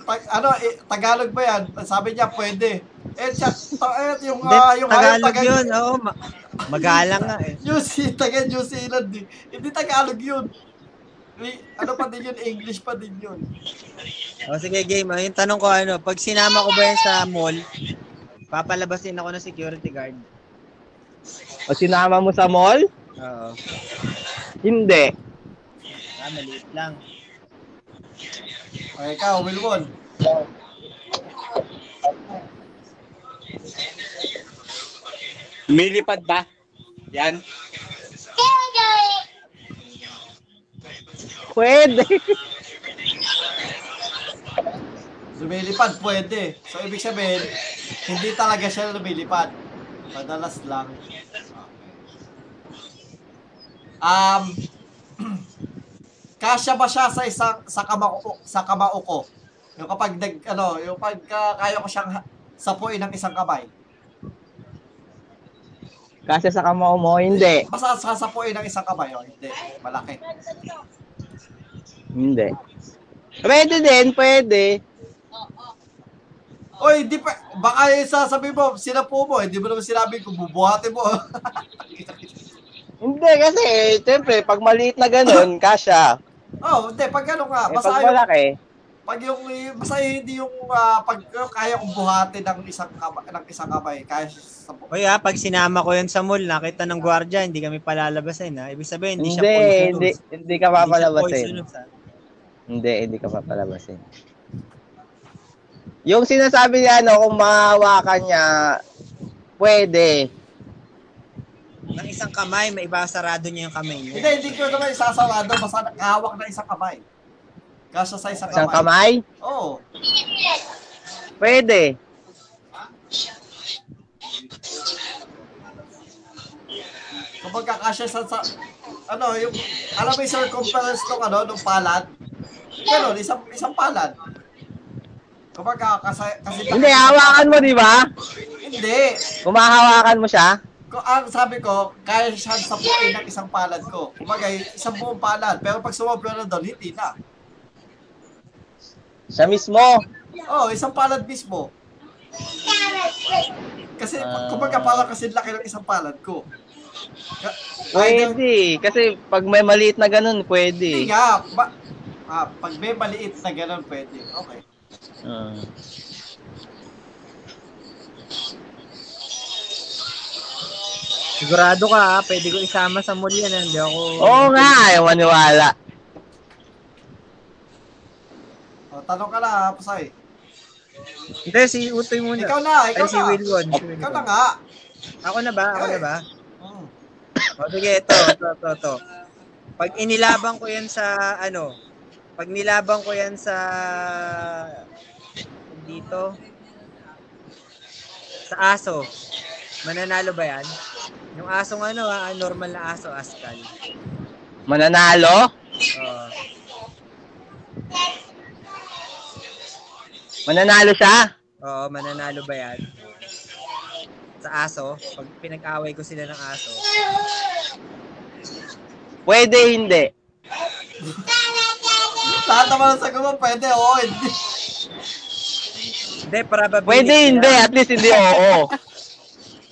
Speaker 1: pag, ano, eh, Tagalog ba yan? Sabi niya, pwede. Eh, siya, ta- eh, yung,
Speaker 4: Hindi,
Speaker 1: ah, yung, ah,
Speaker 4: Tagalog
Speaker 1: taga-
Speaker 4: yun. Oo, ma- magalang nga eh.
Speaker 1: New Zealand, taga New Zealand. eh. Hindi Tagalog yun. May- Ano pa din yun, English pa din yun.
Speaker 4: O sige, game. O, Yung tanong ko ano, pag sinama ko ba yan sa mall, papalabasin ako ng security guard.
Speaker 2: O sinama mo sa mall?
Speaker 4: Oo.
Speaker 2: Hindi.
Speaker 4: Ah, maliit lang.
Speaker 1: Okay, ikaw, Wilwon.
Speaker 7: Milipad ba? Yan.
Speaker 2: Pwede.
Speaker 1: Lumilipad, pwede. So, ibig sabihin, hindi talaga siya lumilipad. Madalas lang. Um, kasya ba siya sa isang sa kamao sa kamao ko? Yung kapag nag ano, yung pagka kaya ko siyang ha- sapuin ng isang kamay.
Speaker 2: Kasi sa kamao mo, hindi.
Speaker 1: Basta sasapuin ng isang kamay, oh, hindi. Malaki.
Speaker 2: Hindi. Pwede din, pwede.
Speaker 1: Oy, di pa, baka yung sasabihin mo, sinapo mo, hindi mo naman sinabi kung bubuhatin mo.
Speaker 2: Hindi, kasi, eh, siyempre, pag maliit na ganun, kasha.
Speaker 1: oh, hindi, pag ano nga,
Speaker 2: Eh,
Speaker 1: basta
Speaker 2: pag
Speaker 1: ayaw-
Speaker 2: malaki,
Speaker 1: pag yung basta hindi yung ah, pag yung kaya kong buhatin ng isang kamay, ng isang kamay kaya sa
Speaker 4: O ah, pag sinama ko yan sa mall, nakita ng gwardiya, hindi kami palalabasin ha. Ibig sabihin,
Speaker 2: hindi,
Speaker 4: hindi, siya
Speaker 2: hindi,
Speaker 4: poisonous.
Speaker 2: hindi, eh. ka
Speaker 4: siya
Speaker 2: papalabasin.
Speaker 4: poisonous, ah. ha?
Speaker 2: Hindi, hindi ka papalabasin. Yung sinasabi niya, ano, kung mahawakan niya, pwede.
Speaker 4: Ng isang kamay, maibasarado niya yung kamay niya.
Speaker 1: Hindi hindi ko naman isasarado basta nakahawak na isang kamay. Kasi sa isang
Speaker 2: Isang
Speaker 1: kamay.
Speaker 2: kamay,
Speaker 1: Oo.
Speaker 2: pwede.
Speaker 1: Kumbaga kasi sa, sa ano yung alam mo yung circumference ng ano ng palad. Ganun, isang isang palad. Kumbaga kasi kasi
Speaker 2: Hindi, hawakan mo, di ba?
Speaker 1: Hindi.
Speaker 2: Kung mahawakan mo siya,
Speaker 1: Ko ang sabi ko, kaya siya sa ng isang palad ko. Kumbaga isang buong palad. Pero pag sumobra na doon, hindi na.
Speaker 2: siya mismo.
Speaker 1: Oo, oh, isang palad mismo. Kasi,
Speaker 2: Ah.
Speaker 1: kumbaga parang kasi laki ng isang palad ko. Ka- Either-
Speaker 2: Pwede. Kasi pag may maliit na ganun,
Speaker 1: Hindi
Speaker 2: pwede.
Speaker 1: nga. Ba- ah, pag may maliit na ganun, pwede. Okay.
Speaker 2: Ah.
Speaker 4: Sigurado ka ha, pwede ko isama sa mall yan. ha? Hindi ako...
Speaker 2: Oo nga, ayaw maniwala.
Speaker 1: O, Oh, tanong ka na, Pasay.
Speaker 4: Hindi, si Utoy muna.
Speaker 1: Ikaw na,
Speaker 4: Ay,
Speaker 1: ikaw
Speaker 4: si
Speaker 1: na.
Speaker 4: Wilwon. Si
Speaker 1: Ikaw
Speaker 4: Wilwon.
Speaker 1: na nga.
Speaker 4: Ako na ba? Ako na ba?
Speaker 1: Mm.
Speaker 4: O sige, ito, ito, ito, ito. Pag inilabang ko yan sa, ano, pag nilabang ko yan sa, dito, sa aso, mananalo ba yan? Yung asong ano, ha, normal na aso, askal.
Speaker 2: Mananalo?
Speaker 4: Oo.
Speaker 2: Mananalo siya?
Speaker 4: oo, mananalo ba yan? Sa aso, pag pinag-away ko sila ng aso,
Speaker 2: Pwede, hindi.
Speaker 1: Lahat naman ang sagot mo, pwede. Oo, hindi.
Speaker 4: hindi, probability.
Speaker 2: Pwede, hindi. ah.
Speaker 4: na-
Speaker 2: At least hindi oo.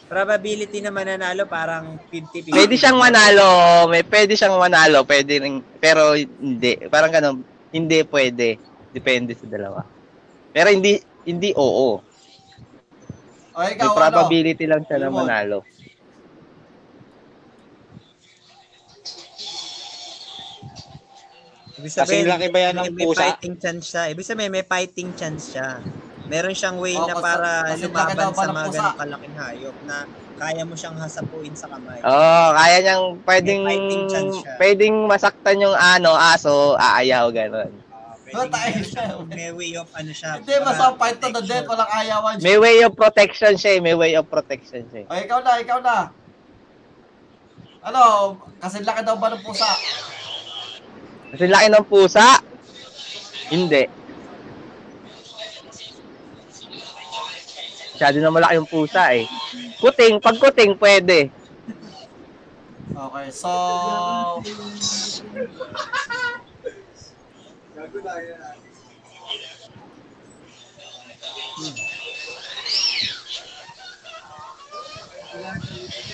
Speaker 4: Probability na mananalo parang 50-50.
Speaker 2: Pwede siyang manalo. May pwede siyang manalo. Pwede rin. Pero hindi. Parang ganun. Hindi pwede. Depende sa dalawa. Pero hindi hindi oo.
Speaker 1: O,
Speaker 2: May
Speaker 1: ikaw, ano?
Speaker 2: probability lang siya na
Speaker 1: Yun.
Speaker 2: manalo.
Speaker 4: Ibig
Speaker 7: Kasing laki ba yan ng
Speaker 4: may, may
Speaker 7: pusa?
Speaker 4: fighting chance siya. Ibig sabihin, may fighting chance siya. Meron siyang way
Speaker 1: Oo,
Speaker 4: na
Speaker 1: kasi-
Speaker 4: para
Speaker 1: kasi laki daw
Speaker 4: lumaban
Speaker 1: ba
Speaker 4: sa
Speaker 1: ng
Speaker 4: mga
Speaker 1: pusa?
Speaker 4: ganong kalaking hayop na kaya mo siyang hasapuin sa kamay.
Speaker 2: Oo, oh, kaya niyang pwedeng
Speaker 4: May fighting chance siya.
Speaker 2: pwedeng masaktan yung ano, aso, aayaw, ganun.
Speaker 4: Ah, pwede
Speaker 1: Oh, tayo
Speaker 4: meron siyang-
Speaker 1: siya.
Speaker 4: may way of ano siya.
Speaker 1: Hindi, basta fight to the death.
Speaker 4: protection.
Speaker 1: Walang ayawan.
Speaker 2: May way of protection siya, eh. may way of protection siya. eh.
Speaker 1: O, ikaw na, ikaw na. Ano, kasi laki daw ba ng pusa?
Speaker 2: Kasi laki ng pusa. Hindi. Masyado na malaki yung pusa eh. Kuting, pag kuting pwede.
Speaker 1: Okay, so... Hmm.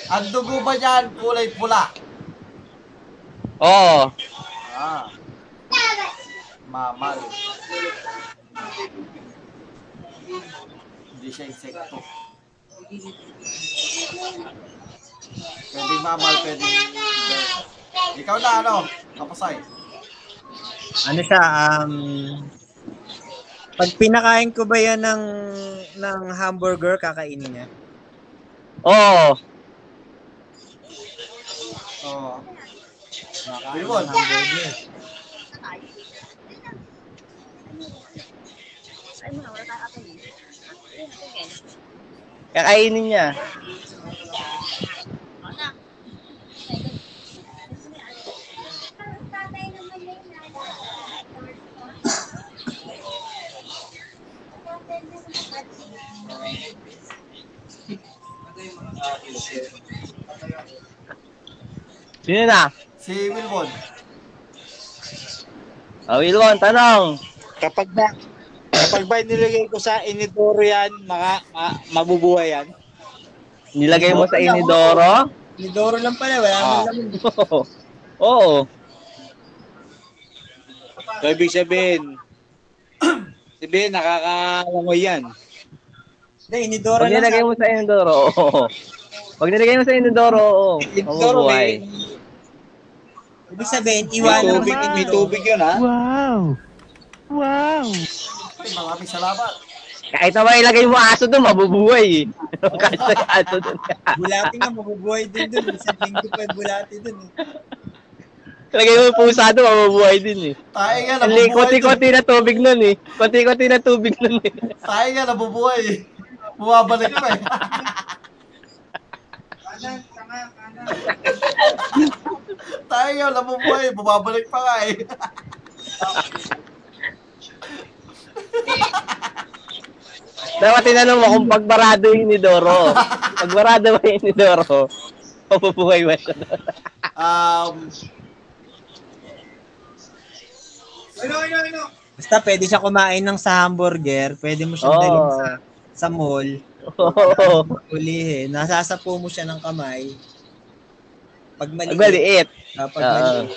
Speaker 1: Ang dugo ba niyan kulay pula?
Speaker 2: Oo.
Speaker 1: Ah. Mamal. Hindi siya insekto. Pwede mamal, pwede. hindi. Ikaw na ano? Kapasay.
Speaker 4: Ano siya, um, pag pinakain ko ba yan ng, ng hamburger, kakainin niya?
Speaker 2: Oo.
Speaker 1: Oo.
Speaker 4: Kakain
Speaker 1: Bilbon.
Speaker 4: ng hamburger.
Speaker 2: Kakainin niya. Sino na?
Speaker 1: Si Wilbon.
Speaker 2: Oh, Wilwon, tanong.
Speaker 7: Kapag ba, kapag ba nilagay ko sa inidoro yan, maka, ma, mabubuhay yan.
Speaker 2: Nilagay mo sa inidoro?
Speaker 4: Nidoro lang pala, wala
Speaker 7: Ah.
Speaker 4: naman laman.
Speaker 2: Oo. Oo.
Speaker 7: So, ibig sabihin, sabihin, nakakalangoy yan.
Speaker 4: Hindi, inidoro
Speaker 2: Pag
Speaker 4: lang.
Speaker 2: nilagay mo sa inidoro, oo. Pag nilagay mo sa inidoro, oo.
Speaker 1: Oh,
Speaker 7: Inidoro,
Speaker 2: Mabubuhay.
Speaker 7: may,
Speaker 4: Ibig sabihin,
Speaker 7: may
Speaker 4: iwanan
Speaker 7: tubig,
Speaker 4: mo.
Speaker 7: may tubig yun, ha?
Speaker 1: Ay, maraming salamat.
Speaker 2: Kahit naman ilagay mo aso doon, mabubuhay. eh. Kahit may aso doon.
Speaker 4: Bulati nga, mabubuhay din dun. Isang linggo pa yung bulati dun. eh.
Speaker 2: Ilagay mo pusa doon, mabubuhay din eh.
Speaker 1: Tayo nga,
Speaker 2: Hindi,
Speaker 1: nabubuhay.
Speaker 2: konti-konti na tubig nun eh. Konti-konti na tubig nun eh.
Speaker 1: Tayo nga, nabubuhay. Bumabalik pa eh.
Speaker 6: Kanan, tanga, kanan.
Speaker 1: Tayo nga, nabubuhay. Bumabalik pa nga eh.
Speaker 2: Dapat tinanong mo kung pagbarado yung inidoro. Pagbarado ba yung inidoro? Mabubuhay ba siya doon?
Speaker 1: Um,
Speaker 6: Ano, ano, ano?
Speaker 4: Basta pwede siya kumain ng sa hamburger, pwede mo siyang
Speaker 2: Oo.
Speaker 4: dalhin sa, sa mall,
Speaker 2: Oo.
Speaker 4: ulihin, nasasapo mo siya ng kamay. Pag maliit,
Speaker 2: Ang maliit.
Speaker 4: ah, pag
Speaker 2: Oo.
Speaker 4: maliit.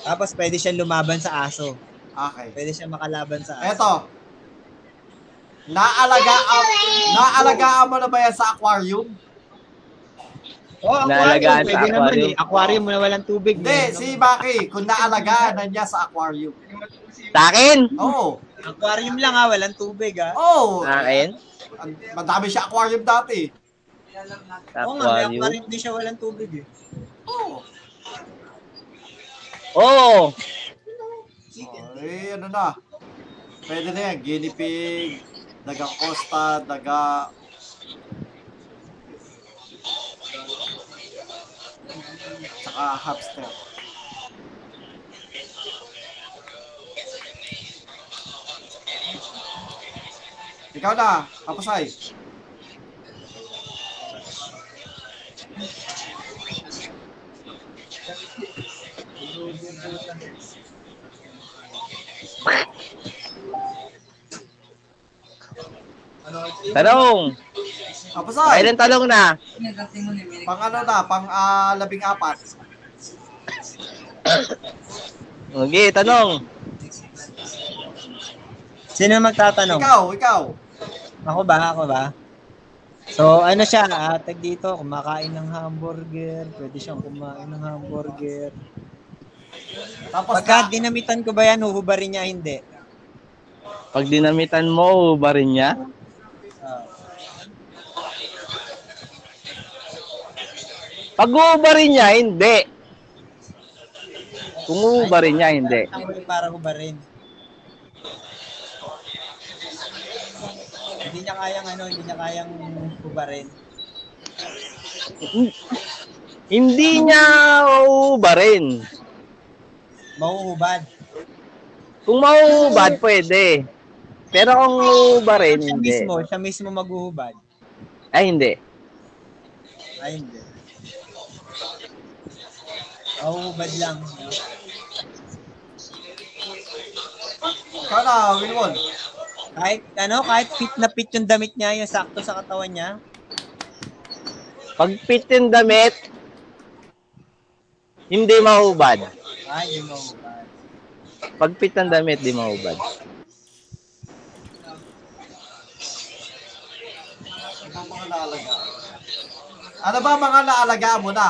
Speaker 4: Tapos pwede siya lumaban sa aso.
Speaker 1: okay.
Speaker 4: Pwede siya makalaban sa aso.
Speaker 1: Eto. Naalagaan, naalagaan mo na ba yan sa aquarium?
Speaker 4: Oh,
Speaker 2: Naalagaan
Speaker 4: aquarium,
Speaker 2: sa
Speaker 4: pwede naman
Speaker 2: aquarium.
Speaker 4: eh. Aquarium na walang tubig. eh,
Speaker 1: Hindi,
Speaker 4: meron
Speaker 1: si
Speaker 4: naman.
Speaker 1: Maki, kung naalagaan na niya sa aquarium. Oh,
Speaker 2: Sa akin?
Speaker 1: Oo.
Speaker 4: Aquarium lang ah, walang tubig ah.
Speaker 1: Oo.
Speaker 2: Sa akin?
Speaker 1: oh. Ang- Madami siya aquarium dati.
Speaker 2: Sa
Speaker 4: Oo nga, may
Speaker 2: aquarium?
Speaker 4: aquarium din siya walang tubig eh.
Speaker 1: Oo.
Speaker 2: Oo.
Speaker 1: Oh, eh, ano na. Pwede na yan. Guinea pig, daga costa, daga... Tsaka hamster. Ikaw na, kapasay.
Speaker 2: Tanong.
Speaker 1: Kapasay!
Speaker 2: Ilan tanong na?
Speaker 1: Pang ano na, pang ah, labing apat.
Speaker 2: Okay, tanong.
Speaker 4: Sino magtatanong?
Speaker 1: Ikaw, ikaw.
Speaker 4: Ako ba? Ako ba? So, ano siya, ah, tag dito, kumakain ng hamburger, pwede siyang kumain ng hamburger.
Speaker 1: Tapos
Speaker 4: Pagka dinamitan ko ba yan, huhubarin niya, hindi.
Speaker 2: Pag dinamitan mo, ba rin niya? Pag uubarin niya, hindi. Kung uubarin niya, hindi.
Speaker 4: Ako eh, para hubarin. Hindi niya kayang ano, hindi niya kayang hubarin.
Speaker 2: Hindi niya uubarin.
Speaker 4: Mahuhubad.
Speaker 2: Kung mauubad, pwede. Pero kung uubarin,
Speaker 4: Siya
Speaker 2: hindi.
Speaker 4: mismo, siya mismo maghuhubad.
Speaker 2: Ay, hindi.
Speaker 4: Ay, hindi. Mahuhubad lang.
Speaker 1: Ikaw na, Wilwon.
Speaker 4: Kahit, ano, kahit fit na fit yung damit niya, yung sakto sa katawan niya,
Speaker 2: Pagpit yung damit, hindi mahubad.
Speaker 4: Ah, hindi mo hubad.
Speaker 2: Pagpit ng damit, di mahubad.
Speaker 1: Ang mga naalaga. Ano ba ang mga naalaga mo na?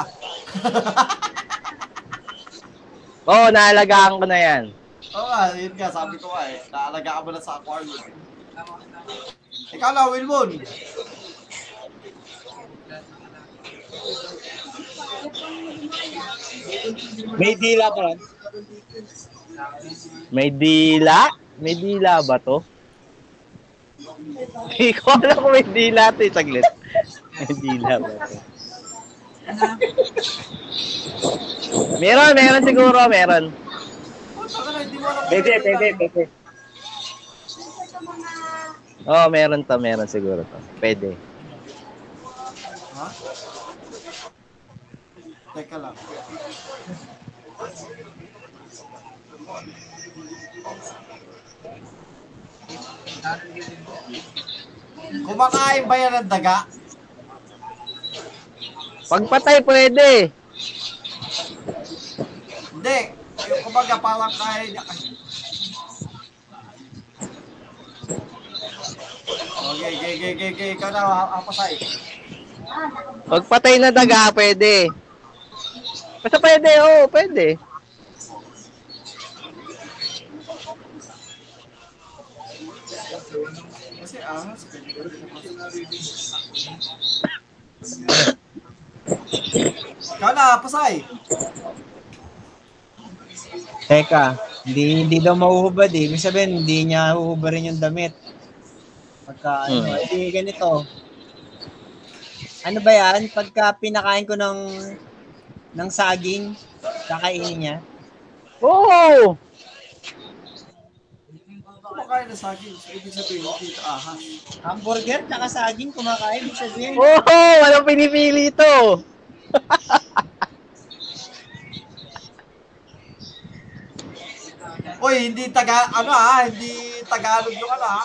Speaker 2: Oo, naalagaan ko na yan.
Speaker 1: Oo nga, yun nga, sabi ko nga eh. Naalagaan mo na sa aquarium. Ikaw na, Wilmon.
Speaker 7: May dila pa lang.
Speaker 2: May dila? May dila ba to? Hindi ko alam kung may dila to. eh. Saglit. May dila ba to? meron, meron siguro, meron.
Speaker 1: Puta ka na, hindi mo alam.
Speaker 7: Pwede, pwede, pwede.
Speaker 2: Oo, meron to, meron siguro to. Pwede.
Speaker 1: Ha? Teka lang. Kumakain ba yan ng daga?
Speaker 2: Pagpatay, pwede.
Speaker 1: Hindi. Yung kumbaga parang kaya niya. Ay. Okay, okay, okay, okay, okay. Ikaw na, ah, ha- hapasay.
Speaker 2: Pagpatay na daga, pwede. Basta pwede, oo, pwede.
Speaker 1: Kasi ah, ano, ahas, pwede ka rin hapasay. Ikaw na, hapasay.
Speaker 4: Teka, hindi, hindi daw mahuhubad eh. Ibig sabihin, hindi niya huhubarin yung damit. Pagka,
Speaker 2: Hmm.
Speaker 4: ano, hindi ganito. Ano ba yan? Pagka pinakain ko ng ng saging, kakainin niya.
Speaker 2: Oo!
Speaker 1: Kumakain na sa akin. So, ibig sabihin, hindi ito ah, ahas.
Speaker 4: Hamburger, tsaka saging, kumakain. Ibig sabihin,
Speaker 2: Oo! Walang pinipili to!
Speaker 1: Uy, hindi taga, ano ah, hindi Tagalog yung ano ah.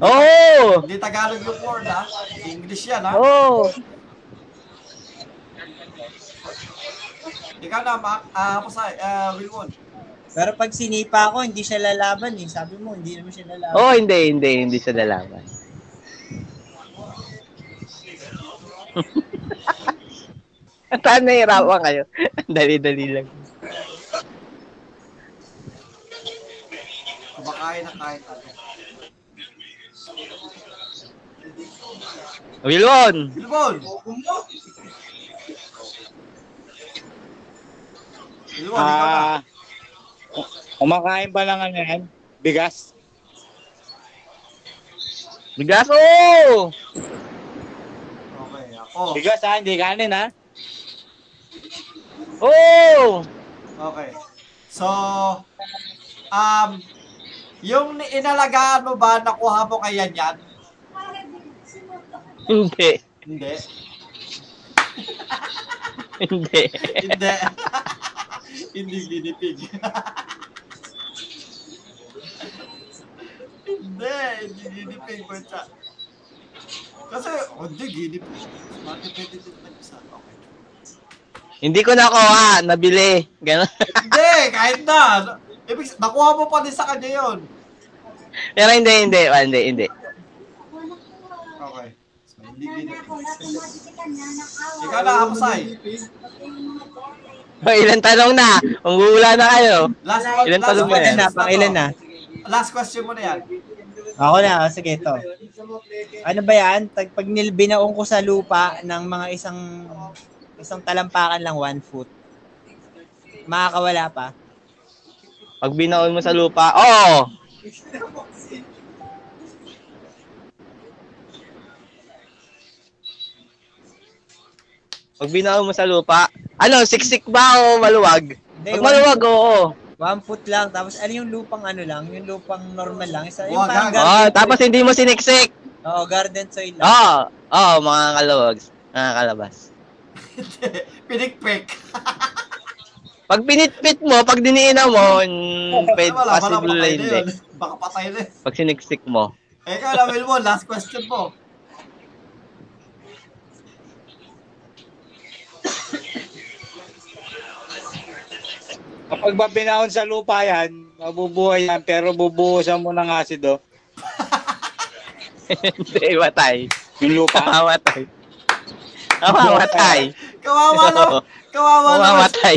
Speaker 2: Oo!
Speaker 1: Hindi Tagalog yung word ah. English yan ah.
Speaker 2: Oo!
Speaker 1: Ikaw na, ma, ah, pasay, ah, Wilwon.
Speaker 4: Pero pag sinipa ako, hindi siya lalaban eh. Sabi mo, hindi naman siya lalaban.
Speaker 2: Oo, hindi, hindi, hindi siya lalaban. Saan nahirapan kayo? Dali-dali lang.
Speaker 1: Kumakain na kahit ano.
Speaker 2: Wilon!
Speaker 1: Wilwon! Wilwon, ikaw na.
Speaker 7: Ah, kumakain ba lang ano yan? Bigas?
Speaker 2: Bigas, oo!
Speaker 1: Okay, ako.
Speaker 7: Bigas ha, hindi kanin ha?
Speaker 2: Oo!
Speaker 1: Okay. So, um, yung ni- inalagaan mo ba, nakuha mo kaya yan?
Speaker 2: Hindi.
Speaker 1: Hindi.
Speaker 2: Hindi.
Speaker 1: Hindi. Hindi binipig. hindi, hindi ginipig ko siya. Kasi, oh, hindi ginipig. Bakit pwede din nag-isa? Okay.
Speaker 2: Hindi ko nakuha, nabili. Ganun.
Speaker 1: Hindi, kahit na. Ibig, sa- nakuha mo pa din sa kanya yun.
Speaker 2: Pero hindi, hindi, ah, hindi, hindi.
Speaker 1: Okay. So, hindi ginipig. Ikaw na, eh. Hapsay.
Speaker 2: O, ilan tanong na? Manguhula na kayo.
Speaker 1: Last one.
Speaker 2: Ilan
Speaker 1: last
Speaker 2: tanong mo
Speaker 1: one.
Speaker 2: ano
Speaker 4: Pangilan
Speaker 2: yan?
Speaker 4: na, pangilan na.
Speaker 1: Last question mo na yan.
Speaker 4: Ako na, oh, sige ito. Ano ba yan? Tag- Pag nil- binaon ko sa lupa ng mga isang isang talampakan lang one foot, makakawala pa.
Speaker 2: Pag binaon mo sa lupa, oh! oo! Pag binaon mo sa lupa, ano, siksik ba o maluwag?
Speaker 4: Hindi,
Speaker 2: Pag
Speaker 4: one,
Speaker 2: maluwag, oo.
Speaker 4: one foot lang. Tapos ano yung lupang ano lang? Yung lupang normal lang. Isa, yung
Speaker 1: Wag,
Speaker 4: parang
Speaker 1: wag.
Speaker 2: Oh,
Speaker 4: garden soil.
Speaker 2: tapos Ah. hindi mo siniksik.
Speaker 4: Oo, garden soil lang.
Speaker 2: Oo, oo, mga kaluwag, mga kalabas.
Speaker 1: Pinikpik.
Speaker 2: Pag pinitpit mo, pag diniinaw mo, mm, pwede
Speaker 1: Wala, wala,
Speaker 2: possible
Speaker 1: patay
Speaker 2: na
Speaker 1: na
Speaker 2: hindi.
Speaker 1: yun. Baka patay na.
Speaker 2: Pag siniksik mo.
Speaker 1: Eh, Ikaw na, Wilwon, last question mo.
Speaker 7: Kapag ba binahon sa lupa yan, mabubuhay yan, pero bubuhusan mo ng asido,
Speaker 2: Hindi, matay.
Speaker 7: yung
Speaker 1: Ah.
Speaker 7: lupa.
Speaker 2: Mamamatay. Mamamatay.
Speaker 1: Kawawa na,
Speaker 2: Oo.
Speaker 1: kawawa na.
Speaker 2: Mamamatay.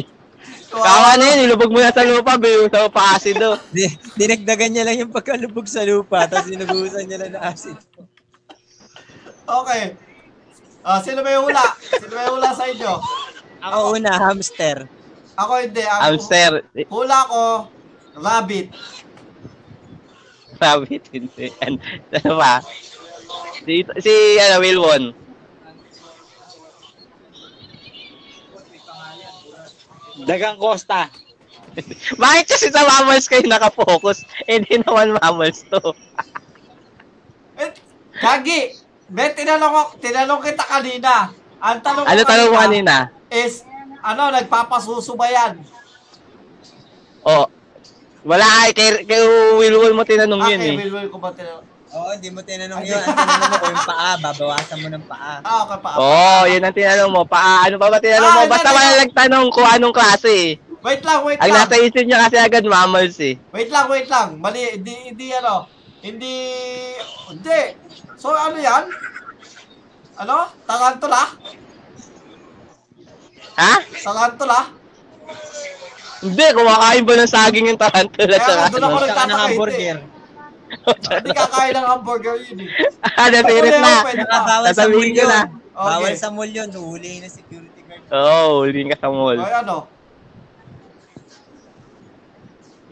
Speaker 2: Kawa na yun, ilubog mo na sa lupa, biyo sa paasido.
Speaker 4: Di- Dinagdagan niya lang yung pagkalubog sa lupa, tapos dinugusan niya lang ng acid.
Speaker 1: Okay. Ah, sino may hula? Sino may hula sa inyo?
Speaker 4: Ako una, hamster.
Speaker 1: Ako hindi. Ako,
Speaker 2: Hamster. Eh,
Speaker 1: Hula ko, rabbit.
Speaker 2: Rabbit. Hindi. An- Ano ba? Si, si ano, Wilwon.
Speaker 7: Dagang Costa.
Speaker 2: Bakit kasi sa mammals kayo nakafocus? Eh, Hindi naman mammals to.
Speaker 1: Eh, Gagi, may tinanong, ako- tinanong kita kanina. Ang tanong ko
Speaker 2: Ano tanong mo kanina?
Speaker 1: Is, ano, nagpapasuso ba yan?
Speaker 2: Oh, wala ay kay, kay Wilwon mo tinanong
Speaker 1: Ah,
Speaker 2: yun
Speaker 1: kay
Speaker 2: eh.
Speaker 1: Will Will ko ba tinanong?
Speaker 4: Oo, hindi mo tinanong yun. Ang tinanong mo, o yung paa, babawasan mo ng paa.
Speaker 1: Ah, okay pa.
Speaker 2: Oo, oh, yun ang tinanong mo. Pa, ano pa ba tinanong
Speaker 1: Ah,
Speaker 2: mo?
Speaker 1: yun
Speaker 2: Basta
Speaker 1: ang
Speaker 2: wala
Speaker 1: tinanong-
Speaker 2: nagtanong kung anong klase eh.
Speaker 1: Wait lang, wait
Speaker 2: Ang
Speaker 1: lang.
Speaker 2: nasa isip niya kasi agad mammals eh.
Speaker 1: Wait lang, wait lang. Mali, hindi, hindi ano. Hindi, hindi. So, ano yan? Ano? Tarantula?
Speaker 2: Ha?
Speaker 1: Tarantula?
Speaker 2: Hindi, kumakain ba ng saging yung tarantula
Speaker 1: Kaya
Speaker 2: sa
Speaker 1: nga, doon ako
Speaker 2: ano?
Speaker 4: Saka ng
Speaker 1: nagtataka, hindi.
Speaker 4: hamburger.
Speaker 1: Hindi kakain ng hamburger yun eh.
Speaker 2: Ah, nasirit
Speaker 1: Pwede
Speaker 2: na.
Speaker 1: ako, pwede ako.
Speaker 4: Nakabawal Ah, sa mall
Speaker 2: Sasabihin ko
Speaker 4: yun.
Speaker 2: na.
Speaker 4: Bawal
Speaker 1: Okay.
Speaker 4: sa mall yun. Huli na security guard.
Speaker 2: Oo, oh, huling ka sa mall.
Speaker 1: Ay, ano?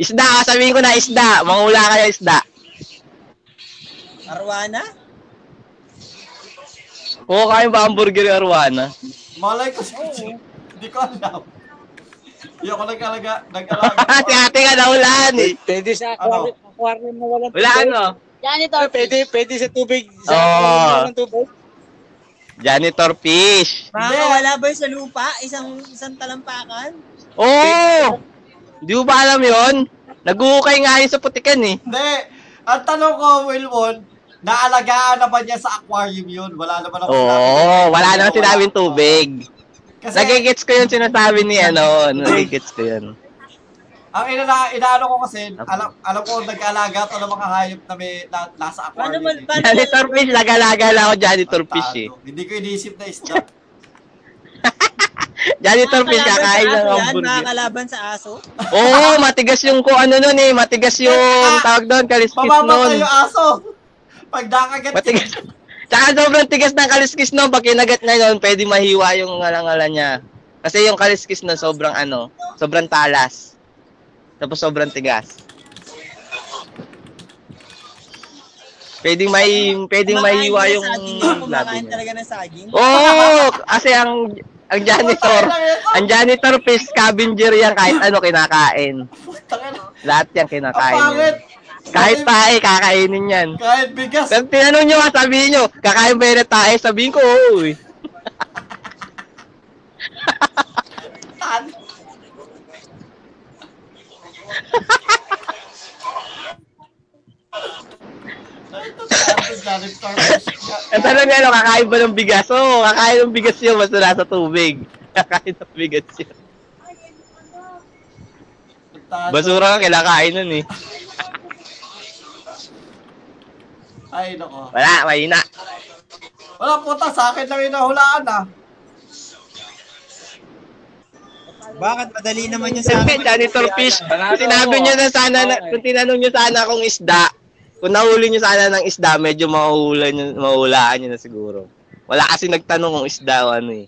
Speaker 2: Isda, sasabihin ko na isda. Mangula ka ng isda.
Speaker 4: Arwana?
Speaker 2: Kumakain ba hamburger yung arwana?
Speaker 1: Malay ko si Hindi ko alam. Hindi ako nag-alaga. Nag-alaga.
Speaker 2: si ate ka na ulan eh.
Speaker 7: Pwede
Speaker 1: Ano?
Speaker 7: sa aquarium, aquarium na walang
Speaker 2: Wala ano?
Speaker 5: Janitor.
Speaker 7: Pwede, pwede sa tubig. Sa
Speaker 2: Oo.
Speaker 7: aquarium na walang tubig.
Speaker 2: Janitor fish.
Speaker 4: Makakawala ba yun sa lupa? Isang isang talampakan?
Speaker 2: Oh! Di mo ba alam yun? Naguhukay nga yun sa putikan eh.
Speaker 1: Hindi. Ang tanong ko, Wilwon, naalagaan na ba niya sa aquarium yun? Wala naman ako
Speaker 2: Oo, oh, wala naman sinabing tubig.
Speaker 1: Kasi
Speaker 2: Nagigits ko yun sinasabi ni ano, nagigits ko yun.
Speaker 1: ang ina inaano ko kasi, alam, alam ko nag-alaga to ng mga hayop na may na, nasa
Speaker 4: Paano
Speaker 1: aquarium.
Speaker 4: mo,
Speaker 1: eh.
Speaker 4: paano,
Speaker 2: Janitor fish, nagalaga lang ako janitor
Speaker 1: Ang
Speaker 2: fish eh.
Speaker 1: tado. Hindi ko iniisip na isda.
Speaker 2: Janitor fish, kakain ng hamburger.
Speaker 4: Makakalaban sa aso?
Speaker 2: Oo, matigas yung ko ano nun eh, matigas yung tawag doon, kaliskis
Speaker 1: Mamamatay
Speaker 2: nun.
Speaker 1: yung aso! Pag nakagat
Speaker 2: Matigas. Tsaka sobrang tigas ng kaliskis nun, pag kinagat na yun, pwede mahiwa yung ngalangala niya. Kasi yung kaliskis nun, sobrang ano, sobrang talas. Tapos sobrang tigas. Pwedeng may pwedeng mahiwa yung labi
Speaker 4: Kumakain
Speaker 2: niya.
Speaker 4: talaga ng saging?
Speaker 2: Oo, kasi ang ang janitor, ang janitor fish scavenger yan kahit ano kinakain.
Speaker 1: Putang ina.
Speaker 2: Lahat yan
Speaker 1: Ang
Speaker 2: kinakain.
Speaker 1: pangit.
Speaker 2: Kahit tae, kakainin yan.
Speaker 1: Kahit bigas.
Speaker 2: Pero tinanong nyo, ah, sabihin nyo, kakain ba yun ng tae? Sabihin ko, oo eh.
Speaker 1: Tan.
Speaker 2: Ang tanong nyo, ano, kakain ba ng bigas? Oo, kakain ng bigas yun, basta nasa tubig. Kakain ng bigas yun. Basura ka, kinakain nun eh.
Speaker 1: Ay, nako.
Speaker 2: Wala, mahina.
Speaker 1: Wala puta, sa akin lang inahulaan ah.
Speaker 4: Bakit? Madali naman yun sa
Speaker 2: Siyempre,
Speaker 4: akin.
Speaker 2: janitor fish.
Speaker 1: ano,
Speaker 2: Kung sinabi nyo na sana, na, kung tinanong nyo sana kung isda, kung nahuli nyo sana ng isda, medyo mahuhulan nyo, mahuhulaan nyo na siguro. Wala kasi nagtanong kung isda o ano eh.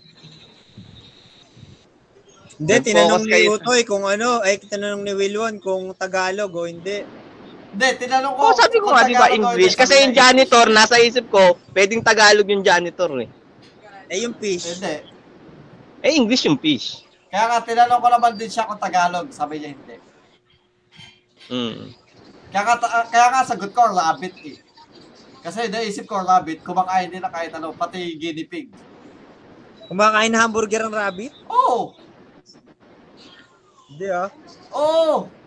Speaker 4: Hindi,
Speaker 2: Nag-focus
Speaker 4: tinanong ni
Speaker 2: kayo sa-
Speaker 4: Utoy kung ano, ay tinanong ni Wilwon kung Tagalog o hindi.
Speaker 1: Hindi, tinanong ko.
Speaker 2: Oo, Oh, sabi ko nga, di ba
Speaker 1: Tagalog or
Speaker 2: English?
Speaker 1: hindi,
Speaker 2: Kasi
Speaker 1: sabi
Speaker 2: yung
Speaker 1: niya,
Speaker 2: janitor, nasa isip ko, pwedeng Tagalog yung janitor eh.
Speaker 4: Eh, yung fish.
Speaker 1: Hindi.
Speaker 2: Eh, English yung fish.
Speaker 1: Kaya nga, tinanong ko naman din siya kung Tagalog. Sabi niya hindi.
Speaker 2: Mm.
Speaker 1: Kaya nga, ta- ah, kaya nga sagot ko, rabbit eh. Kasi naisip ko, rabbit, kumakain din na kahit ano, pati guinea pig.
Speaker 4: Kumakain na hamburger ng rabbit?
Speaker 1: Oo!
Speaker 4: Hindi ah.
Speaker 1: Oh! Oo!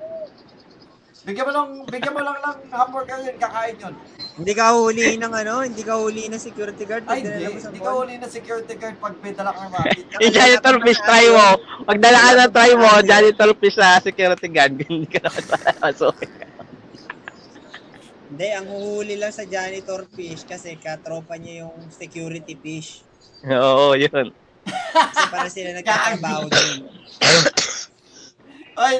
Speaker 1: Bigyan mo lang, bigyan mo lang ng hamburger yun, kakain yun.
Speaker 4: Hindi ka huhulihin ng ano, hindi ka huhulihin ng security guard. pag
Speaker 1: Ay,
Speaker 4: dinala
Speaker 1: hindi.
Speaker 4: mo sa
Speaker 1: Hindi ka
Speaker 4: mall.
Speaker 1: uli ng security guard pag may dala kang rabbit.
Speaker 2: Yung janitor fish try mo. Pag dala ka na try mo, janitor fish sa security guard, hindi ka naman talaga masukin.
Speaker 4: Hindi, ang huhuli lang sa janitor fish kasi katropa niya yung security fish.
Speaker 2: Oo, yun.
Speaker 4: Kasi para sila nagtatrabaho din.
Speaker 1: Ay,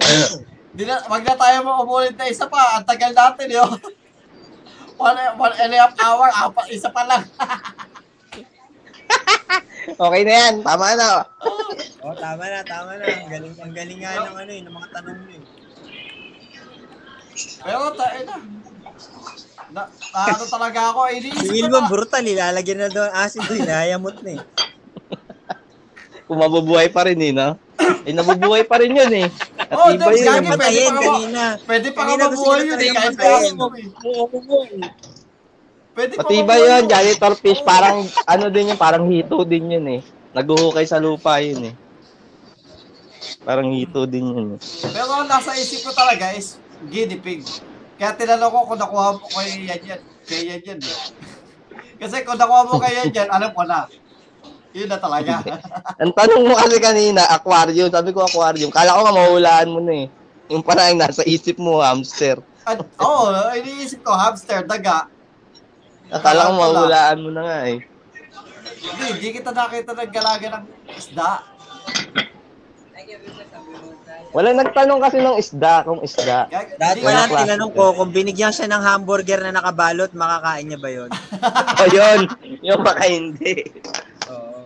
Speaker 1: di na, wag na tayo mo umulit na isa pa. Ang tagal natin, yo. One, one and a half hour, apat, isa pa lang.
Speaker 2: Okay na yan, tama na.
Speaker 4: Oh, tama na, tama na. Ang galing, ang galing nga ng ano eh, ng mga tanong mo eh.
Speaker 1: Pero, tayo na. Na, ano talaga ako,
Speaker 4: Si
Speaker 1: iniisip ko
Speaker 4: Wilbon,
Speaker 1: na.
Speaker 4: brutal, ilalagyan na doon acid doon, hinayamot na eh.
Speaker 2: Kung mabubuhay pa rin eh, no? Eh, nabubuhay pa rin yun eh. At
Speaker 1: Oh,
Speaker 2: iba
Speaker 1: that's
Speaker 2: yun.
Speaker 1: Hindi, pwede
Speaker 4: Patayin
Speaker 1: pa ako.
Speaker 4: kanina.
Speaker 1: Pwede pa ka
Speaker 4: Kanina gusto
Speaker 1: mabuhay
Speaker 4: ko
Speaker 1: yun,
Speaker 4: na
Speaker 1: eh. Kahit
Speaker 4: talagang
Speaker 1: kaso
Speaker 4: patayin.
Speaker 1: mo, eh.
Speaker 3: Oo, yun.
Speaker 1: Pwede pa
Speaker 2: Pati ba
Speaker 1: mabuhay
Speaker 2: yun, janitor fish, parang ano din yun, parang hito din yun eh. Naguhukay sa lupa yun eh. Parang hito din yun eh.
Speaker 1: Pero ang nasa isip ko talaga is guinea pig. Kaya tinanong ko kung nakuha mo ko yan yan. Kaya yan yan. eh. Kasi kung nakuha mo kaya yan yan, alam ko na. Yun na talaga.
Speaker 2: Ang tanong mo kasi kanina, aquarium. Sabi ko aquarium. Kala ko nga mahulaan mo na eh. Yung parang nasa isip mo, hamster.
Speaker 1: At oo, oh, iniisip ko, hamster, daga.
Speaker 2: Akala ko mahulaan mo na nga eh.
Speaker 1: Hindi, hindi kita nakita naggalaga ng isda.
Speaker 2: Wala nagtanong kasi ng isda, kung isda.
Speaker 1: Kaya,
Speaker 4: Dahil
Speaker 1: hindi
Speaker 2: Wala
Speaker 4: wala
Speaker 2: klase.
Speaker 4: tinanong ko kung binigyan siya ng hamburger na nakabalot, makakain niya ba yun?
Speaker 2: O yun, yung baka hindi.
Speaker 4: Oo.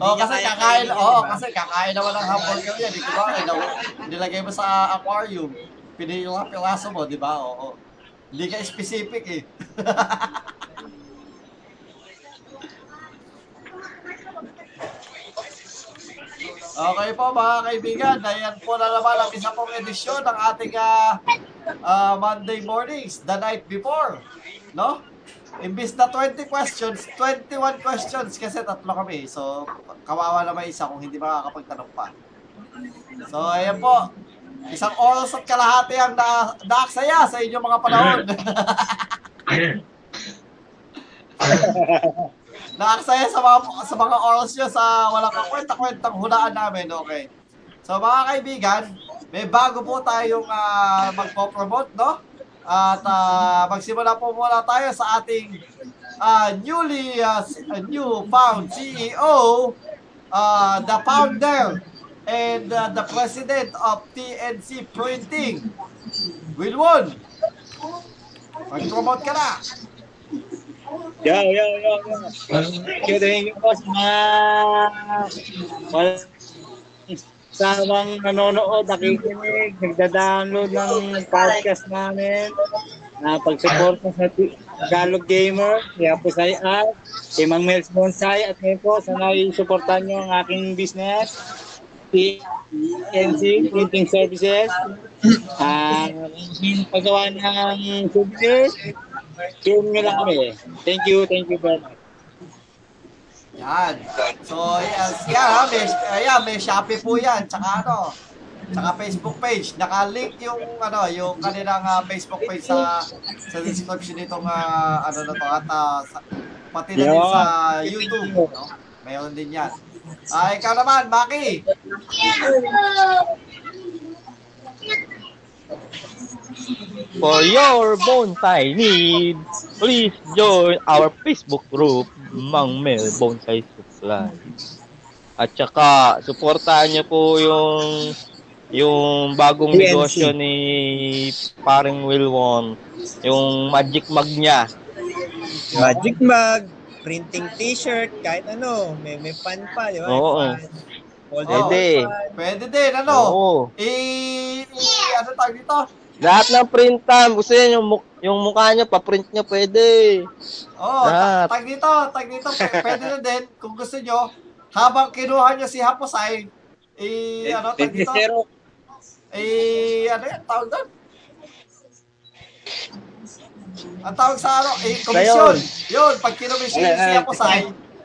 Speaker 1: Oh, kasi kakain, oh, kasi kakain naman ng hamburger yan. Di ba? Ay, naw- Nilagay mo sa aquarium. Pinili yung piraso mo, di ba? Oo. Hindi ka specific eh. Okay po mga kaibigan, ayan po na naman ang isa pong edisyon ng ating ah, ah, Monday mornings, the night before. No? Imbis na 20 questions, 21 questions kasi tatlo kami. So, kawawa naman isa kung hindi makakapagtanong pa. So, ayan po. Isang oras at kalahati ang na naaksaya sa inyong mga panahon. naaksaya sa mga, sa mga oras nyo sa walang kakwenta-kwentang hulaan namin. Okay. So, mga kaibigan, may bago po tayong ah, magpo-promote, no? At ah, magsimula po muna tayo sa ating ah, newly ah, s- ah, new found CEO, ah, the founder and ah, the president of TNC Printing, Wilwon. Mag-promote ka na.
Speaker 7: Yo, yo, yo, yo. Thank you, thank you po sa mga wal- sa mga nanonood, nakikinig, nagda-download ng podcast namin. Na pag-support mo sa T- Tagalog Gamer, kaya po sa at kay Mang Mels Bonsai at ngayon po, sana i-supportan nyo ang aking business, PNC Printing Services, ang paggawa ng souvenirs, PM nyo lang kami. Thank you, thank you very much.
Speaker 1: Yan. So, yes, yan, ha, may, ayan, may Shopee po yan. Tsaka ano, tsaka Facebook page. Naka-link yung, ano, yung kanilang ah, Facebook page sa, sa description nitong, ah, ano na to, at ah, sa- pati na din
Speaker 7: Yun.
Speaker 1: sa YouTube. No? Mayroon din yan. Ah, ikaw naman, Maki.
Speaker 2: For your bonsai needs, please join our Facebook group, Mang Mel Bonsai Supply. At saka, suportahan niyo po yung yung bagong
Speaker 4: PNC.
Speaker 2: negosyo ni paring Wilwon, yung Magic Mag niya.
Speaker 4: Magic mug, printing t-shirt, kahit ano, may, may fan pa, di ba?
Speaker 2: Oo.
Speaker 4: All
Speaker 1: Oo.
Speaker 2: Pwede.
Speaker 1: Pwede din, ano?
Speaker 2: Oo.
Speaker 1: I, i- ano tawag dito?
Speaker 2: Lahat ng printan, gusto niyo yung, mu- yung mukha niyo, pa-print niyo pwede.
Speaker 1: Oo,
Speaker 2: Ah.
Speaker 1: ta- tag dito, tag dito. P- Pwede na din, kung gusto nyo, habang kinuha nyo si Haposay, i, ano, tag dito,
Speaker 7: Zero.
Speaker 1: Eh, ano yan? Tawag doon? Ang tawag sa ano? Eh, komisyon. Yun, pag kinomisyon
Speaker 7: Ayan, ayan.
Speaker 1: siya po sa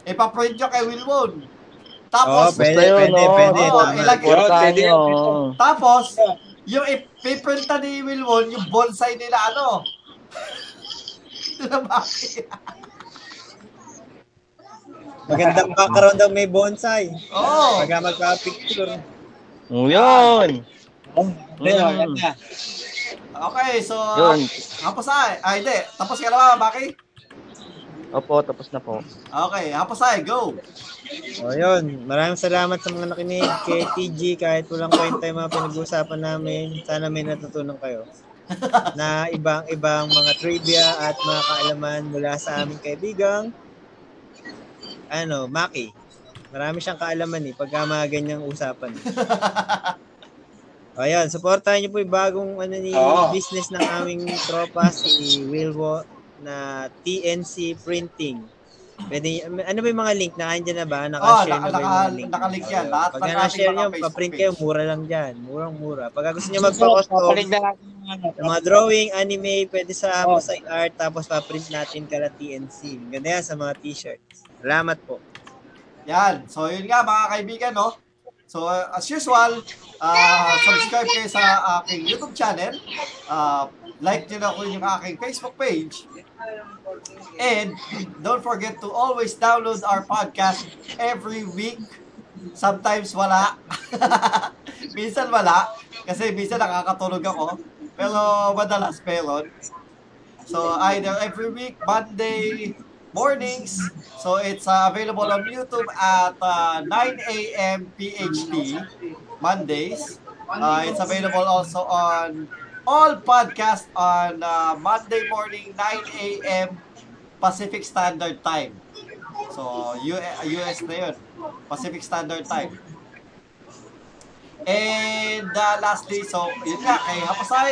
Speaker 1: ipaprint nyo kay Wilwon.
Speaker 4: Oh,
Speaker 1: Tapos,
Speaker 4: pwede,
Speaker 2: Basta yun, oh.
Speaker 4: pwede,
Speaker 2: oo.
Speaker 4: pwede.
Speaker 1: Oo,
Speaker 4: Tama.
Speaker 1: ilagay-
Speaker 2: Suportahan
Speaker 7: Pwede,
Speaker 2: niyo.
Speaker 7: pwede.
Speaker 1: tapos, Yung ipiprinta ni Wilwon, yung bonsai nila, ano? Tinabaki.
Speaker 4: Magandang background daw may bonsai.
Speaker 1: Oo.
Speaker 4: Pagka magpa-picture.
Speaker 2: Yun.
Speaker 4: Ayun,
Speaker 2: Mm.
Speaker 4: ganda.
Speaker 1: Okay, so...
Speaker 4: Ah.
Speaker 2: Yun.
Speaker 1: Hapos na. Ah, hindi. Tapos ka na ba, Baki?
Speaker 2: Opo, tapos na po.
Speaker 1: Okay, hapos na. Go.
Speaker 4: O yun, maraming salamat sa mga nakinig kay TG kahit walang kwenta yung mga pinag-uusapan namin. Sana may natutunan kayo na ibang-ibang mga trivia at mga kaalaman mula sa aming kaibigang ano, Maki. Marami siyang kaalaman eh, pagka mga ganyang usapan. o yun, supportahan niyo po yung bagong ano, ni
Speaker 6: Oo.
Speaker 4: business ng aming tropa, si Wilwo na TNC Printing. Pwede, ano ba yung mga link? Naka-andyan na ba?
Speaker 1: Oh,
Speaker 4: Naka-share na ba yung
Speaker 1: naka-
Speaker 4: mga link?
Speaker 1: nakalink
Speaker 4: O,
Speaker 1: yan.
Speaker 4: yun.
Speaker 1: Lahat
Speaker 4: Pag
Speaker 1: ng ating mga
Speaker 4: naka-share nyo,
Speaker 1: Facebook
Speaker 4: paprint kayo,
Speaker 1: page.
Speaker 4: mura lang dyan. Murang-mura. Pag gusto nyo
Speaker 3: So,
Speaker 4: magpa-custom,
Speaker 3: papalig na natin yung ano.
Speaker 4: yung mga drawing, anime, pwede sa
Speaker 3: Oh.
Speaker 4: Mosaic Art, tapos paprint natin kala TNC. Ganda yan sa mga t-shirts. Salamat po.
Speaker 1: Yan. So, yun nga mga kaibigan, no? So, uh, as usual, uh, subscribe kayo sa aking YouTube channel. Uh, like nyo na ko yung aking Facebook page. And don't forget to always download our podcast every week. Sometimes wala. minsan wala. Kasi minsan nakakatulog ako. Pero madalas pelon. So either every week, Monday mornings. So it's uh, available on YouTube at uh, 9 a.m. PHT Mondays. Uh, it's available also on all podcasts on uh, Monday morning 9 a.m. Pacific Standard Time. So U- US na yun. Pacific Standard Time. And uh, lastly, so yun nga, kay Hapasay,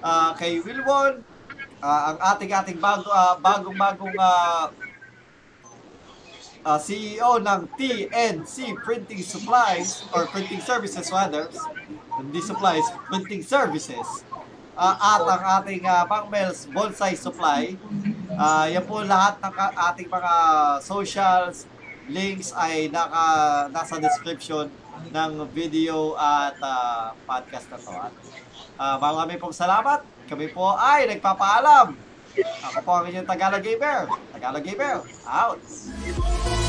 Speaker 1: ah, kay Wilwon, ah, ang ating-ating bago, ah, bagong-bagong ah, ah, CEO ng TNC Printing Supplies or Printing Services rather, hindi supplies, printing services. Ah, at ang ating uh, Pangmel's Bonsai Supply. Ah, yan po lahat ng ka- ating mga socials, links ay naka, nasa description ng video at ah, podcast na to. At, ah, marami pong salamat. Kami po ay nagpapaalam. Ako po ang inyong Tagalog Gamer. Tagalog Gamer, out!